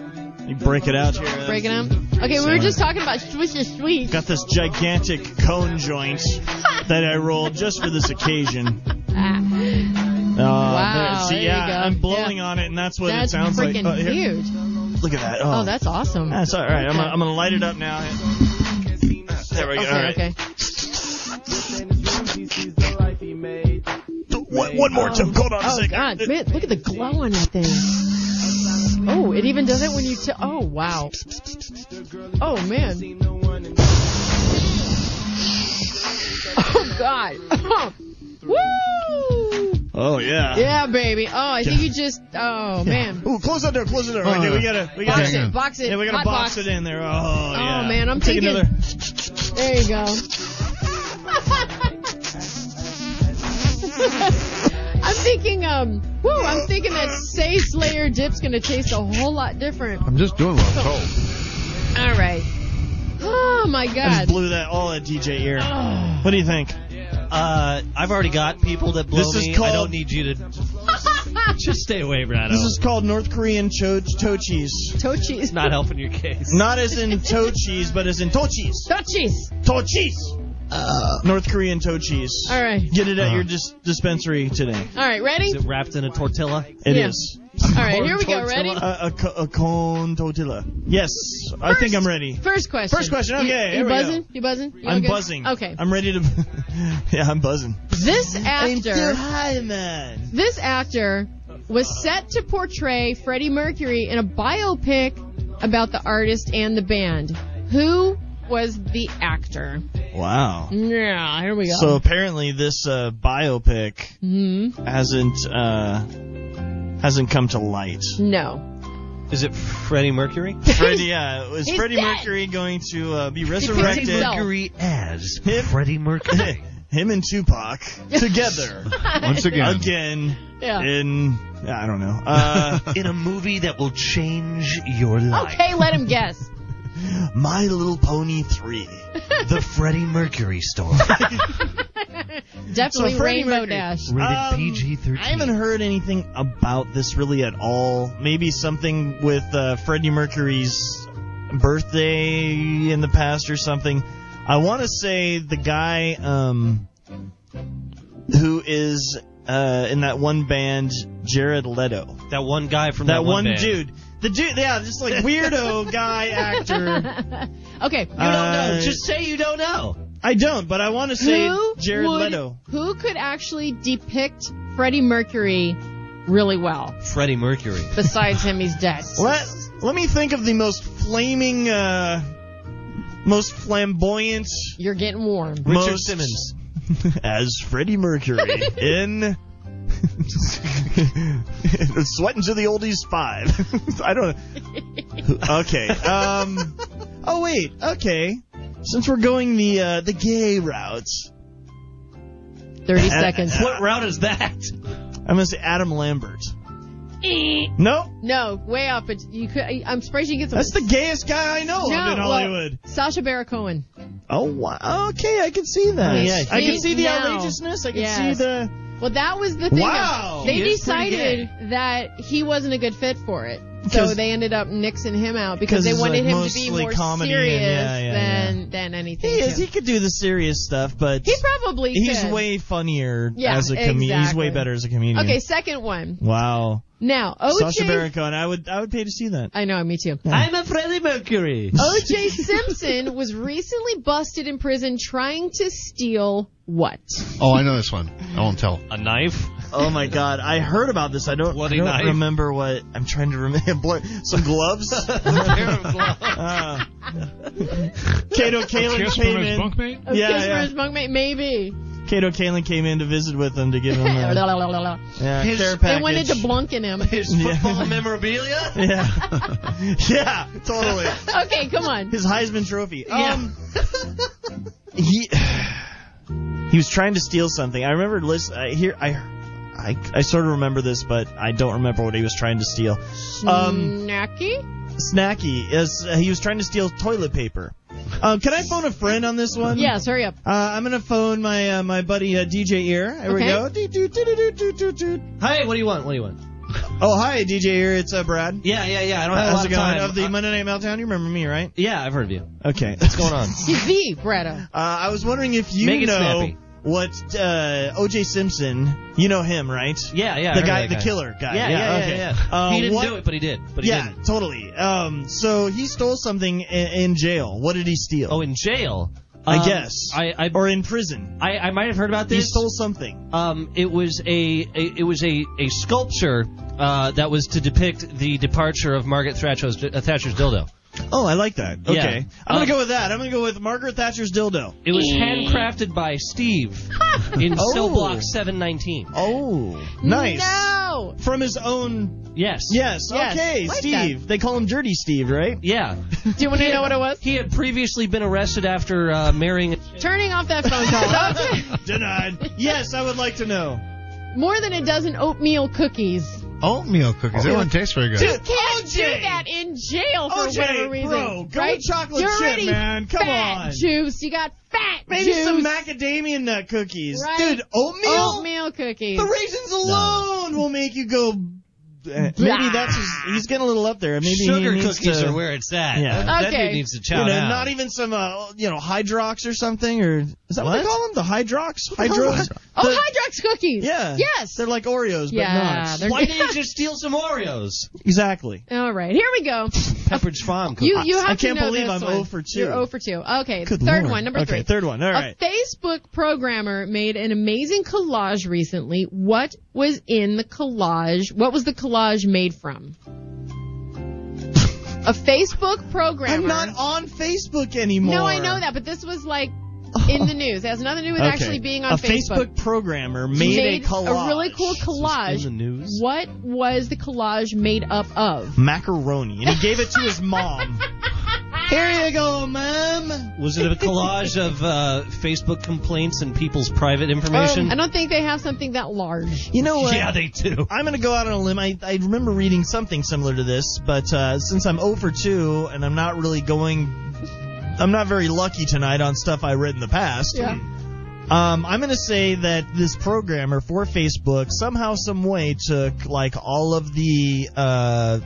E: You break it out here.
C: Breaking them. Okay, we were just talking about Swiss is sweet.
E: Got this gigantic cone joint that I rolled just for this occasion.
C: Ah.
E: Uh,
C: Wow,
E: see,
C: there you
E: yeah,
C: go.
E: I'm blowing
C: Yeah.
E: on it, and that's what
C: That's
E: it sounds like.
C: freaking
E: Oh, here.
C: huge.
E: Look at that. Oh,
C: Oh, that's awesome.
E: That's all right. I'm, gonna- I'm gonna light it up now. There we go.
C: Okay,
E: all right.
C: okay.
E: One, one more. time. Hold on a
C: Oh
E: second.
C: God, man, look at the glow on that thing. Oh, it even does it when you. T- oh wow. Oh man. Oh God. Woo!
E: Oh yeah.
C: Yeah, baby. Oh, I think you just. Oh man.
E: Ooh, close that door. Close the door. Right
A: Oh.
E: there. We gotta. We gotta.
C: Box it. Box it.
E: Yeah, we gotta
C: hot
E: box, it in there. Oh,
C: Oh
E: yeah.
C: man, I'm
E: Take
C: thinking.
E: another.
C: There you go. I'm thinking, um, woo, I'm thinking that Say Slayer dip's gonna taste a whole lot different.
A: I'm just doing what I'm told.
C: All right. Oh my
E: I just
C: God.
E: blew that all at DJ ear. What do you think?
D: Uh, I've already got people that blow
E: This is
D: me. I
E: called-
D: don't need you to just stay away, Brado.
E: This is called North Korean cho- tochis.
C: Tochis.
D: not helping your case.
E: Not as in toe cheese, but as in tochis.
C: Tochis.
E: Tochis. North Korean tochis.
C: Uh. All right.
E: Get it at your dis- dispensary today.
C: All right. Ready?
D: Is it wrapped in a tortilla?
E: It
C: Yeah.
E: is
C: All right. Here we go.
E: Tortilla-
C: Ready?
E: A, a, co- a cone tortilla. Yes, I think I'm ready.
C: First question.
E: First question,
C: You-
E: okay,
C: You,
E: here we go.
C: buzzing? You buzzing? You all
E: I'm
C: good?
E: buzzing.
C: Okay.
E: I'm ready to. yeah, I'm buzzing.
C: this actor.
E: high, man.
C: This actor was set to portray Freddie Mercury in a biopic about the artist and the band. Who was the actor?
E: Wow.
C: Mm, Yeah, here we go.
E: So apparently this uh, biopic
C: Hmm.
E: hasn't uh, hasn't come to light.
C: No.
D: Is it Freddie Mercury?
E: Freddie, yeah, is
C: he's
E: Freddie
C: dead.
E: Mercury going to uh, be
C: He's
E: resurrected?
C: himself.
D: Mercury as
E: Him?
D: Freddie Mercury.
E: Him and Tupac together
A: Once again,
E: again
C: Yeah.
E: in I don't know. Uh,
D: in a movie that will change your life.
C: Okay, let him guess.
E: My Little Pony three.
D: The Freddie Mercury story.
C: Um, Definitely
E: So Freddie
C: Rainbow
E: Mercury.
C: Dash.
D: Rated
E: Um,
D: PG-13.
E: I haven't heard anything about this really at all. Maybe something with uh, Freddie Mercury's birthday in the past or something. I want to say the guy um, who is uh, in that one band, Jared Leto.
D: That one guy from
E: That,
D: that,
E: one
D: band.
E: dude. The dude, yeah, just like weirdo guy actor.
C: okay. You don't
D: You don't know.
E: Uh,
D: Just say you don't know.
E: I don't, but I want to say
C: who
E: Jared
C: would,
E: Leto.
C: Who could actually depict Freddie Mercury really well?
D: Freddie Mercury.
C: Besides him, he's dead.
E: Let Let me think of the most flaming, uh, most flamboyant,
C: You're getting warm.
D: Richard
E: most-
D: Simmons.
E: as Freddie Mercury in. Sweating to the oldies five. I don't. Okay. Um. Oh wait. Okay. Since we're going the uh, the gay route,
C: 30 seconds.
D: What route is that?
E: I'm gonna uh, say Adam Lambert.
C: Eh.
E: No.
C: No, way up. It's, you could, I'm surprised you get some.
E: That's the gayest guy I know
C: no,
E: in
C: well,
E: Hollywood.
C: Sasha Baron Cohen.
E: Oh wow. Okay, I can see that.
C: Yeah,
E: I can
C: see
E: see the
C: now.
E: outrageousness. I can
C: Yes.
E: see the.
C: Well, that was the thing.
E: Wow.
C: They
E: He is pretty
C: decided that he wasn't a good fit for it. So
E: 'Cause-
C: they ended up nixing him out because
E: 'cause
C: they
E: it's,
C: wanted
E: like,
C: him to be
E: mostly
C: more
E: comedy and-
C: serious
E: yeah, yeah, yeah.
C: than than anything.
E: He is.
C: too.
E: He could do the serious stuff, but
C: He probably
E: he's
C: could.
E: way funnier
C: Yeah,
E: as a comedian. He's
C: exactly.
E: way better as a comedian.
C: Okay, second one.
E: Wow.
C: Now, OJ.
E: Sasha Baron Cohen. I would I would pay to see that.
C: I know. Me too.
E: I'm a Freddie Mercury.
C: OJ Simpson was recently busted in prison trying to steal what?
A: Oh, I know this one. I won't tell.
D: A knife?
E: Oh my god, I heard about this. I don't, I don't
D: knife.
E: remember what. I'm trying to remember. Some gloves? Uh, Kato Kalin
J: kiss from
E: came
J: his
E: in.
J: bunkmate?
C: A
E: Yeah,
C: kiss from
E: yeah.
C: his bunkmate, maybe.
E: Kato Kalin came in to visit with him to give him a
C: they
E: yeah,
D: His-
E: care package.
C: wanted to blunken him.
E: yeah.
D: memorabilia?
E: yeah. yeah, totally.
C: okay, come on.
E: His Heisman Trophy. Um, he he was trying to steal something. I remember list. I hear. I, I I sort of remember this, but I don't remember what he was trying to steal. Um,
C: Snacky?
E: Snacky is he was trying to steal toilet paper. Um, can I phone a friend on this one?
C: Yes, hurry up.
E: Uh, I'm gonna phone my uh, my buddy uh, DJ Ear. There we
C: Okay.
E: go. Dee doo doo doo doo doo doo.
D: Hey, what do you want? What do you want?
E: Oh hi DJ Ear, it's uh, Brad.
D: Yeah, yeah, yeah. I don't have a
E: How's
D: lot
E: it
D: of
E: going?
D: time.
E: Of the
D: Uh,
E: Monday Night Meltdown, you remember me, right?
D: yeah, I've heard of you.
E: Okay.
D: What's going on?
C: He's the Bretta.
E: Uh, I was wondering if you
D: Make it
E: know
D: snappy.
E: what uh, O.J. Simpson. You know him, right?
D: Yeah, yeah. I
E: The
D: heard
E: guy-
D: of that
E: the killer guy.
D: Yeah,
E: Yeah,
D: yeah, yeah.
E: okay.
D: yeah.
E: Uh,
D: he didn't
E: what-
D: do it, but he did. But he
E: yeah,
D: didn't.
E: totally. Um, so he stole something in, in jail. What did he steal?
D: Oh, in jail.
E: I
D: Um,
E: guess.
D: I, I,
E: or in prison.
D: I, I might have heard about
E: He
D: this.
E: stole something.
D: Um, it was a, a it was a, a sculpture uh, that was to depict the departure of Margaret Thatcher's, uh, Thatcher's dildo.
E: Oh, I like that. Okay.
D: Yeah. Um,
E: I'm going to go with that. I'm going to go with Margaret Thatcher's dildo.
D: It was handcrafted by Steve in
E: Eh. Oh.
D: cell block 719.
E: Oh, nice.
C: No.
E: From his own.
D: Yes.
E: Yes.
C: Yes.
E: Okay,
C: Like
E: Steve. They call him Dirty Steve, right?
D: Yeah.
C: Do you want to know what it was?
D: He had previously been arrested after uh, marrying.
C: Turning off that phone call.
E: Denied. Yes, I would like to know.
C: More than a dozen oatmeal cookies.
A: Oatmeal cookies. They wouldn't taste very good.
C: You can't do that in jail for
E: OJ,
C: whatever reason.
E: bro, go
C: right?
E: with chocolate
C: You're
E: chip,
C: already
E: man. Come
C: fat
E: on.
C: juice. You got fat
E: Maybe
C: juice.
E: some macadamia nut cookies.
C: Right.
E: Dude, oatmeal?
C: oatmeal cookies.
E: The raisins alone will make you go. eh, Maybe
C: Blah.
E: that's his, he's getting a little up there. Maybe he
D: Sugar
E: needs
D: cookies
E: to,
D: are where it's at.
E: Yeah.
D: That, that
C: Okay.
D: dude needs to
E: You
D: chow
E: know,
D: down.
E: not even some, uh, you know, Hydrox or something, or is that what, they
D: What?
E: call them? The Hydrox?
C: the hell
E: Hydrox?
C: is oh,
E: The-
C: Hydrox cookies.
E: Yeah.
C: Yes.
E: They're like Oreos, but
C: Yeah,
E: not.
C: they're-
D: Why didn't you just steal some Oreos?
E: Exactly.
C: All right, here we go.
D: Pepperidge Farm cookies.
C: You you have
E: I
C: to
E: can't
C: know
E: believe
C: this
E: I'm
C: one.
E: 0 for 2.
C: You're 0 for 2. Okay,
E: Good
C: third
E: Lord.
C: one, number 3.
E: Okay, third one. All right.
C: A Facebook programmer made an amazing collage recently. What was in the collage? What was the collage made from? A Facebook programmer.
E: I'm not on Facebook anymore. Oh.
C: No, I know that, but this was like in the news. It has nothing to do with
E: Okay.
C: actually being on
E: a
C: Facebook.
E: Facebook, programmer made,
C: made
E: a collage.
C: a really cool collage.
E: This was in the news.
C: What was the collage made up of?
E: Macaroni, and he gave it to his mom. Here you go, mom.
D: Was it a collage of uh, Facebook complaints and people's private information?
C: I don't think they have something that large.
E: You know what?
D: yeah, they do.
E: I'm gonna go out on a limb. I, I remember reading something similar to this, but uh, since I'm 0 for 2 and I'm not really going, I'm not very lucky tonight on stuff I read in the past.
C: Yeah.
E: Um, I'm gonna say that this programmer for Facebook somehow, some way, took like all of the uh,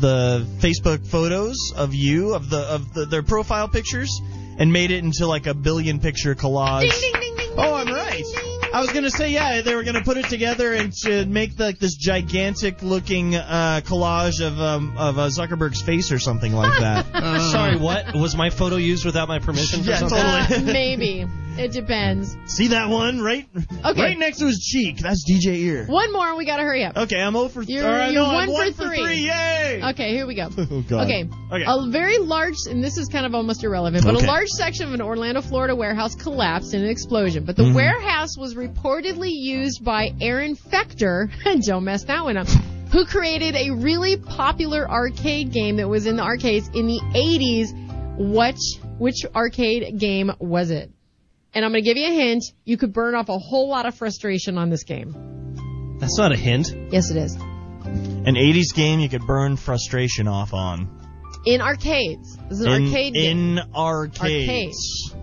E: the Facebook photos of you of the of the, their profile pictures and made it into like a billion picture collage.
C: Ding, ding, ding, ding,
E: Oh, I'm
C: ding, ding,
E: right.
C: ding.
E: I was gonna say yeah, they were gonna put it together and to make like this gigantic looking uh, collage of um, of uh, Zuckerberg's face or something like that.
D: Sorry, what? Was my photo used without my permission for
E: Yeah,
D: something?
E: totally.
C: Uh, maybe. It depends.
E: See that one right
C: Okay.
E: right next to his cheek? That's DJ Ear.
C: One more, we gotta hurry up.
E: Okay, I'm 0 for
C: You're-
E: all right,
C: you're
E: no, I'm
C: one for
E: one for
C: three.
E: Yay!
C: Okay, here we go.
E: Oh, God.
C: Okay.
E: Okay.
C: A very large, and this is kind of almost irrelevant, but
E: Okay.
C: a large section of an Orlando, Florida warehouse collapsed in an explosion. But the
E: Mm-hmm.
C: warehouse was reportedly used by Aaron Fechter, don't mess that one up, who created a really popular arcade game that was in the arcades in the 80s. Which, which arcade game was it? And I'm going to give you a hint. You could burn off a whole lot of frustration on this game.
D: That's not a hint.
C: Yes, it is.
E: An 80s game you could burn frustration off on.
C: In arcades. This is an
E: in,
C: arcade game.
E: In arcades.
C: Arcades.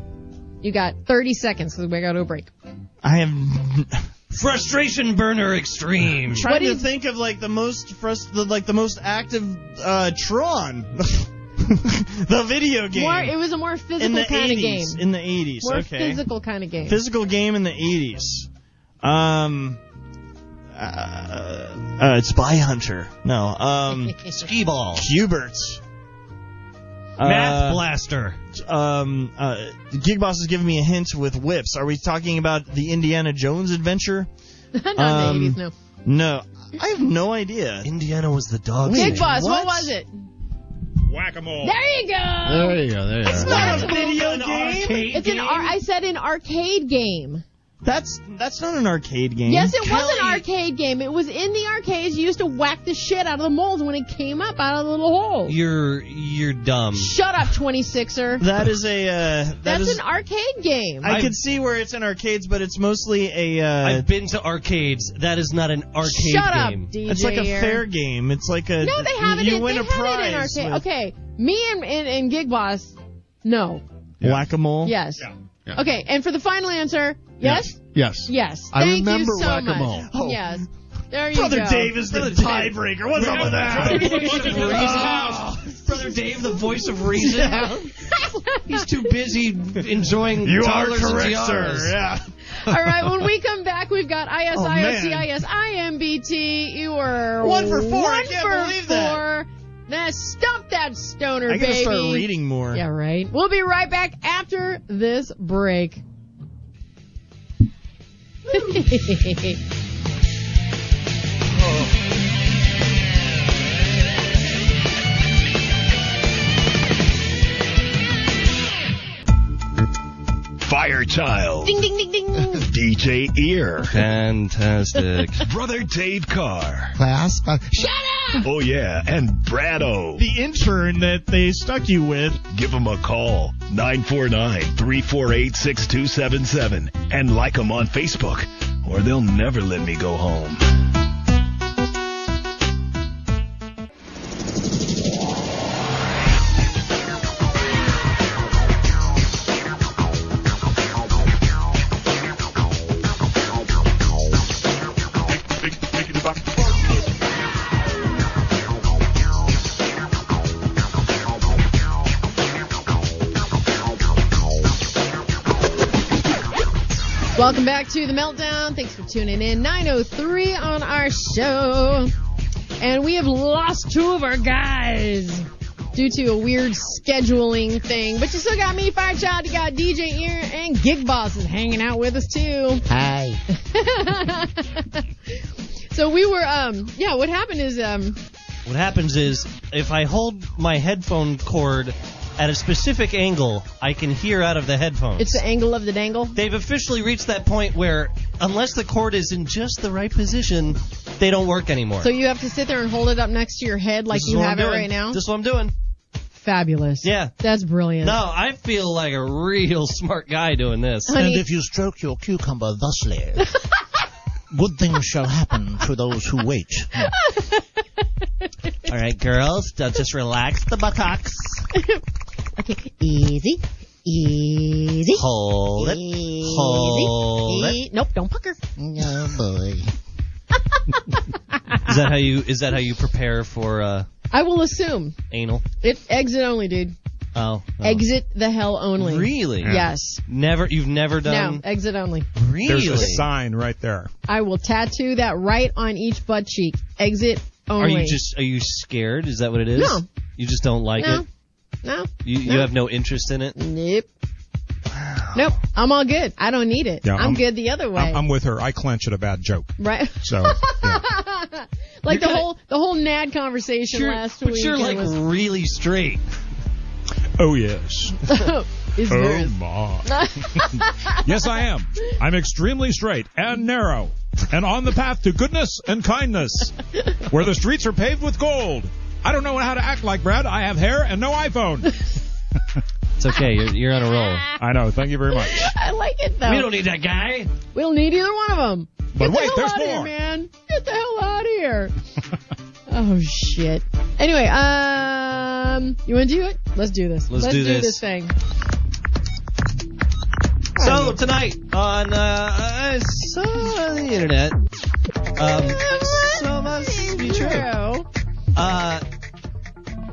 C: You got 30 seconds because we got to a break.
E: I have.
D: Frustration burner extreme.
E: I'm trying to think of like the most frust- the, like the most active uh, Tron, the video game.
C: More, it was a more physical
E: in the
C: kind
E: 80s,
C: of game.
E: In the 80s,
C: more
E: okay.
C: physical kind of game.
E: Physical game in the 80s. Um, uh, uh, Spy Hunter. No. Um,
D: Ski ball.
E: Hubert.
D: Math blaster.
E: Uh, Um, uh, Gig Boss is giving me a hint with whips. Are we talking about the Indiana Jones adventure?
C: Not
E: Um,
C: in the 80s, no.
E: No, I have no idea.
D: Indiana was the dog.
C: Big Boss, what? was it?
J: Whack a mole.
C: There you go.
D: There you go. There you
C: It's
D: go.
C: not
E: a
C: video
E: game.
C: It's an ar- I said an arcade game.
E: That's that's not an arcade game.
C: Yes, it was an arcade game. It was in the arcades. You used to whack the shit out of the molds when it came up out of the little hole.
D: You're you're dumb.
C: Shut up, 26er.
E: That is a. Uh, that
C: That's
E: is-
C: an arcade game.
E: I could see where it's in arcades, but it's mostly a. Uh,
D: I've been to arcades. That is not an arcade
C: Shut up,
D: game.
C: DJ.
E: it's like a
C: here.
E: fair game. It's like a.
C: No, they haven't.
E: You
C: in,
E: win
C: they
E: a
C: have it in
E: prize.
C: arcade.
E: with
C: Okay, me and, and and Gig Boss, no.
E: Whack-a-mole.
C: Yes.
A: Yeah.
C: Okay, and for the final answer, yes,
A: Yes.
C: yes.
A: I
C: Thank
A: remember
C: you so
A: Whack-A-Mole.
C: much.
A: Oh.
C: Yes. There you
E: Brother
C: go.
E: Dave is the tiebreaker. What's up with that?
D: Brother Dave, the voice of reason. He's too busy enjoying
E: You are
D: toddlers and
E: correct, sir.
D: tiaras.
E: Yeah.
C: All right, when we come back, we've got
E: Oh, man.
C: ISIOCIS, IMBT. You were
E: One for four. I
C: One
E: can't
C: for
E: believe that.
C: four. Now stump that stoner,
E: I gotta
C: baby.
E: start reading more.
C: Yeah, right. We'll be right back after this break.
G: Firechild.
F: Ding ding ding ding.
G: DJ Ear.
D: Fantastic.
G: Brother Dave Carr.
N: Class? Uh,
G: Shut up! Oh, yeah, and Brado.
E: The intern that they stuck you with.
G: Give them a call, 949 348 6277, and like them on Facebook, or they'll never let me go home.
D: Um.
C: Welcome back to the Meltdown. Thanks for tuning in. 903 on our show. And we have lost two of our guys due to a weird scheduling thing. But you still got me, Firechild. You got DJ Ear and Gig Boss is hanging out with us too.
N: Hi.
C: So we were, um, yeah, what happened is, um,
D: What happens is if I hold my headphone cord at a specific angle, I can hear out of the headphones.
C: it's the angle of the dangle.
D: They've officially reached that point where unless the cord is in just the right position, they don't work anymore.
C: So you have to sit there and hold it up next to your head like
D: This is
C: you
D: what
C: have
D: I'm
C: it
D: doing.
C: right now.
D: This is what I'm doing.
C: Fabulous.
D: Yeah.
C: That's brilliant.
D: No, Oh, I feel like a real smart guy doing this.
C: Honey.
N: And if you stroke your cucumber thusly, good things shall happen to those who wait.
D: All right, girls, uh, just relax the buttocks.
N: Okay, easy, easy.
D: Hold it. Hold it.
C: E- Nope, don't pucker.
N: Oh boy.
D: Is that how you? Is that how you prepare for uh,
C: I will assume.
D: anal?
C: It's exit only, dude.
D: Oh, oh.
C: Exit the hell only.
D: Really?
C: Yes.
D: Never. You've never
C: No,
D: done.
C: exit only.
D: Really?
J: There's a sign right there.
C: I will tattoo that right on each butt cheek. Exit
D: Are
C: only.
D: you just? Are you scared? Is that what it is?
C: No.
D: You just don't like
C: No.
D: it.
C: No.
D: You, you
C: No.
D: have no interest in it.
C: Nope. Nope. I'm all good. I don't need it.
J: Yeah,
C: I'm,
J: I'm-
C: good the other way.
J: I'm, I'm with her. I clench at a bad joke.
C: right.
J: So
C: like the
D: kinda-
C: whole the whole nad conversation
D: You're-
C: last
D: but
C: week.
D: you're
C: it
D: like
C: was,
D: really straight.
J: Oh yes.
C: is
J: Oh
C: there-
J: my. yes, I am. I'm extremely straight and narrow, and on the path to goodness and kindness, where the streets are paved with gold. I don't know how to act like Brad. I have hair and no iPhone.
D: It's It's okay. You're, you're on a roll.
J: I know. Thank you very much.
C: I like it though.
D: We don't need that guy.
C: We don't need either one of them.
J: But
C: Get
J: wait,
C: the hell
J: there's
C: out of here,
J: more.
C: man. Get the hell out of here. oh shit. Anyway, um, you want to do it? Let's do this.
D: Let's do this.
C: thing.
D: So tonight on uh, uh, so on the internet, um, so must be true. Uh,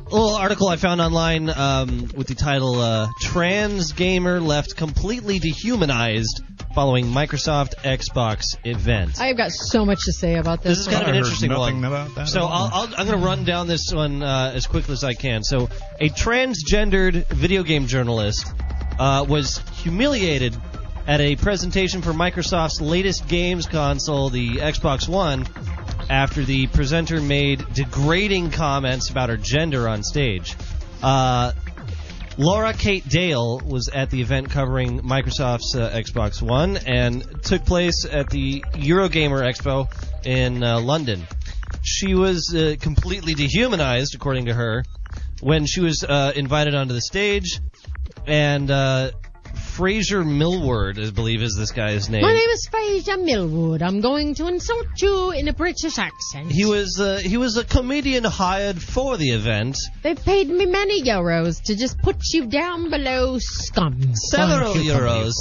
D: a little article I found online um, with the title uh, "Trans Gamer Left Completely Dehumanized Following Microsoft Xbox Event."
C: I have got so much to say about this.
D: This is kind of an interesting one.
J: that
D: so I'll, I'll, I'm going to run down this one uh, as quickly as I can. So a transgendered video game journalist uh, was humiliated at a presentation for Microsoft's latest games console, the Xbox One, after the presenter made degrading comments about her gender on stage. Uh, Laura Kate Dale was at the event covering Microsoft's uh, Xbox One and took place at the Eurogamer Expo in uh, London. She was uh, completely dehumanized, according to her, when she was uh, invited onto the stage. And uh, Fraser Millward, I believe, is this guy's name.
C: My name is Fraser Millwood. I'm going to insult you in a British accent.
D: he was uh, he was a comedian hired for the event.
C: They paid me many euros to just put you down below scum.
D: several
C: Scum cucumber.
D: euros,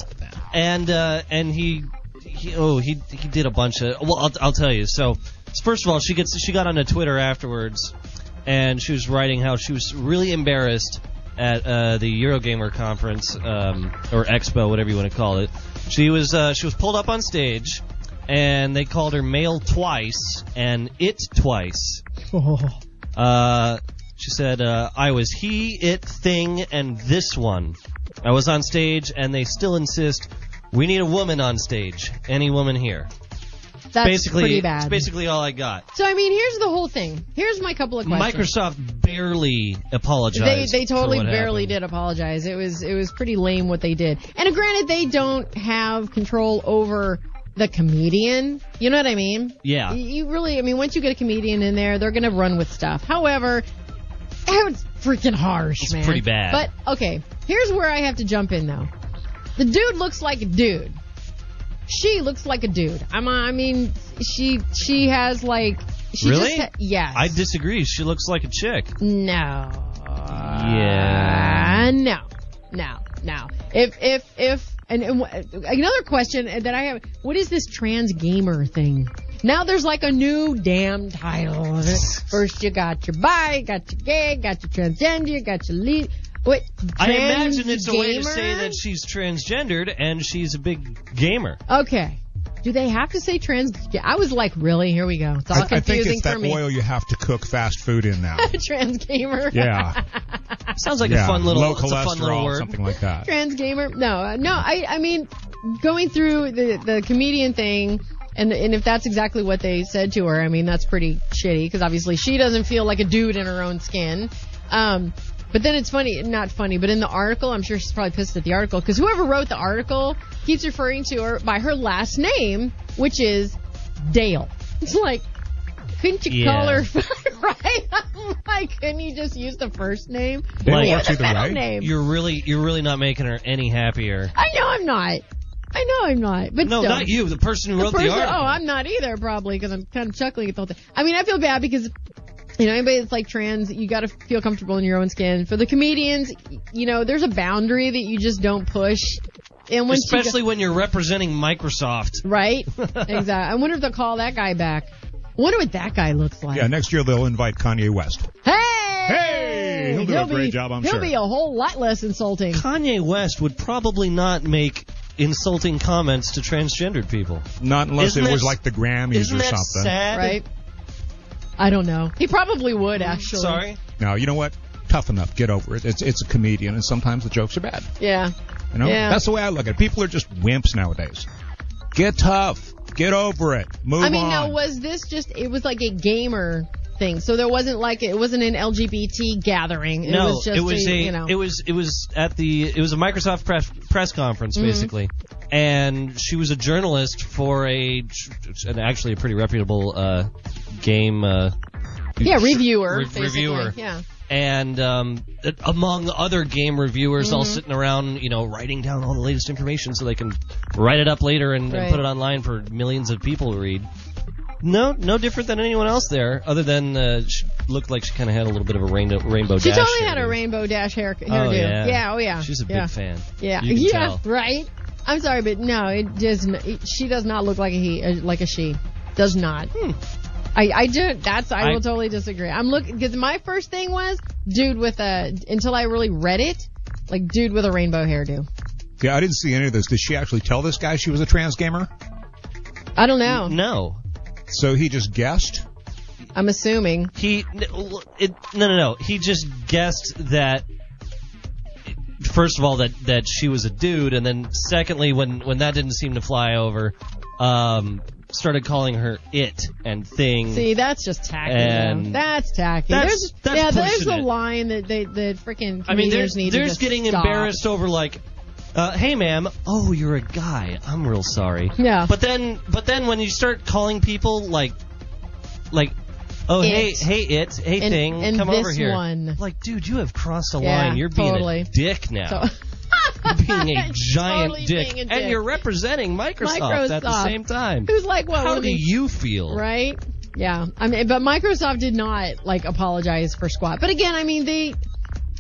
D: and uh, and he, he oh he he did a bunch of well I'll, I'll tell you. So first of all, she gets she got onto Twitter afterwards, and she was writing how she was really embarrassed at uh, the Eurogamer conference um, or expo, whatever you want to call it. She was uh, she was pulled up on stage, and they called her male twice and it twice. Uh, she said, uh, I was he, it, thing, and this one. I was on stage, and they still insist we need a woman on stage. Any woman here.
C: That's
D: basically,
C: pretty bad.
D: That's basically all I got.
C: So I mean, here's the whole thing. Here's my couple of questions.
D: Microsoft barely
C: They
D: apologized.
C: they
D: for
C: totally
D: what
C: barely
D: happened.
C: did apologize. It was it was pretty lame what they did. And granted, they don't have control over the comedian. You know what I mean?
D: Yeah.
C: Y- You really, I mean, once you get a comedian in there, they're gonna run with stuff. However, that was freaking harsh, man.
D: pretty bad.
C: But okay, here's where I have to jump in though. The dude looks like a dude. She looks like a dude. I'm, I mean, she she has like she
D: Really?
C: just ha- yes.
D: I disagree. She looks like a chick.
C: No.
D: yeah.
C: Uh, no, no, no. If if if and, and wh- another question that I have: What is this trans gamer thing? Now there's like a new damn title. of it. First you got your bi, you got your gay, you got your transgender, you got your lead. What?
D: I imagine it's a way to
C: transgamer?
D: say that she's transgendered and she's a big gamer.
C: Okay. Do they have to say trans? I was like, really? Here we go. It's all
J: I, I think
C: confusing
J: it's that
C: for me.
J: oil you have to cook fast food in now.
C: trans gamer.
J: Yeah.
D: Sounds like
J: Yeah.
D: a fun little,
J: Low
D: it's a fun
J: cholesterol,
D: little word.
J: something like that.
C: trans gamer. No, uh, no. I, I mean, going through the the comedian thing, and and if that's exactly what they said to her, I mean, that's pretty shitty because obviously she doesn't feel like a dude in her own skin. Um, but then it's funny, not funny, but in the article, I'm sure she's probably pissed at the article because whoever wrote the article keeps referring to her by her last name, which is Dale. It's like. Couldn't you call
D: Yeah.
C: her right? I'm like, couldn't you just use the first name?
D: Dale
C: Leave
D: works
C: the
D: either
C: middle Name.
D: You're really you're really not making her any happier.
C: I know I'm not. I know I'm not. But
D: no,
C: still.
D: not you. The person who
C: The
D: wrote
C: person-
D: the article.
C: Oh, I'm not either, probably, because I'm kind of chuckling at the whole thing. I mean, I feel bad because, you know, anybody that's like trans, you got to feel comfortable in your own skin. For the comedians, you know, there's a boundary that you just don't push. And when she go-
D: Especially when you're representing Microsoft.
C: right? exactly. I wonder if they'll call that guy back. Wonder what that guy looks like.
J: Yeah, next year they'll invite Kanye West.
C: Hey!
J: Hey, he'll do a great job, I'm
C: he'll
J: sure.
C: be a whole lot less insulting.
D: Kanye West would probably not make insulting comments to transgendered people.
J: Not unless
D: Isn't
J: it was
D: that-
J: like the Grammys
D: isn't
J: or
D: that
J: something.
D: sad?
C: Right? I don't know. He probably would, actually.
D: Sorry.
J: No, you know what? Tough enough. Get over it. It's it's a comedian, and sometimes the jokes are bad.
C: Yeah.
J: You know,
C: Yeah.
J: that's the way I look at it. People are just wimps nowadays. Get tough. Get over it. Move
C: I mean,
J: on.
C: now was this just? It was like a gamer thing, so there wasn't like it wasn't an LGBT gathering. It
D: no,
C: was just
D: it was
C: a,
D: a,
C: you know.
D: it was it was at the it was a Microsoft press press conference
C: Mhm.
D: basically, and she was a journalist for a tr- and actually a pretty reputable uh, game. Uh,
C: yeah, reviewer.
D: re-
C: basically.
D: reviewer.
C: Yeah.
D: and um, it- among other game reviewers all
C: Mm-hmm.
D: sitting around, you know, writing down all the latest information so they can write it up later and, and
O: Right.
D: put it online for millions of people to read. No, no different than anyone else there, other than uh, she looked like she kind of had a little bit of a rainbow, rainbow
C: She
D: dash.
C: totally
D: there.
C: had a rainbow dash hair, hairdo.
D: yeah.
C: oh yeah.
D: She's a big
C: yeah.
D: fan.
C: Yeah,
D: You can
C: yeah,
D: tell.
C: right. I'm sorry, but no, it does. n- it- She does not look like a he, uh, like a she. Does not.
D: Hmm.
C: I, I do. That's I,
F: I-
C: will totally disagree. I'm looking because my first thing was dude with a until I really read it, like dude with a rainbow hairdo.
P: Yeah, I didn't see any of this. Did she actually tell this guy she was a trans gamer?
C: I don't know.
D: No.
P: So he just guessed?
C: I'm assuming.
D: He n- l- it, no no no. He just guessed that. First of all, that that she was a dude, and then secondly, when when that didn't seem to fly over, um, started calling her it and thing.
C: See, that's just tacky.
D: And-
C: though. that's tacky.
D: That's-
C: there's,
D: that's
C: yeah, there's
D: pushing
C: a
D: it.
C: line that they that freaking
D: I mean,
C: comedians
D: there's
C: need to
D: there's
C: just
D: getting
C: stop.
D: embarrassed over like, uh, hey ma'am, oh you're a guy. I'm real sorry.
C: Yeah.
D: But then but then when you start calling people like, like, oh hey
C: It.
D: hey it hey
C: And-
D: thing
C: and
D: come
C: this
D: over here.
C: One.
D: Like, dude, you have crossed the
C: Yeah,
D: line. You're being
C: totally.
D: a dick now.
C: So-
D: You're being a giant
C: Totally
D: dick.
C: being a dick.
D: and you're representing Microsoft, at the
C: Microsoft.
D: same time.
C: Who's like, what?
D: How
C: would
D: do
C: be-
D: you feel?
C: Right? Yeah. I mean, but Microsoft did not like apologize for squat. But again, I mean, they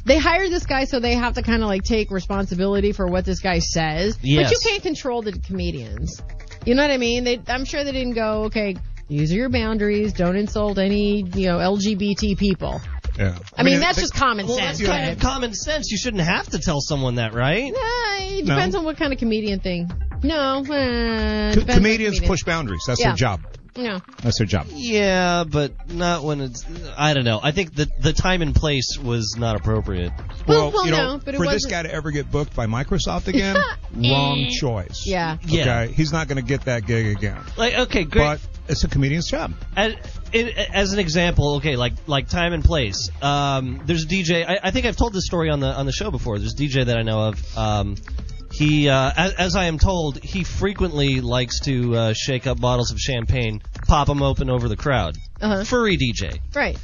C: they hired this guy, so they have to kind of like take responsibility for what this guy says. But you
F: Yes.
C: can't control the comedians. You know what I mean? They, I'm sure they didn't go, okay, these are your boundaries. Don't insult any, you know, LGBT people.
P: Yeah.
C: I mean, that's just common
D: Well,
C: sense,
D: that's kind
C: right?
D: of common sense. You shouldn't have to tell someone that, right?
C: Nah, it
P: No.
C: depends on what kind of comedian thing. No. Uh, depends
P: Co-
C: on
P: comedians
C: comedian.
P: push boundaries. That's
C: Yeah.
P: their job.
C: No.
P: That's their job.
D: Yeah, but not when it's. I don't know. I think the the time and place was not appropriate.
P: Well,
C: well,
P: you know,
C: no, but it
P: for this
C: wasn't-
P: guy to ever get booked by Microsoft again,
C: Eh.
P: wrong choice.
C: Yeah.
D: Yeah.
P: Okay, he's not going to get that gig again.
D: Like, okay, great.
P: But it's a comedian's job.
D: as, it, as an example, okay, like like time and place. Um, there's a DJ. I, I think I've told this story on the on the show before. There's a DJ that I know of. Um, he, uh, as, as I am told, he frequently likes to uh, shake up bottles of champagne, pop them open over the crowd. Furry DJ.
C: Right.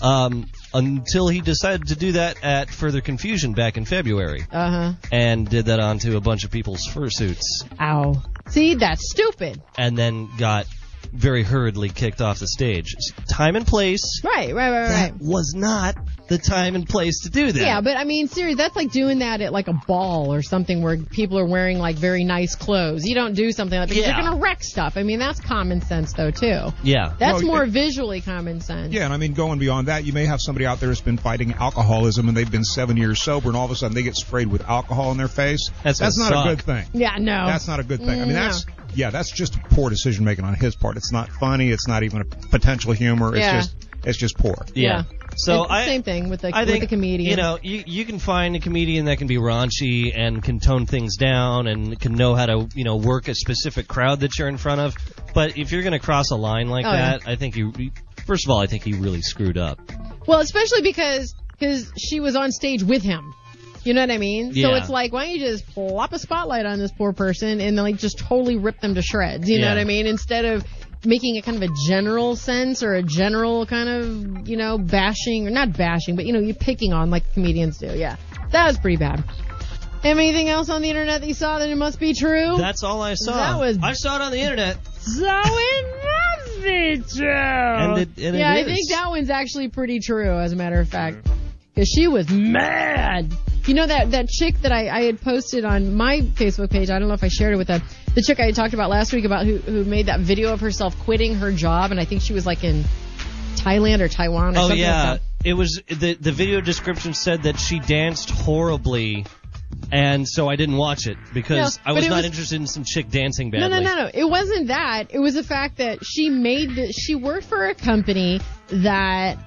D: Um, until he decided to do that at Further Confusion back in February,
C: Uh huh.
D: and did that onto a bunch of people's fursuits,
C: Ow. See, that's stupid.
D: and then got very hurriedly kicked off the stage. Time and place.
C: Right, right, right, right.
D: was not the time and place to do that.
C: Yeah, but I mean, seriously, that's like doing that at like a ball or something where people are wearing like very nice clothes. You don't do something like that because
P: Yeah.
C: you're going to wreck stuff. I mean, that's common sense though too.
D: Yeah.
C: That's
P: Well,
C: more visually common sense.
P: Yeah, and I mean, going beyond that, you may have somebody out there that's been fighting alcoholism and they've been seven years sober, and all of a sudden they get sprayed with alcohol in their face.
D: That's
P: that's
D: gonna
P: not a
D: suck.
P: good thing.
C: Yeah, no.
P: That's not a good thing. I
C: Mm,
P: mean, that's yeah, that's just poor decision making on his part. It's not funny. It's not even a potential humor.
C: Yeah.
P: It's just it's just poor.
D: Yeah. So
C: It's the
D: I
C: same thing with the
D: I
C: with
D: think
C: the comedian.
D: you know you you can find a comedian that can be raunchy and can tone things down and can know how to you know work a specific crowd that you're in front of. But if you're going to cross a line like
C: Oh, yeah.
D: that, I think you you- first of all I think he really screwed up.
C: Well, especially because because she was on stage with him. You know what I mean? So
D: Yeah.
C: it's like, why don't you just plop a spotlight on this poor person and then like just totally rip them to shreds? You know
F: Yeah.
C: what I mean? Instead of making it kind of a general sense or a general kind of you know bashing or not bashing, but you know you picking on like comedians do. Yeah, that was pretty bad. Have anything else on the internet that you saw that it must be true?
D: That's all I saw.
C: That was
D: I saw it on the internet.
C: so it must be true.
D: And it- and it
C: yeah,
D: is.
C: I think that one's actually pretty true, as a matter of fact, because she was mad. You know that that chick that I, I had posted on my Facebook page. I don't know if I shared it with them. The chick I had talked about last week about who who made that video of herself quitting her job, and I think she was like in Thailand or Taiwan or
D: Oh
C: something.
D: yeah,
C: Like
D: it was the the video description said that she danced horribly, and so I didn't watch it because
C: No,
D: I
C: but
D: was
C: it
D: not
C: was-
D: interested in some chick dancing
C: that. No,
D: badly.
C: no, no, no. It wasn't that. It was the fact that she made the, she worked for a company that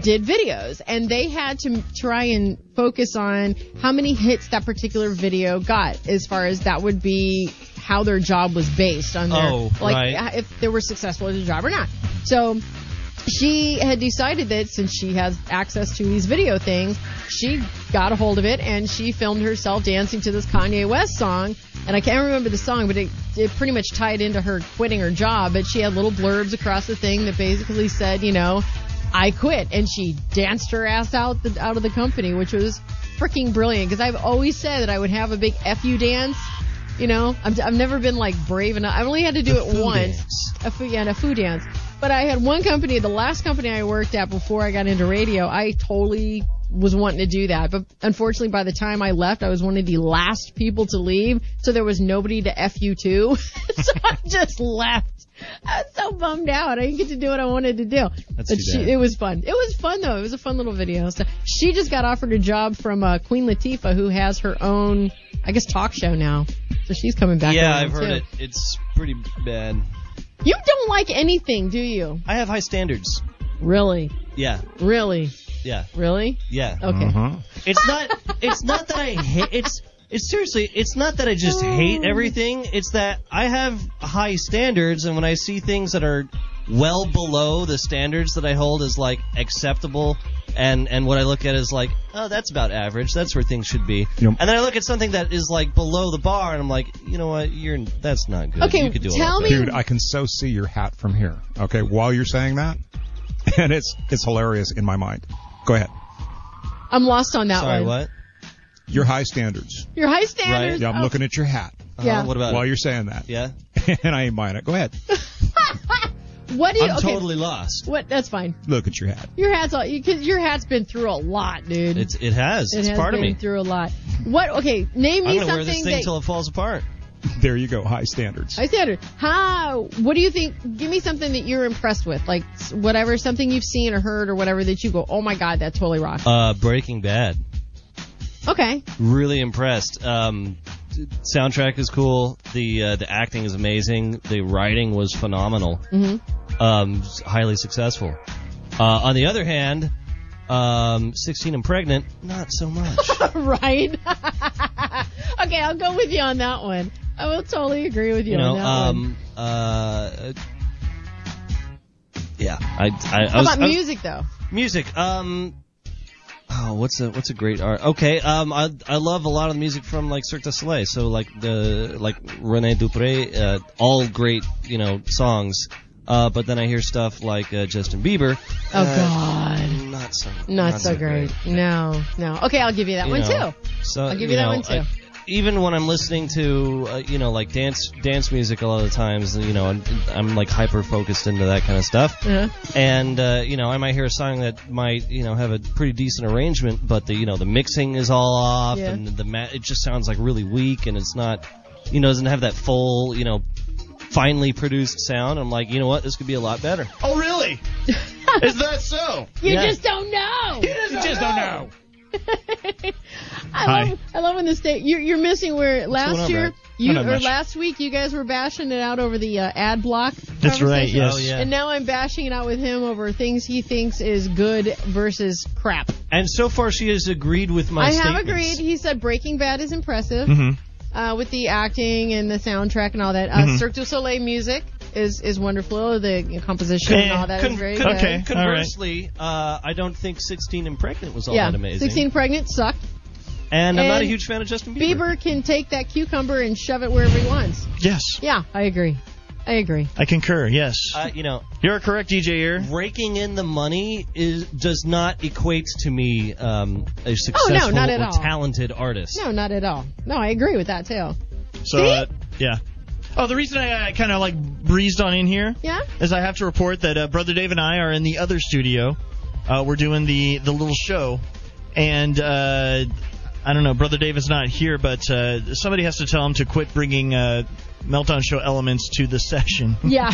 C: did videos and they had to try and focus on how many hits that particular video got as far as that would be how their job was based on their
F: Oh,
C: like
F: right.
C: if they were successful at their job or not. So she had decided that since she has access to these video things, she got a hold of it and she filmed herself dancing to this Kanye West song. And I can't remember the song, but it, it pretty much tied into her quitting her job. But she had little blurbs across the thing that basically said, you know, I quit, and she danced her ass out the, out of the company, which was freaking brilliant. Because I've always said that I would have a big fu dance. You know, I'm, I've never been like brave enough. I've only had to do
E: The
C: it
E: foo
C: once,
E: dance.
C: a foo, yeah, and a foo dance. But I had one company, the last company I worked at before I got into radio, I totally was wanting to do that. But unfortunately, by the time I left, I was one of the last people to leave, so there was nobody to f you to. so I just left. I was so bummed out. I didn't get to do what I wanted to do.
F: That's
C: but
F: too
C: she,
F: bad.
C: it was fun. It was fun though. It was a fun little video. So she just got offered a job from uh, Queen Latifah, who has her own, I guess, talk show now. So she's coming back.
D: yeah,
C: around,
D: I've heard
C: too.
D: it. It's pretty bad.
C: You don't like anything, do you?
D: I have high standards.
C: Really,
D: Yeah,
C: really,
D: yeah,
C: really.
D: yeah.
C: Okay.
D: Mm-hmm. It's not. It's not that I hate. It's. It's seriously. It's not that I just hate everything. It's that I have high standards, and when I see things that are well below the standards that I hold as like acceptable, and and what I look at is like, oh, that's about average. That's where things should be. And then I look at something that is like below the bar, and I'm like, you know what? You're that's not good.
C: Okay,
D: you could do a lot
C: tell me-
D: better."
P: Dude, I can so see your hat from here. Okay, while you're saying that, and it's it's hilarious in my mind. Go ahead.
C: I'm lost on that one.
D: Uh-huh,
P: Your high standards.
C: Your high standards.
P: Yeah, I'm
C: oh.
P: looking at your hat.
C: Yeah. Uh-huh, what about
P: While you're saying that.
D: Yeah.
P: and I ain't buying it. Go ahead.
C: What do you?
P: I'm
C: okay.
P: totally
D: lost.
C: What? That's fine.
P: Look at your hat.
C: Your hat's all. You, cause your hat's been through a lot, dude.
D: It's it has.
C: It
D: it's
C: has
D: part
C: been
D: of me.
C: through a lot. What? Okay, name
D: I'm
C: me
D: gonna wear this
C: something
D: thing
C: that.
D: until it falls apart.
P: There you go. High standards.
C: I said, "How? What do you think? Give me something that you're impressed with, like s- whatever, something you've seen or heard or whatever that you go, oh my god, that totally rocks."
D: Uh, Breaking Bad.
C: okay,
D: Really impressed. Um, t- soundtrack is cool. The uh, the acting is amazing. The writing was phenomenal.
C: hmm
D: Um, s- highly successful. Uh, on the other hand, um, 16 and Pregnant, not so much.
C: right? okay, I'll go with you on that one. I will totally agree with you,
D: you know.
C: on that one.
D: Um, uh, yeah. I, I, I
C: How
D: was,
C: about
D: I was-
C: music though?
D: Music. Um. Oh, what's a what's a great art? Okay, um, I I love a lot of the music from like Cirque du Soleil. So like the like Rene Dupré, uh, all great you know songs. Uh, but then I hear stuff like uh, Justin Bieber.
C: Oh
D: Uh,
C: God,
D: not so
C: not, so, great. No, no. Okay, I'll give you that
D: you
C: one
D: know.
C: too.
D: So
C: I'll give you that
D: know,
C: one, too.
D: I- even when I'm listening to uh, you know like dance dance music a lot of the times, you know, I'm, I'm like hyper focused into that kind of stuff.
C: Uh-huh.
D: And uh, you know, I might hear a song that might you know have a pretty decent arrangement, but the you know the mixing is all off,
C: Yeah.
D: and the ma- it just sounds like really weak, and it's not you know doesn't have that full you know finely produced sound. I'm like, you know what, this could be a lot better.
F: Oh, really? Is that so?
C: You
D: Yeah.
C: just don't know.
F: You just don't know.
C: I
D: Hi.
C: love, I love when this day you're, you're missing where last
D: going on,
C: year
D: Brad?
C: you
D: Not
C: or
D: much.
C: last week you guys were bashing it out over the uh, ad block.
E: That's right,
C: conversation.
E: yes. Oh, yeah.
C: And now I'm bashing it out with him over things he thinks is good versus crap.
D: And so far, she has agreed with my
C: I have
D: statements.
C: agreed. He said Breaking Bad is impressive
D: Mhm.
C: uh, with the acting and the soundtrack and all that. Uh,
D: Mhm.
C: Cirque du Soleil music is is wonderful. The composition and all that is
D: Con-
C: very
D: con-
C: good.
D: Conversely, uh, I don't think 16 and Pregnant was all
C: yeah,
D: that amazing.
C: 16 pregnant sucked.
D: and I'm not a
C: and
D: huge fan of Justin Bieber.
C: Bieber can take that cucumber and shove it wherever he wants.
E: Yes,
C: Yeah, I agree. I agree.
E: I concur. Yes.
D: Uh, you know,
E: You're correct, DJ Ear.
D: raking in the money is does not equate to me um, a
C: Oh,
D: successful
C: no, not at
D: or
C: all.
D: talented artist.
C: No, not at all. No, I agree with that too.
E: So, uh, yeah. Oh, the reason I, I kind of like breezed on in here
C: Yeah?
E: is I have to report that uh, brother Dave and I are in the other studio. Uh, we're doing the the little show, and uh, I don't know. Brother Dave is not here, but uh, somebody has to tell him to quit bringing uh, Meltdown Show elements to the session.
C: Yeah.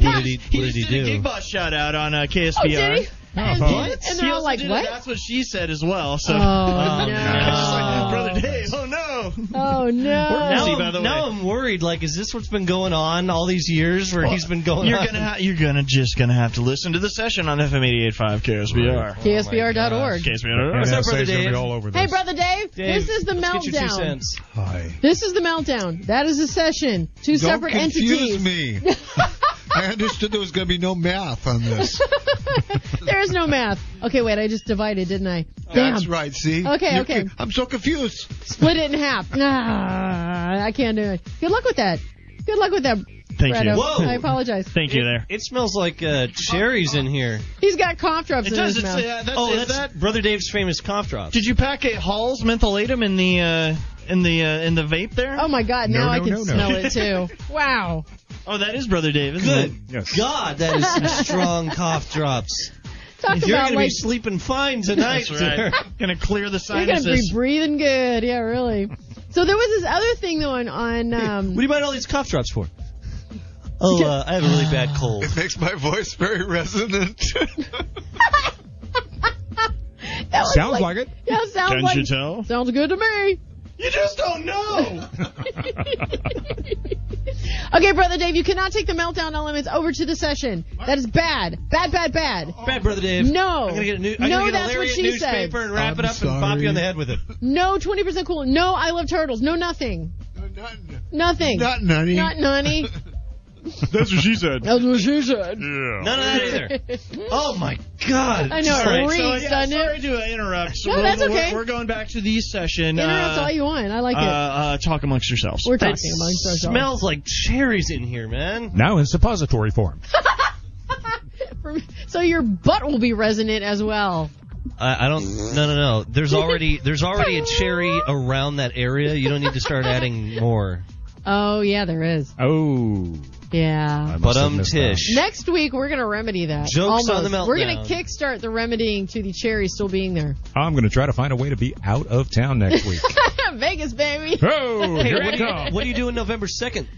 D: What did he, what did he
E: did a Gig
D: do?
E: Boss shout out on uh,
C: Oh,
E: KSBR.
D: Uh-huh.
C: did he? And, and
E: He
C: they're all
E: also
C: like,
E: did a
C: what?
E: That's what she said as well. So,
C: Oh,
E: I
C: no.
E: just like, brother Dave. Oh no.
C: Oh,
E: We're
C: no.
E: busy,
D: Now,
E: by the
D: I'm,
E: way.
D: now I'm worried. Like, is this what's been going on all these years where
E: Well,
D: he's been going
E: You're
D: on?
E: gonna ha- you're gonna just gonna have to listen to the session on FM 88.5 KSBR.
C: KSBR.org.
E: KSBR.
D: What's up, brother Dave?
C: Hey, Brother Dave,
D: Dave,
C: this is the
D: let's Get your two
C: meltdown.
D: cents.
P: Hi.
C: This is the meltdown. That is a session. 2
A: Don't
C: separate
A: confuse
C: entities.
A: me. I understood there was going to be no math on this.
C: There is no math. Okay, wait, I just divided, didn't I? Damn.
A: That's right. See.
C: Okay,
A: You're-
C: okay.
A: I'm so confused.
C: Split it in half. Nah, I can't do it. Good luck with that. Good luck with that,
E: Thank
C: Fredo.
E: you.
C: I apologize.
E: Thank you there.
D: It smells like uh, cherries in here.
C: He's got cough drops
D: It
C: in
D: does.
C: his
D: It's,
C: mouth.
D: uh, that's, oh, that's that? Brother Dave's famous cough drops.
E: Did you pack it Hall's mentholatum in the uh, in the uh, in the vape there?
C: Oh my God!
E: No,
C: Now
E: no,
C: I can
E: no, no.
C: smell it too. Wow.
E: Oh, that is Brother Dave. Isn't
D: Good
E: it?
D: God, that is some strong cough drops.
C: Talk
D: You're
C: about
D: gonna be
C: like
D: sleeping fine tonight.
E: That's right. gonna clear the
C: you're gonna
E: sinuses.
C: be breathing good. Yeah, really. So there was this other thing though on on. Um,
D: What do you buy all these cough drops for? Oh, uh, I have a really bad cold.
A: It makes my voice very resonant.
C: that was
A: Sounds like it.
C: Yeah, sounds
A: Can't
C: like.
A: you tell?
C: Sounds good to me.
E: You just don't know.
C: Okay, brother Dave, you cannot take the meltdown elements over to the session. That is bad, bad, bad, bad.
A: Oh.
D: Bad brother Dave.
C: No.
D: I'm gonna get a new. I'm
C: No,
D: gonna get a
C: that's what
D: Lariat
C: she
D: newspaper
C: said.
D: and wrap
A: I'm
D: it up and pop
A: sorry.
D: you on the head with it.
C: No, twenty percent cool. No, I love turtles. No, nothing. Nothing.
A: Not nutty.
C: Not nutty.
A: That's what she said.
C: That's what she said.
A: Yeah.
D: None of that either.
E: Oh my God!
C: I know, it
E: Sorry,
C: reeks,
E: so, yeah,
C: doesn't
E: sorry to interrupt. So
C: No,
E: we're,
C: that's
E: we're-
C: okay.
E: We're going back to the session.
C: Internet's
E: uh,
C: all you want. I like
E: uh,
C: it.
E: uh, talk amongst yourselves.
C: We're talking
E: It
C: amongst ourselves.
E: Smells like cherries in here, man.
N: Now in suppository form.
C: From- so your butt will be resonant as well.
D: I, I don't. No, no, no. There's already there's already a cherry around that area. You don't need to start adding more.
C: Oh yeah, there is.
D: Oh.
C: Yeah.
D: But um, Tish.
C: Next week we're gonna remedy that.
D: Jokes
C: Almost.
D: on the
C: We're gonna
D: meltdown.
C: kickstart the remedying to the cherry still being there.
N: I'm going to try to find a way to be out of town next week.
C: Vegas baby.
N: Oh,
D: Hey,
N: here
D: what
N: we
D: do,
N: go.
D: you, what do you do on November second?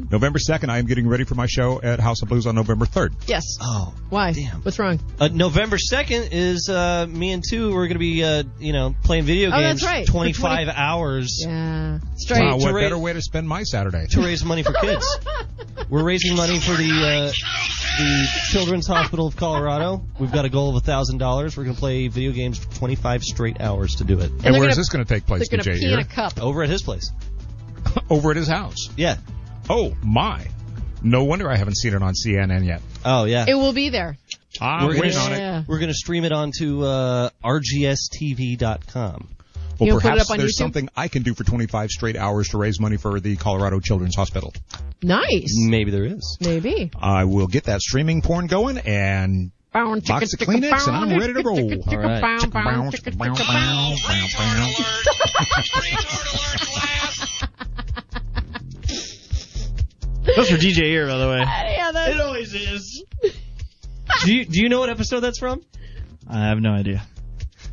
P: November 2nd, I am getting ready for my show at House of Blues on November 3rd.
C: Yes.
D: Oh,
C: Why? What's wrong?
D: uh, November second is uh, me and two. We're gonna be uh, you know playing video
C: Oh,
D: games.
C: that's right. For 20
D: Twenty-five hours
C: Yeah. Straight.
P: Wow, Uh, what
D: To raise-
P: better way to spend my Saturday?
D: to raise money for kids. We're raising money for the uh, the Children's Hospital of Colorado. We've got a goal of thousand dollars. We're gonna play video games for twenty-five straight hours to do it.
P: And, where is this going to take place,
C: They're gonna
P: DJ?
C: pee in a
P: Here?
C: cup.
D: Over at his place.
P: Over at his house.
D: Yeah.
P: Oh, my. No wonder I haven't seen it on CNN yet.
D: Oh yeah.
C: It will be there.
A: Ah,
P: I'm
D: we're
P: waiting
D: gonna,
P: on it.
C: Yeah.
D: We're gonna stream it onto uh, rgstv.com.
P: Well,
C: You gonna put it
P: perhaps
C: up on
P: there's
C: YouTube?
P: something I can do for 25 straight hours to raise money for the Colorado Children's Hospital.
C: Nice.
D: Maybe there is.
C: Maybe.
P: I will get that streaming porn going and
C: Bound,
P: box of Kleenex, and I'm ready to roll.
D: All right.
C: Bound, bound, chicka, chicka, bound.
E: Those are DJ Ear, by the way.
C: Yeah,
E: It
C: that's
E: always is.
D: do you do you know what episode that's from?
E: I have no idea.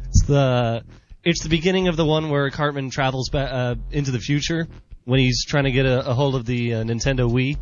D: It's the it's the beginning of the one where Cartman travels ba- uh, into the future when he's trying to get a, a hold of the uh, Nintendo Wii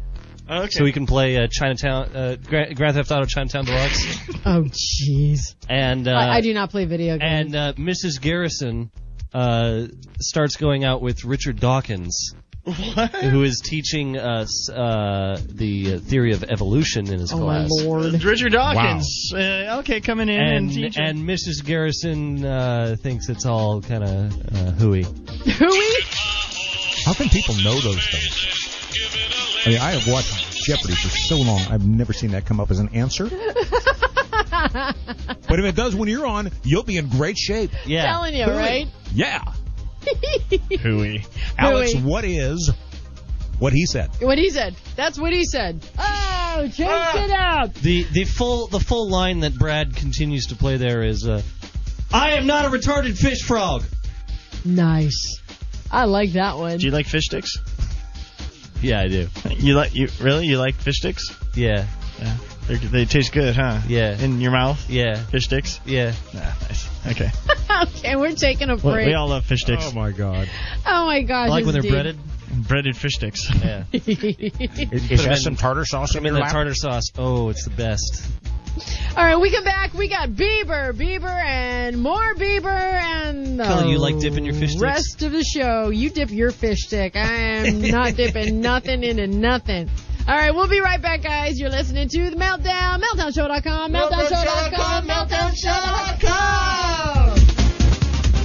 E: Okay.
D: so he can play uh, Chinatown uh, Grand, Grand Theft Auto Chinatown Deluxe.
C: Oh jeez.
D: And uh,
C: I, I do not play video games.
D: and uh, Mrs. Garrison uh, starts going out with Richard Dawkins, who is teaching us uh, the uh, theory of evolution in his
C: oh my
D: class.
C: lord.
E: Richard Dawkins. Uh, okay, coming in and,
D: And
E: teaching.
D: and Mrs. Garrison uh, thinks it's all kind of uh, hooey.
C: Hooey?
P: How can people know those things? I mean, I have watched Jeopardy for so long, I've never seen that come up as an answer. but if it does when you're on, you'll be in great shape.
D: Yeah.
C: Telling you, right?
P: Yeah. Hooey. Alex,
C: Hooey.
P: what is what he said?
C: What he said. That's what he said. Oh, changed
D: Ah.
C: it up.
D: The the full the full line that Brad continues to play there is, uh, "I am not a retarded fish frog."
C: Nice. I like that one.
E: do you like fish sticks?
D: Yeah, I do.
E: You like you really? You like fish sticks?
D: Yeah,
E: Yeah. They're, they taste good, huh?
D: yeah,
E: In your mouth,
D: yeah,
E: fish sticks.
D: yeah.
E: Nah, nice. Okay.
C: okay, we're taking a
E: Well,
C: break.
E: we all love fish sticks.
P: my god.
C: oh my gosh.
D: I like when they're
C: yes,
D: breaded.
E: Breaded fish sticks.
D: Yeah.
C: indeed.
P: Is,
D: Put 'em
P: that
D: in-
P: some tartar sauce in
D: Put 'em
P: your
D: in that
P: lap?
D: tartar sauce. Oh, it's the best.
C: all right, we come back. We got Bieber, Bieber, and more Bieber, and the
D: Kelly, you like dipping your fish sticks?
C: Rest of the show, you dip your fish stick. I am not dipping nothing into nothing. All right, we'll be right back, guys. You're listening to the Meltdown, MeltdownShow.com, MeltdownShow.com, MeltdownShow.com.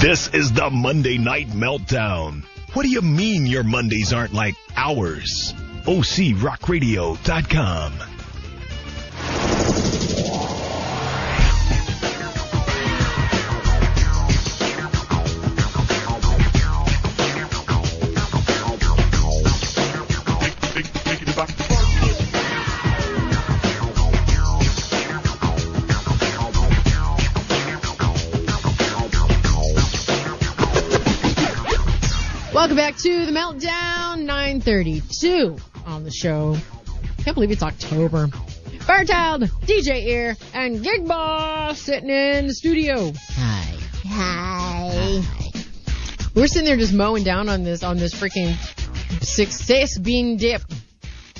G: This is the Monday Night Meltdown What do you mean your Mondays aren't like ours? OCRockRadio.com.
C: Welcome back to the Meltdown 932 on the show. Can't believe it's October. Firechild, DJ Ear, and Gig Boss sitting in the studio. Hi. Hi. We're sitting there just mowing down on this on this freaking success bean dip.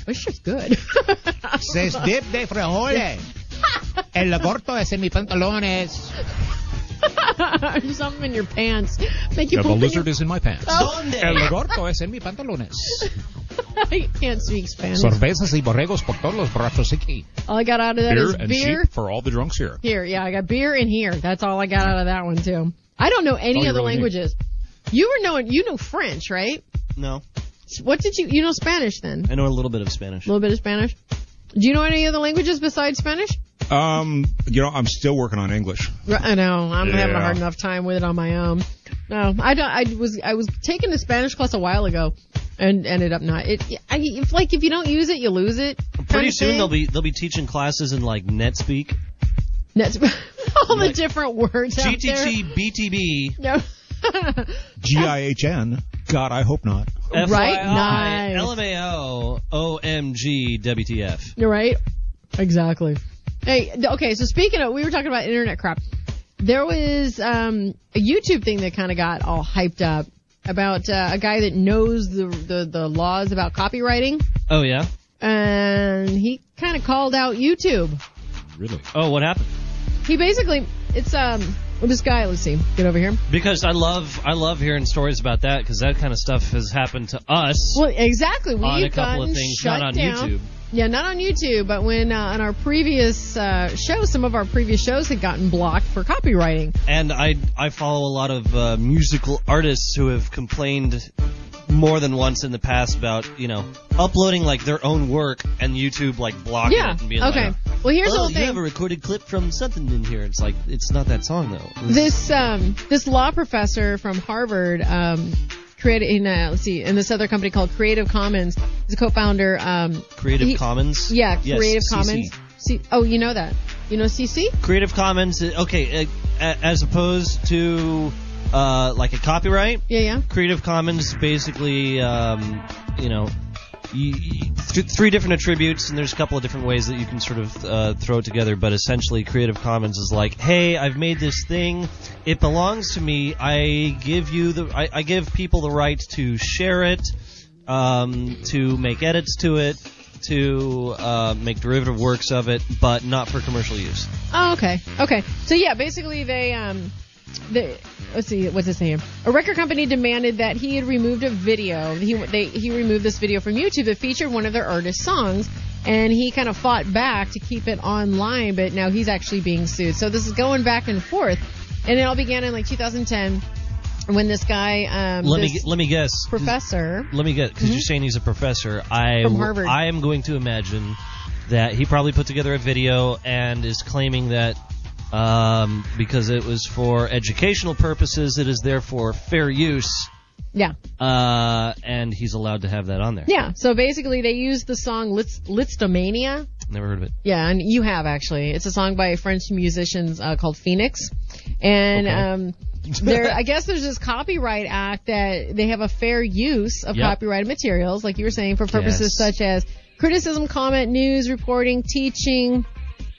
C: This shit's good.
N: Seis dip de frijoles. El corto es en mis pantalones.
C: Something in your pants. Make you
P: Yeah, the
C: poop in
P: lizard
C: your-
P: is in my pants.
C: Oh.
P: El gordo es en mi pantalones.
C: I can't speak Spanish.
P: Cervezas y borregos por todos los borrachos aquí.
C: All I got out of that
P: beer
C: is
P: and
C: beer.
P: sheep for all the drunks here.
C: Here, yeah, I got beer in here. That's all I got out of that one too. I don't know any
D: Oh,
P: All you
C: other
P: really need.
C: languages. You were knowing you know French, right?
D: No.
C: S- What did you you know Spanish then?
D: I know a little bit of Spanish.
C: A little bit of Spanish. Do you know any other languages besides Spanish?
J: Um, you know, I'm still working on English.
C: R- I know I'm having a
J: Yeah.
C: hard enough time with it on my own. No, I don't. I was I was taking a Spanish class a while ago, and ended up not. It I, if like if you don't use it, you lose it.
D: Pretty soon they'll be they'll be teaching classes in like NetSpeak,
C: That's all the different words out there.
D: GTT, BTB,
C: No.
P: G I H N. God, I hope not.
C: Right?
D: FYI,
C: Nice.
D: LMAO, OMG, WTF.
C: You're right. Exactly. Hey, th- okay, so speaking of, we were talking about internet crap. There was um, a YouTube thing that kind of got all hyped up about uh, a guy that knows the, the, the laws about copywriting,
D: Oh yeah.
C: and he kind of called out YouTube.
D: Really? Oh, what happened?
C: He basically, it's um, this guy, let's see, get over here.
D: Because I love I love hearing stories about that because that kind of stuff has happened to us.
C: Well, exactly. We've
D: On a couple of
C: gotten
D: things,
C: shut
D: not on
C: down.
D: YouTube.
C: Yeah, not on YouTube, but when uh, on our previous uh, show, some of our previous shows had gotten blocked for copywriting.
D: And I I follow a lot of uh, musical artists who have complained more than once in the past about you know uploading like their own work and YouTube like blocking
C: Yeah.
D: it and being
C: Okay.
D: like.
C: Well, here's the
D: oh,
C: whole
D: you
C: thing.
D: have a recorded clip from something in here. It's like it's not that song though.
C: this um, this law professor from Harvard um, created in uh, let's see in this other company called Creative Commons. He's a co-founder. Um,
D: Creative
C: he-
D: Commons.
C: Yeah,
D: Yes,
C: Creative
D: CC.
C: Commons. C- oh, you know that. You know CC.
D: Creative Commons. uh, Okay, uh, a- as opposed to uh, like a copyright.
C: Yeah, yeah.
D: Creative Commons basically, um, you know, you, you, th- three different attributes, and there's a couple of different ways that you can sort of uh, throw it together. But essentially, Creative Commons is like, hey, I've made this thing, it belongs to me. I give you the, I, I give people the right to share it, um, to make edits to it. To uh, make derivative works of it, but not for commercial use.
C: Oh, okay. Okay. So yeah, basically they um they let's see what's his name. A record company demanded that he had removed a video. He they he removed this video from YouTube that featured one of their artist songs and he kind of fought back to keep it online, but now he's actually being sued. So this is going back and forth. And it all began in like 2010 when this guy um
D: let
C: this
D: me let me guess.
C: professor
D: Let me get because you're saying he's a professor. I
C: From Harvard.
D: I am going to imagine that he probably put together a video and is claiming that um, because it was for educational purposes, it is therefore fair use,
C: yeah.
D: uh, and he's allowed to have that on there.
C: Yeah. So basically they used the song Litz Litztomania
D: Never heard of it.
C: Yeah, and you have actually. It's a song by French musicians uh, called Phoenix, and
D: Okay.
C: um, there. I guess there's this copyright act that they have a fair use of
O: Yep.
C: copyrighted materials, like you were saying, for purposes
O: Yes.
C: such as criticism, comment, news, reporting, teaching.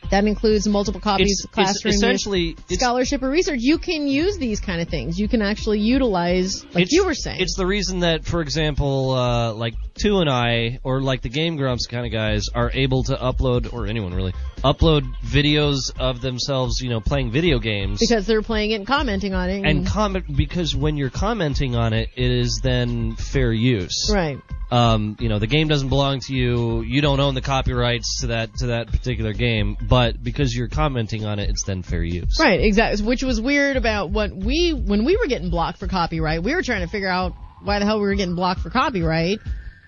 C: That includes multiple copies,
D: It's- it's
C: classroom, use,
D: essentially- it's-
C: scholarship, or research. You can use these kind of things. You can actually utilize, like you were saying.
D: It's the reason that, for example, uh, like Two and I, or like the Game Grumps kind of guys, are able to upload, or anyone really, upload videos of themselves, you know, playing video games.
C: because they're playing it and commenting on it.
D: and comment because when you're commenting on it, it is then fair use.
C: right.
D: Um, you know, the game doesn't belong to you. You don't own the copyrights to that to that particular game, but because you're commenting on it, it's then fair use.
C: Right, exactly. Which was weird about what we when we were getting blocked for copyright. We were trying to figure out why the hell we were getting blocked for copyright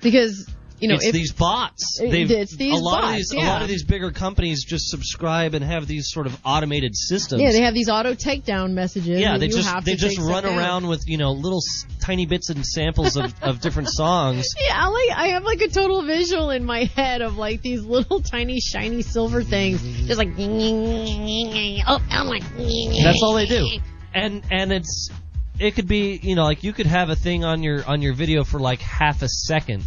C: because you know
E: it's
C: if
E: these bots.
C: It-
E: They've-
C: it's these
E: a lot
C: bots,
E: of these
C: yeah.
E: a lot of these bigger companies just subscribe and have these sort of automated systems.
C: yeah, they have these auto takedown messages.
E: Yeah,
C: and
E: they
C: you
E: just
C: have
E: they
C: to
E: just
C: take
E: run
C: stuff down.
E: around with you know little s- tiny bits and samples of, of different songs.
C: Yeah, I like I have like a total visual in my head of like these little tiny shiny silver things, just like ding, ding, ding, ding, ding. oh, I'm like
E: That's all they do. And and it's it could be you know like you could have a thing on your on your video for like half a second.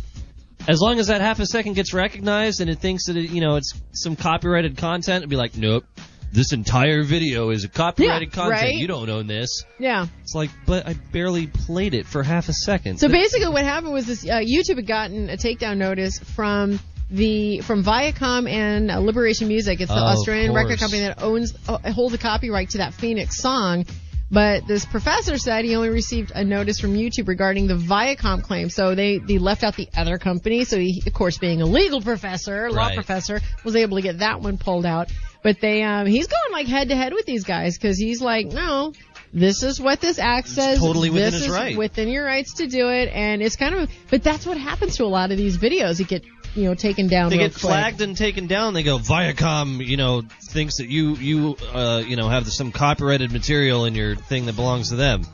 E: As long as that half a second gets recognized and it thinks that it, you know it's some copyrighted content, it'd be like, nope, this entire video is a copyrighted
C: Yeah,
E: content.
C: right?
E: You don't own this.
C: Yeah.
E: It's like, but I barely played it for half a second.
C: So basically, what happened was this: uh, YouTube had gotten a takedown notice from the from Viacom and uh, Liberation Music. It's the
E: Of
C: Australian record
E: course.
C: company that owns uh, holds the copyright to that Phoenix song. But this professor said he only received a notice from YouTube regarding the Viacom claim. So they, they left out the other company. So he, of course, being a legal professor, law
Q: Right.
C: professor, was able to get that one pulled out. But they, um, he's going like head to head with these guys because he's like, no, this is what this act says.
E: totally within
C: this is
E: his right.
C: within your rights to do it, and it's kind of. But that's what happens to a lot of these videos. It get you know taken down.
E: they
C: real
E: get
C: quick.
E: flagged and taken down. They go, Viacom, you know, thinks that you you uh, you know have some copyrighted material in your thing that belongs to them,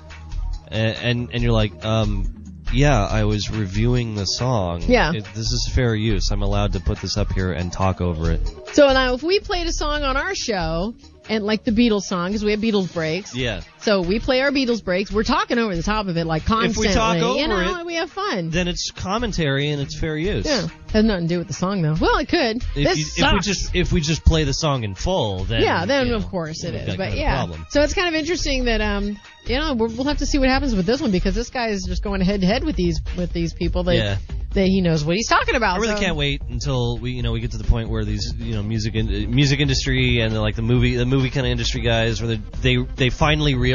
E: and and, and you're like, um, yeah, I was reviewing the song.
C: Yeah.
E: It- this is fair use. I'm allowed to put this up here and talk over it.
C: So now, if we played a song on our show, and like the Beatles song, because we have Beatles breaks.
E: Yeah.
C: So we play our Beatles breaks. We're talking over the top of it like
E: If
C: constantly.
E: we talk over
C: you know,
E: it,
C: and we have fun.
E: Then it's commentary and it's fair use.
C: yeah, has nothing to do with the song though. Well, it could.
E: If,
C: this
E: you, if we
C: sucks.
E: just if we just play the song in full, then
C: yeah, then
E: you know,
C: of course it
E: we've
C: is.
E: got kind
C: But
E: of a
C: yeah,
E: problem.
C: so it's kind of interesting that um, you know, we'll we'll have to see what happens with this one because this guy is just going head to head with these with these people that
E: Yeah.
C: that he knows what he's talking about.
E: I really
C: so-
D: Um,
E: can't wait until we, you know, we get to the point where these, you know, music in, music industry and like the movie, the movie kind of industry guys, where they, they they finally realize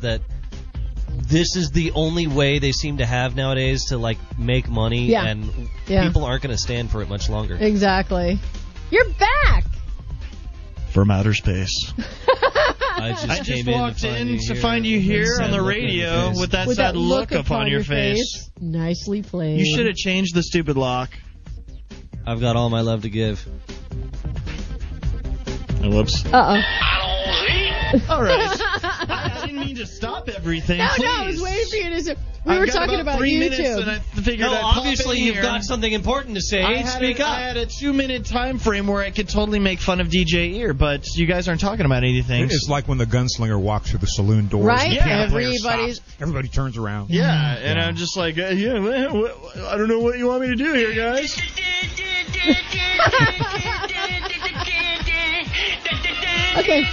E: that this is the only way they seem to have nowadays to like make money,
C: Yeah.
E: and
C: Yeah.
E: people aren't going to stand for it much longer.
C: Exactly. You're back.
R: From outer space.
E: I just,
R: I just
E: came
R: walked
E: in to find,
R: in
E: you,
R: to find you here
E: Sad
R: on the
E: look on your
R: radio
E: face.
R: with that
E: With
R: sad
E: that
R: look, upon your face.
C: Nicely played.
D: You should have changed the stupid lock.
E: I've got all my love to give.
R: Whoops.
C: Uh oh.
D: All right. I, I didn't mean to stop everything.
C: No,
D: please.
C: no, I was waiting for you to. say- We
D: I've
C: were
D: got
C: talking
D: about
C: about,
D: three minutes
C: YouTube.
D: and I figured
E: no,
D: I'd pop
E: obviously
D: in
E: you've
D: here.
E: got something important to say.
D: I had
E: Speak
D: a-
E: up.
D: I had a two-minute time frame where I could totally make fun of DJ Ear, but you guys aren't talking about anything.
S: It's like when the gunslinger walks through the saloon doors.
D: Right?
S: And the
D: Yeah.
S: piano player
D: Everybody's-
S: stops. Everybody turns around.
D: yeah,
E: Mm-hmm.
D: and I'm just like, uh, yeah, well, what- I don't know what you want me to do here, guys.
C: Okay.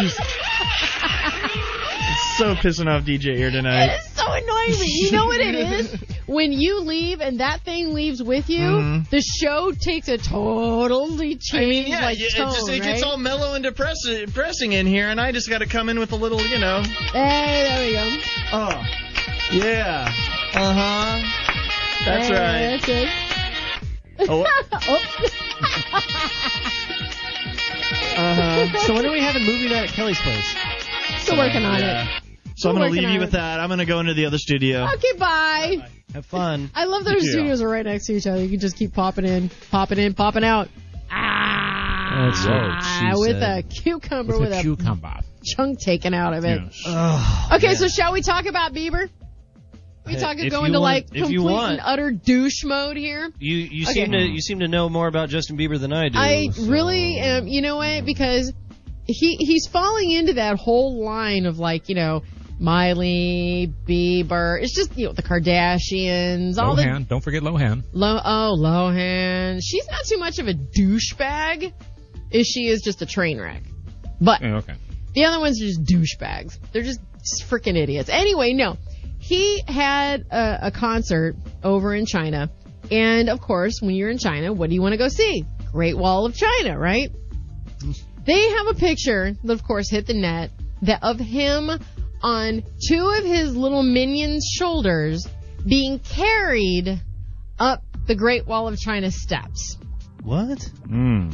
D: Just- it's so pissing off DJ Ear tonight.
C: It's so annoying me. You know what it is? When you leave and that thing leaves with you,
D: Mhm.
C: the show takes a totally changed
D: I mean, yeah,
C: like,
D: it,
C: tone,
D: just, it
C: right?
D: gets all mellow and depress- depressing in here, and I just got to come in with a little, you know.
C: Hey, there we go.
D: Oh, yeah. Uh huh. That's
C: Hey,
D: right.
C: That's it.
D: Oh, what-
E: Uh-huh. So when do we have a movie night at Kelly's place?
C: Still working on it.
D: So I'm
C: We're working
D: going to leave
C: on
D: you with
C: it.
D: that. I'm going to go into the other studio.
C: Okay, bye.
E: Have fun.
C: I love those
D: You too.
C: studios are right next to each other. You can just keep popping in, popping in, popping out.
E: That's
C: Ah, with a cucumber with, a,
S: cucumber.
C: chunk taken out of it.
E: Ugh.
C: Okay,
E: Oh, man.
C: so shall we talk about Bieber? We
E: Hey,
C: talk
E: if
C: go
E: you
C: into
E: want-
C: like
E: if you
C: complete and
E: want.
C: utter douche mode here.
E: You you
C: Okay.
E: seem to you seem to know more about Justin Bieber than I do.
C: I really am. You know what? Because he he's falling into that whole line of like you know Miley Bieber. It's just you know the Kardashians, all the
S: Lohan. Don't forget Lohan.
C: Lo- oh Lohan. She's not too much of a douchebag, as she is just a train wreck. But
S: Yeah, Oh, okay.
C: The other ones are just douchebags. They're just, just freaking idiots. Anyway, no. He had a, a concert over in China. And of course, when you're in China, what do you want to go see? Great Wall of China, right? They have a picture that, of course, hit the net that of him on two of his little minions' shoulders being carried up the Great Wall of China steps.
E: What?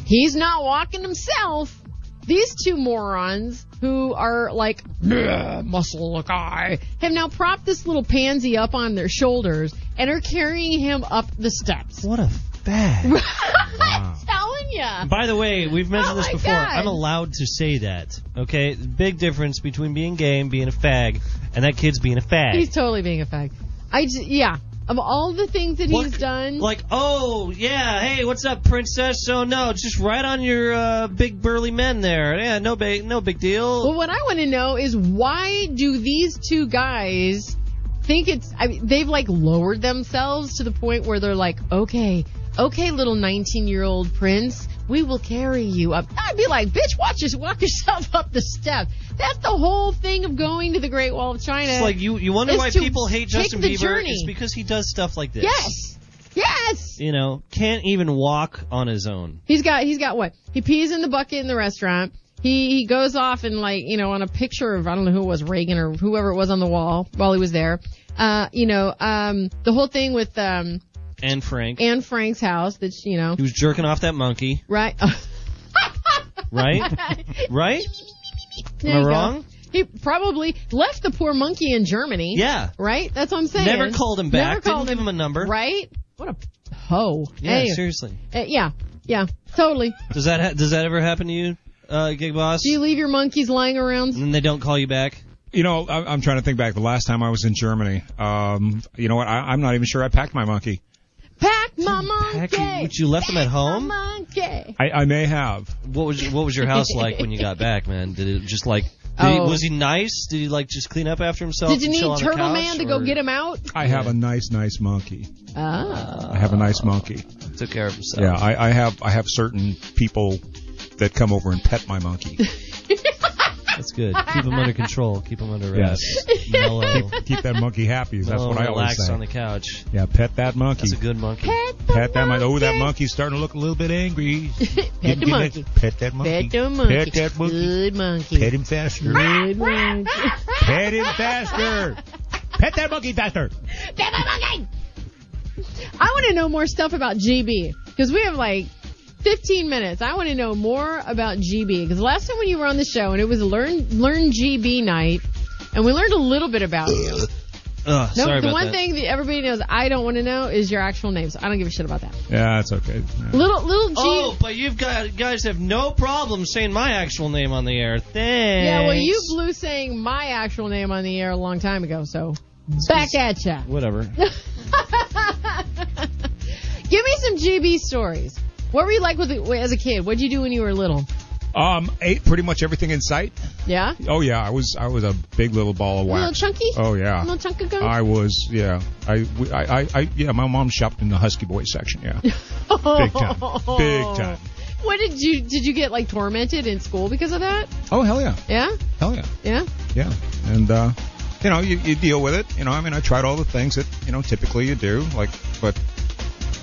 C: He's not walking himself. These two morons who are like "Bleh, muscle guy have now propped this little pansy up on their shoulders and are carrying him up the steps.
E: What a bad.
C: telling ya.
E: By the way, we've mentioned
C: Oh
E: this
C: my
E: before.
C: God.
E: I'm allowed to say that. Okay, big difference between being gay and being a fag, and that kid's being a fag.
C: He's totally being a fag. I j- yeah. Of all the things that he's done,
E: like, oh yeah, hey, what's up, princess? So no, just right on your uh, big burly men there. Yeah, no big, no big deal.
C: Well, what I want to know is why do these two guys think it's? I mean, they've like lowered themselves to the point where they're like, okay, okay, little nineteen-year-old prince, we will carry you up. I'd be like, bitch, watch your walk yourself up the step. That's the whole thing of going to the Great Wall of China.
E: It's like you, you wonder
C: is
E: why
C: to
E: people hate
C: take
E: Justin
C: the
E: Bieber.
C: Journey.
E: It's because he does stuff like this.
C: yes, yes.
E: You know, can't even walk on his own.
C: He's got he's got what? He pees in the bucket in the restaurant. He he goes off and like you know on a picture of I don't know who it was Reagan or whoever it was on the wall while he was there. Uh, you know, um, the whole thing with um
E: And Frank,
C: Anne Frank's house that you know
E: he was jerking off that monkey,
C: right.
E: right? right?
C: There
E: Am I
C: you go.
E: wrong?
C: He probably left the poor monkey in Germany.
E: Yeah.
C: Right? That's what I'm saying.
E: Never called him back.
C: Never
E: Didn't
C: called
E: give him a number.
C: Right? What a hoe.
E: Yeah,
C: Anyway.
E: seriously.
C: Uh, yeah. Yeah. Totally.
E: Does that ha- does that ever happen to you, uh, gig boss?
C: Do you leave your monkeys lying around?
E: and they don't call you back.
D: You know, I, I'm trying to think back. The last time I was in Germany, um, you know what? I, I'm not even sure I packed my monkey.
C: Pack my monkey.
E: But you left them at home.
C: Monkey.
D: I, I may have.
E: What was what was your house like when you got back, man? Did it just like did he-
C: Oh.
E: was he nice? Did he like just clean up after himself?
C: Did you
E: and chill
C: need
E: on the
C: Turtle
E: couch,
C: Man to go
E: or-
C: get him out?
D: I have a nice, nice monkey.
C: Ah.
D: I have a nice monkey.
E: Took care of himself.
D: Yeah, I, I have. I have certain people that come over and pet my monkey.
E: That's good. Keep him under control. Keep him under wraps. Mellow.
D: Keep, keep that monkey happy. That's
E: mellow
D: what
E: and
D: I always
E: relaxed
D: say.
E: on the couch.
D: Yeah, pet that monkey.
E: That's a good monkey.
D: Pet that monkey. Oh, that monkey's starting to look a little bit angry.
C: Pet
D: Get-
C: the
D: get
C: monkey.
D: that- Pet that monkey.
C: Pet the monkey.
D: Pet that monkey.
C: Good monkey.
D: Pet him faster.
C: Good monkey.
D: Pet him faster. Pet that monkey faster.
C: Pet my monkey. I want to know more stuff about GB because we have like 15 minutes. I want to know more about GB because last time when you were on the show and it was learn learn GB night and we learned a little bit about you.
E: Ugh,
C: No,
E: sorry
C: the
E: about
C: one
E: that.
C: thing that everybody knows I don't want to know is your actual name. So I don't give a shit about that.
D: Yeah, that's okay.
C: Little little G.
E: Oh, but you've got guys have no problem saying my actual name on the air. Thanks.
C: Yeah, well, you blew saying my actual name on the air a long time ago, so back at ya.
E: Whatever.
C: Give me some GB stories. What were you like with as a kid? What'd you do when you were little?
D: Um, ate pretty much everything in sight.
C: Yeah,
D: Oh yeah, I was I was a big little ball of wax.
C: little chunky.
D: Oh yeah.
C: little chunk of gum.
D: I was yeah. I, we- I I I yeah. My mom shopped in the Husky Boy section. Yeah. big time. Big time.
C: What did you did you get like tormented in school because of that?
D: Oh hell yeah.
C: Yeah,
D: Hell yeah.
C: yeah.
D: Yeah. And uh, you know you, you deal with it. You know I mean I tried all the things that you know typically you do like but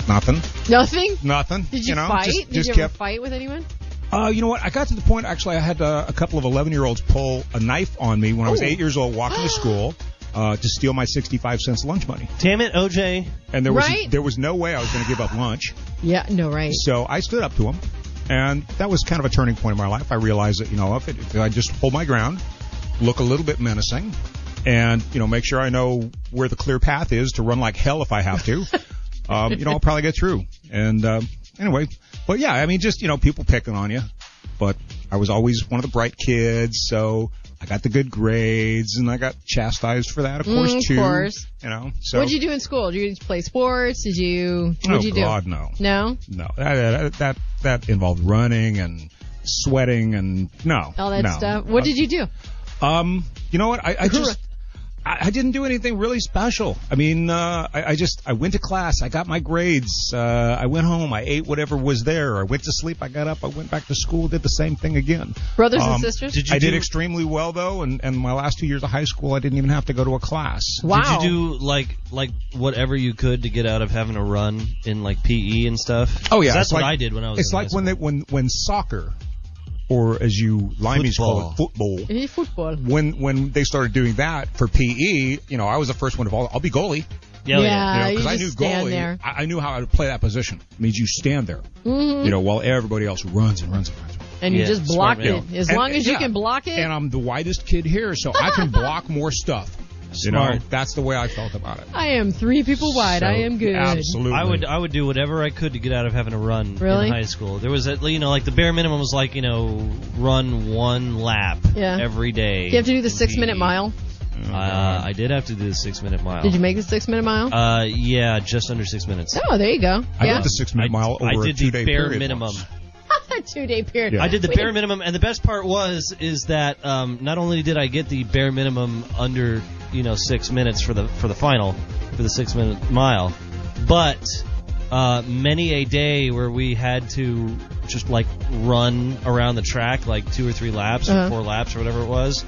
D: nothing
C: Nothing.
D: nothing.
C: Did you,
D: know
C: fight?
D: just
C: did
D: just
C: you
D: kept
C: ever fight with anyone?
D: Uh, you know what? I got to the point. Actually, I had uh, a couple of 11 year olds pull a knife on me when I was
E: Ooh.
D: eight years old, walking to school uh, to steal my 65 cents lunch money.
E: Damn it, OJ.
D: And there was
C: Right?
D: there was no way I was going to give up lunch,
C: Yeah, no, right.
D: so I stood up to them, and that was kind of a turning point in my life. I realized that you know if, it, if I just hold my ground, look a little bit menacing, and you know make sure I know where the clear path is to run like hell if I have to, um, you know I'll probably get through. And um, anyway, but yeah, I mean just you know people picking on you, but I was always one of the bright kids, so I got the good grades, and I got chastised for that of
C: Mm,
D: course
C: of
D: too.
C: course.
D: You know, so
C: What'd you do in school? Did you play sports? Did you? What'd
D: Oh,
C: you
D: God,
C: do?
D: no.
C: No.
D: No, that that that, that involved running and sweating and no,
C: All that
D: no.
C: stuff. What did you do?
D: Um, you know what? I, I just I, I didn't do anything really special. I mean, uh, I, I just I went to class, I got my grades, uh, I went home, I ate whatever was there, I went to sleep, I got up, I went back to school, did the same thing again.
C: Brothers and sisters? Did you
D: I um, did
C: do-
D: extremely well though, and and my last two years of high school, I didn't even have to go to a class.
E: Did you do like like whatever you could to get out of having a run in like PE and stuff?
D: Oh yeah,
E: 'Cause that's
D: it's
E: what
D: like-
E: I did when I was.
D: It's
E: in
D: like
E: high
D: when they, when when soccer, or as you limeys call it, football.
C: Eh, Football.
D: When when they started doing that for PE, you know, I was the first one to all. I'll be goalie.
E: Yeah,
C: yeah.
B: you know,
C: you
B: 'cause I
C: just
B: knew
C: stand
B: goalie.
C: there.
B: I, I knew how to play that position. It means you stand there,
C: Mhm.
B: you know, while everybody else runs and runs and runs.
C: And you just block it. As
B: And-
C: long as you
B: yeah.
C: can block it.
B: And
D: um,
B: I'm the whitest kid here, so I can block more stuff. You know,
E: Smart.
B: that's the way I felt about it.
C: I am three people wide. I am good.
E: I would I would do whatever I could to get out of having to run
C: Really?
E: in high school. There was a, you know like the bare minimum was like you know run one lap
C: Yeah.
E: every day. E.
C: Do you have to do the six minute mile?
E: Uh, I did have to do the six minute mile.
C: Did you make the six minute mile?
E: Uh, yeah, just under six minutes.
C: oh, there you go. Yeah.
B: six minute mile
E: I
B: over a
E: did the
B: two-day
E: bare
B: period
E: minimum.
C: Two day period.
E: I did the
C: We
E: bare minimum, and the best part was is that um, not only did I get the bare minimum under you know six minutes for the for the final for the six minute mile, but uh, many a day where we had to just like run around the track like two or three laps
A: Uh-huh.
E: or four laps or whatever it was.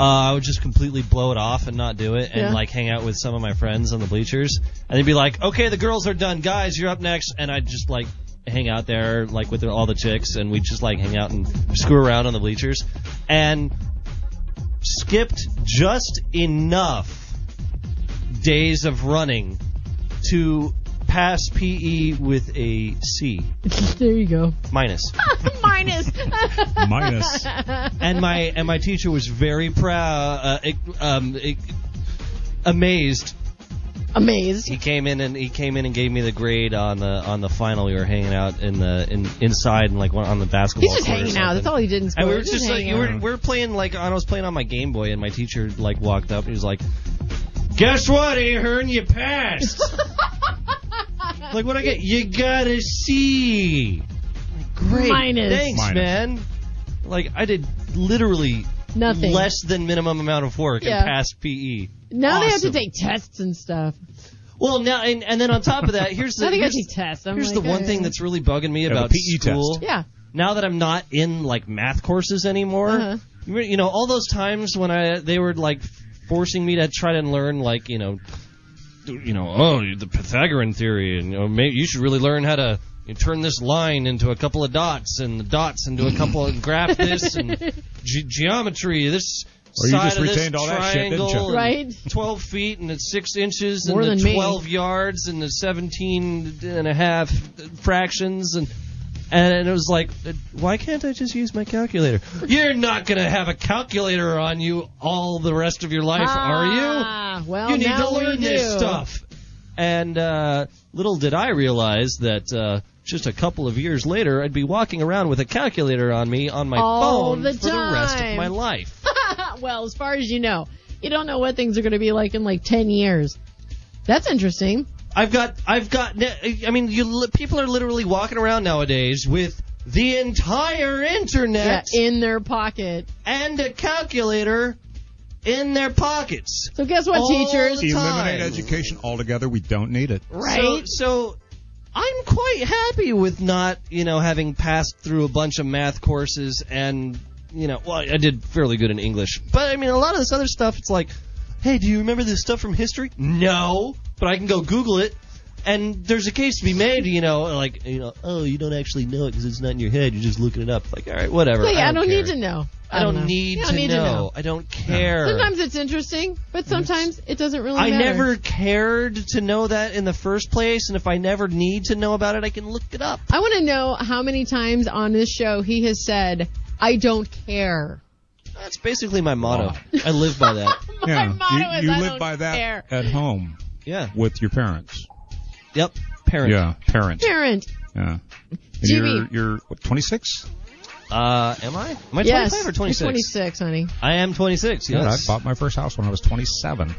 E: Uh, I would just completely blow it off and not do it, and
A: Yeah.
E: like hang out with some of my friends on the bleachers, and they'd be like, "Okay, the girls are done, guys, you're up next," and I'd just like hang out there like with all the chicks, and we'd just like hang out and screw around on the bleachers, and skipped just enough days of running to pass PE with a C
C: there you go.
E: minus.
C: Minus.
E: Minus. and my and my teacher was very proud, uh, um, amazed.
C: Amazed.
E: He came in and he came in and gave me the grade on the on the final. We were hanging out in the in inside and like one on the basketball.
C: He's just
E: court or
C: hanging out.
E: something.
C: That's all he did in school.
E: And we
C: He
E: were
C: was
E: just like,
C: hanging
E: we were,
C: out.
E: we were playing like on, I was playing on my Game Boy, and my teacher like walked up. and He was like, "Guess what, Ahern? You passed." like what I get? You got a C. Like, Great.
C: Minus.
E: Thanks,
C: Minus.
E: man. Like I did literally
C: Nothing.
E: less than minimum amount of work
C: Yeah.
E: and E. passed PE.
C: Now they have to
E: Awesome.
C: take tests and stuff.
E: Well, now and, and then on top of that, here's the
C: Now they gotta
E: here's-
C: take tests. I'm
E: here's
C: like,
E: the one
C: uh,
E: thing that's really bugging me
A: the
E: about
B: E
A: PE test.
E: school.
C: Yeah.
E: Now that I'm not in like math courses anymore,
C: Uh-huh.
E: you re- you know all those times when I they were like forcing me to try to learn like you know, you know oh the Pythagorean theory and you, know, maybe you should really learn how to. You turn this line into a couple of dots, and the dots into a couple of graph this and ge- geometry. This
B: Or you
E: side
B: just
E: of this
B: retained all that shit, didn't you?
E: triangle and
B: Right.
E: Twelve feet and it's six inches
C: More
E: and
C: than
E: the
C: me.
E: 12 yards and the 17 and a half fractions and and it was like why can't i just use my calculator you're not going to have a calculator on you all the rest of your life are you
C: Ah, Well,
E: you need
C: now
E: to learn
C: we
E: this
C: do.
E: stuff and uh, little did i realize that uh, just a couple of years later i'd be walking around with a calculator on me on my
C: All
E: phone
C: the
E: for the rest of
C: time.
E: my life
C: well, as far as you know, you don't know what things are going to be like in like 10 years. That's interesting.
E: I've got, I've got. I mean, you li- people are literally walking around nowadays with the entire internet
C: Yeah, in their pocket.
E: and a calculator in their pockets.
C: So guess what,
E: All
C: teachers?
E: the time.
B: Eliminate education altogether. We don't need it.
C: Right?
E: So, so I'm quite happy with not, you know, having passed through a bunch of math courses and, you know, well, I did fairly good in English. But I mean, a lot of this other stuff, it's like, hey, do you remember this stuff from history? No, but I can go Google it. And there's a case to be made, you know, like, you know, oh, you don't actually know it because it's not in your head. You're just looking it up. Like, all right, whatever.
C: So, yeah, I
E: don't
C: don't
E: care.
C: need to know.
E: I don't,
C: know.
E: need,
C: You don't
E: to,
C: need
E: know. I don't care.
C: Sometimes it's interesting, but sometimes it doesn't really
E: I
C: matter.
E: never cared to know that in the first place, and if I never need to know about it, I can look it up.
C: I want to know how many times on this show he has said, I don't care.
E: That's basically my motto. I live by that.
B: Yeah,
C: motto
B: you,
C: is
B: you
C: I
B: live
C: don't
B: by that
C: care.
B: at home.
E: Yeah.
B: With your parents.
E: Yep. Parent.
B: Yeah, parent.
C: Parent.
B: Yeah. And
C: Jimmy.
B: you're you're what, 26?
E: Uh, am I? Am I 25
C: yes,
E: or
C: you're
E: 26?
C: 26, honey.
E: I am 26.
B: Yeah, I
E: Yes.
B: bought my first house when I was 27.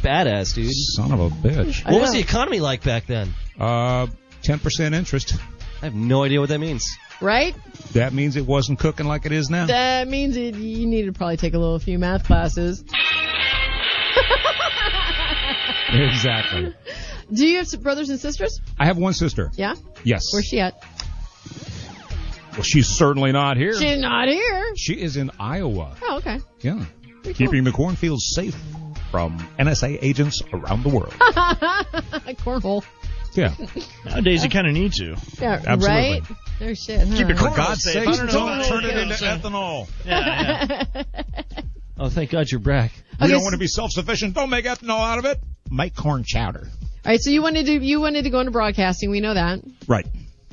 E: Badass, dude.
B: Son of a bitch.
E: What was the economy like back then?
B: Uh, 10% interest.
E: I have no idea what that means.
C: Right?
B: That means it wasn't cooking like it is now.
C: That means it, you need to probably take a little few math classes.
B: exactly.
C: Do you have s- brothers and sisters?
B: I have one sister.
C: Yeah?
B: Yes.
C: Where's she at?
B: Well, she's certainly not here.
C: She's not here.
B: She is in Iowa.
C: Oh, okay.
B: Yeah.
C: Pretty
B: Keeping the cornfields safe from NSA agents around the world.
C: Cornhole.
B: Yeah.
A: Nowadays, you kind of need to.
C: Yeah,
B: Absolutely.
C: right? There's shit. huh?
A: your
B: For
A: cornhole
B: God's
A: safe.
B: sake,
A: I don't know
B: don't
A: about
B: turn it
A: you,
B: into
A: son.
B: ethanol.
A: Yeah,
E: Oh, thank God you're back.
B: You
C: Okay,
B: don't want to be self sufficient. Don't make ethanol out of it. Make corn chowder.
C: All right, so you wanted to you wanted to go into broadcasting. We know that,
T: Right.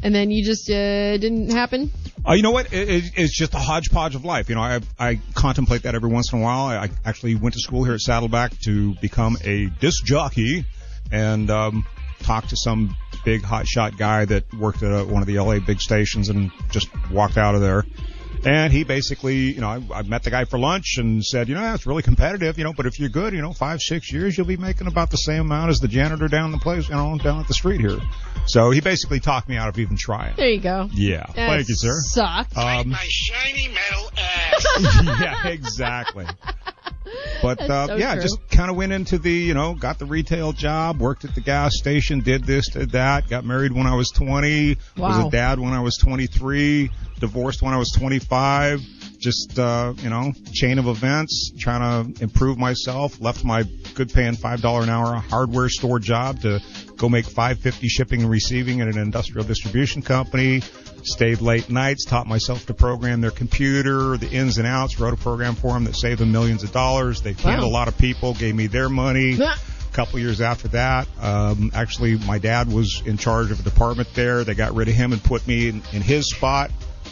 C: and then you just uh, didn't happen.
T: Uh, you know what? It, it, it's just a hodgepodge of life. You know, I, I contemplate that every once in a while. I, I actually went to school here at Saddleback to become a disc jockey and um, talked to some big hotshot guy that worked at uh one of the LA big stations and just walked out of there. And he basically, you know, I, I met the guy for lunch and said, you know, it's really competitive, you know, but if you're good, you know, five, six years, you'll be making about the same amount as the janitor down the place, you know, down at the street here. So he basically talked me out of even trying.
C: There you go.
T: Yeah.
C: That
T: Thank you, sir.
C: Sucked.
T: Um, yeah, exactly. But
C: That's
T: uh,
C: so
T: yeah,
C: true.
T: just kind of went into the, you know, got the retail job, worked at the gas station, did this, did that, got married when I was 20, was
A: Wow.
T: a dad when I was 23, divorced when I was 25. Just, uh, you know, chain of events, trying to improve myself. Left my good paying $5 an hour hardware store job to go make 550 shipping and receiving at an industrial distribution company. Stayed late nights, taught myself to program their computer, the ins and outs, wrote a program for them that saved them millions of dollars. They canned
A: Wow.
T: a lot of people, gave me their money. A couple years after that, um, actually, my dad was in charge of a department there. They got rid of him and put me in, in his spot.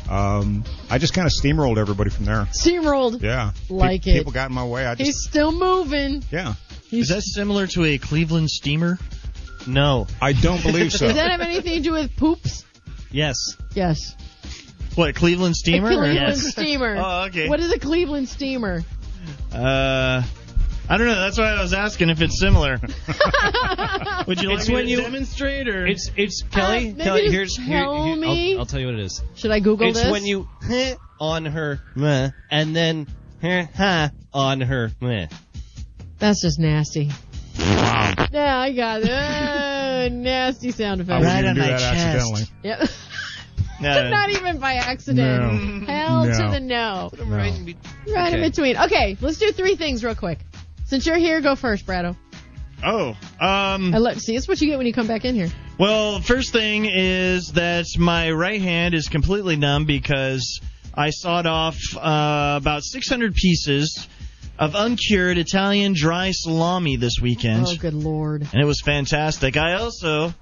T: Um, I just kind of steamrolled everybody from there.
C: Steamrolled.
T: Yeah. Pe-
C: Like it.
T: People got in my way. I just,
C: He's still moving.
T: yeah.
D: Is that similar to a Cleveland steamer?
E: No.
T: I don't
D: believe so.
C: Does that have anything to do with poops?
E: Yes.
C: Yes.
D: What, Cleveland steamer?
C: A Cleveland
D: yes.
C: steamer.
E: Uh,
D: Oh, okay.
C: What is a Cleveland steamer?
D: Uh, I don't know. That's why I was asking if it's similar. Would you like
E: It's
D: me
E: when
D: to
E: you-
D: demonstrate or?
E: It's it's
C: Uh,
E: Kelly.
C: maybe
E: Kelly,
C: just
E: here's here-
C: tell
E: here- I'll-
C: me.
E: I'll, tell you what it is.
C: Should I Google
E: it's
C: this?
E: when you on her meh, and then huh, on her meh.
C: That's just nasty. Yeah, I got it. Uh, nasty sound effect.
E: wouldn't Right even on do my that chest. accidentally.
C: Yep. Not even by accident.
E: No.
C: Hell to
E: No.
C: the no.
E: Right in be-
C: Right in
D: Okay.
C: between. Okay, let's do three things real quick. Since you're here, go first, Brado.
D: Oh, um.
C: I love, see, that's what you get when you come back in here.
D: Well, first thing is that my right hand is completely numb because I sawed off uh, about 600 pieces of uncured Italian dry salami this weekend.
C: Oh, good lord.
D: And it was fantastic. I also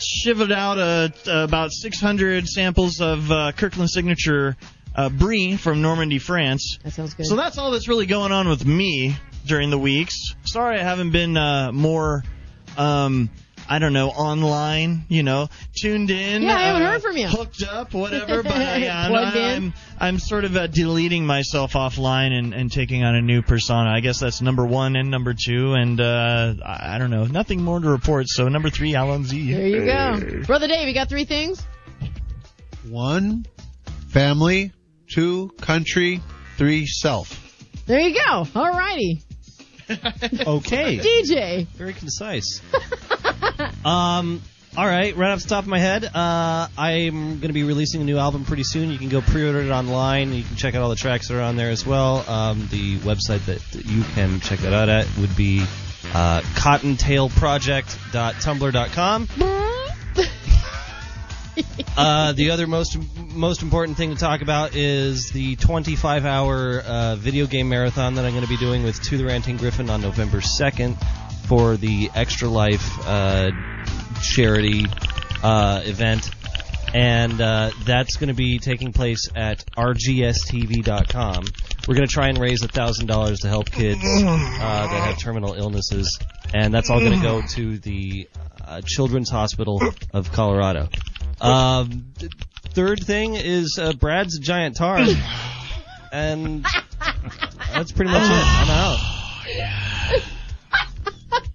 D: shivered out uh, about 600 samples of uh, Kirkland Signature uh, Brie from Normandy, France.
C: That sounds good.
D: So that's all that's really going on with me during the weeks. Sorry I haven't been uh, more, um, I don't know, online, you know, tuned in.
C: yeah, I haven't
D: uh,
C: heard from you.
D: Hooked up, whatever, but I, I'm,
C: Plugged in.
D: I'm, I'm sort of uh, deleting myself offline and, and taking on a new persona. I guess that's number one and number two, and uh, I I don't know, nothing more to report. So number three, Alan Z.
C: There you go. Brother Dave, you got three things?
A: One, family. Two, country. Three, self.
C: There you go. Alrighty.
E: Okay.
C: DJ.
E: Very concise. um, all right, right off the top of my head, uh, I'm going to be releasing a new album pretty soon. You can go pre-order it online. You can check out all the tracks that are on there as well. Um, the website that, that you can check that out at would be uh, cottontailproject.tumblr.com. Uh, the other most most important thing to talk about is the 25 hour uh, video game marathon that I'm going to be doing with To the Ranting Griffin on November 2nd for the Extra Life uh, charity uh, event, and uh, that's going to be taking place at rgstv.com. We're going to try and raise thousand dollars to help kids uh, that have terminal illnesses, and that's all going to go to the uh, Children's Hospital of Colorado. Um, th- third thing is uh, Brad's giant tarn, and that's pretty much it. I'm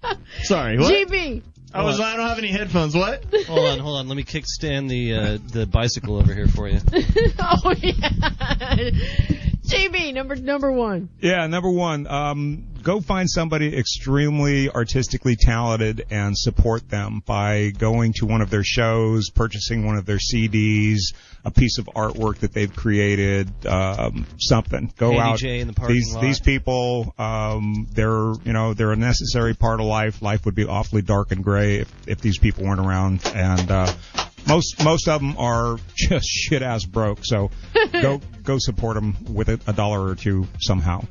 E: out.
D: Sorry,
C: GB.
D: I was. I don't have any headphones. What?
E: Hold on, hold on. Let me kickstand the uh, the bicycle over here for you.
C: oh, yeah. GB, number number one.
T: Yeah, number one, um, go find somebody extremely artistically talented and support them by going to one of their shows, purchasing one of their CDs, a piece of artwork that they've created, um, something. Go
E: Hey,
T: out.
E: DJ in the parking
T: these
E: lot.
T: these people, um, they're you know they're a necessary part of life. Life would be awfully dark and gray if, if these people weren't around. And uh, most most of them are just shit ass broke. So go go support them with a, a dollar or two somehow.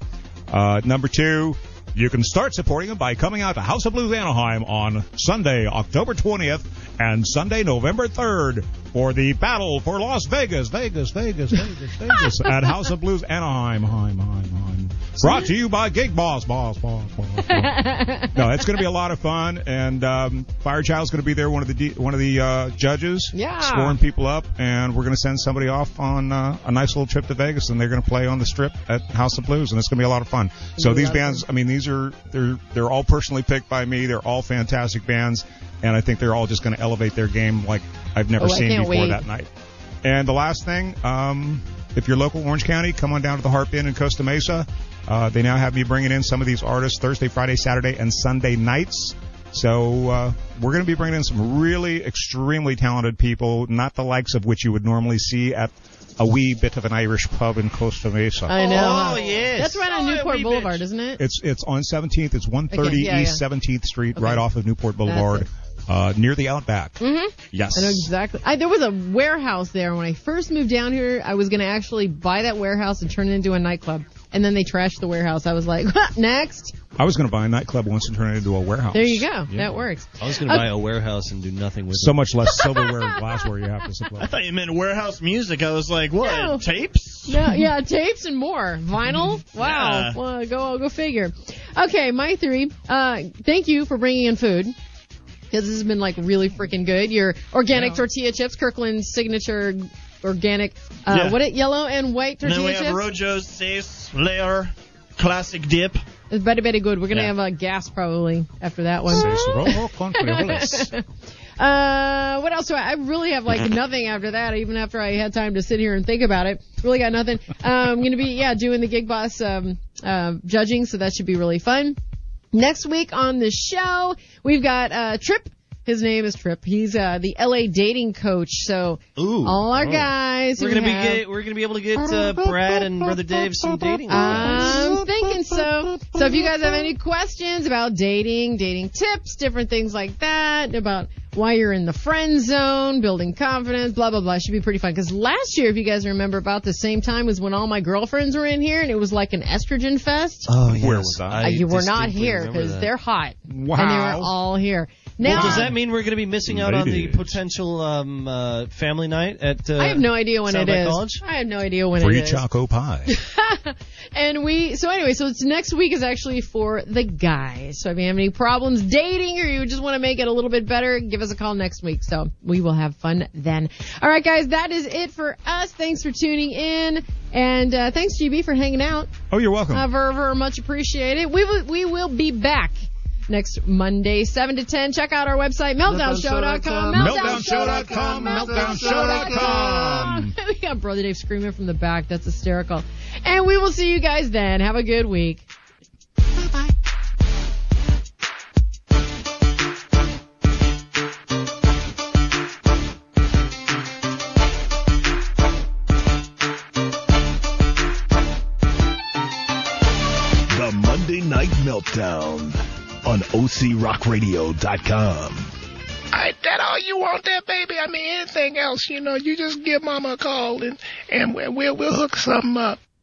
T: Uh, number two,
J: You can start supporting them by coming out to House of Blues Anaheim on Sunday, October 20th and Sunday, November 3rd for the Battle for Las Vegas, Vegas, Vegas, Vegas, Vegas at House of Blues Anaheim. Heim, Heim, Heim. Brought to you by Gig Boss, Boss, Boss, Boss. no, it's going to be a lot of fun, and um, Firechild's going to be there, one of the de- one of the uh, judges,
C: Yeah.
J: scoring people up, and we're going to send somebody off on uh, a nice little trip to Vegas, and they're going to play on the strip at House of Blues, and it's going to be a lot of fun. So
P: Love
J: these
P: it.
J: bands, I mean, these are they're they're all personally picked by me. They're all fantastic bands, and I think they're all just going to elevate their game like I've never
C: Oh, I
J: seen
C: can't
J: before
C: wait.
J: that night. And the last thing, um, if you're local Orange County, come on down to the Harp Inn in Costa Mesa. Uh, they now have me bringing in some of these artists Thursday, Friday, Saturday, and Sunday nights. So uh, we're going to be bringing in some really extremely talented people, not the likes of which you would normally see at a wee bit of an Irish pub in Costa Mesa.
C: I know. yes. That's right on Newport Boulevard, isn't it?
J: It's it's on 17th. It's 130
C: Okay, yeah,
J: East
C: yeah.
J: 17th Street, right off of Newport Boulevard, uh, near the Outback.
C: hmm
J: Yes.
C: I know exactly. I, there was a warehouse there when I first moved down here. I was going to actually buy that warehouse and turn it into a nightclub. And then they trashed the warehouse. I was like, next.
J: I was going to buy a nightclub once and turn it into a warehouse.
C: There you go.
J: Yeah.
C: That works.
D: I was going to buy a warehouse and do nothing with
J: So
D: it.
J: much less silverware and glassware you have to supply.
E: I thought you meant warehouse music. I was like, what?
C: No.
E: Tapes?
C: No, yeah, tapes and more. Vinyl. Wow.
E: Mm-hmm. Yeah.
C: Well, go go figure. Okay, my three. Uh, thank you for bringing in food. Because this has been like really freaking good. Your organic
E: Yeah.
C: tortilla chips, Kirkland's signature organic. Uh,
E: Yeah.
C: What it? Yellow and white
E: And
C: tortilla
E: then we
C: chips.
E: have Rojo's Sace Layer Classic Dip.
C: It's very, very good. We're gonna
E: Yeah.
C: have a gas probably after that one.
E: Says Rojo con frijoles.
C: uh, what else do I? I really have like nothing after that. Even after I had time to sit here and think about it, really got nothing. Uh, I'm gonna be yeah doing the gig boss um, uh, judging, so that should be really fun. Next week on the show, we've got uh, Trip. His name is Trip. He's uh, the LA dating coach. So all our
D: Oh.
C: guys,
D: We're
C: who
D: gonna be
C: have-
D: get, we're gonna be able to get uh, Brad and brother Dave some dating. advice.
C: I'm thinking so. So if you guys have any questions about dating, dating tips, different things like that, about why you're in the friend zone, building confidence, blah blah blah, should be pretty fun. Because last year, if you guys remember, about the same time was when all my girlfriends were in here, and it was like an estrogen fest.
D: Oh yes.
J: Where was I?
C: Uh, you were not
D: distinctly
C: here
D: remember
C: because
D: that.
C: they're hot,
J: Wow.
C: and they were all here. Now
D: well, does that mean we're going to be missing out on
J: Ladies.
D: the potential um, uh, family night at? Uh,
C: I have no idea when
D: Sound
C: it
D: like
C: is.
D: College?
C: I have no idea when
J: Free
C: it is.
J: choco pie.
C: And we, so anyway, so it's next week is actually for the guys. So if you have any problems dating or you just want to make it a little bit better, give us a call next week. So we will have fun then. All right, guys, that is it for us. Thanks for tuning in. And uh, thanks, GB, for hanging out.
J: Oh, you're welcome.
C: Uh, very, very much appreciated. We will, we will be back next Monday, 7 to 10. Check out our website, meltdownshow.com.
J: Meltdownshow.com. Meltdownshow.com.
C: we got Brother Dave screaming from the back. That's hysterical. And we will see you guys then. Have a good week.
G: The Monday Night Meltdown on OCRockRadio.com.
I: I, that all you want there, baby? I mean, anything else, you know, you just give mama a call and, and we- we'll, we'll hook something up.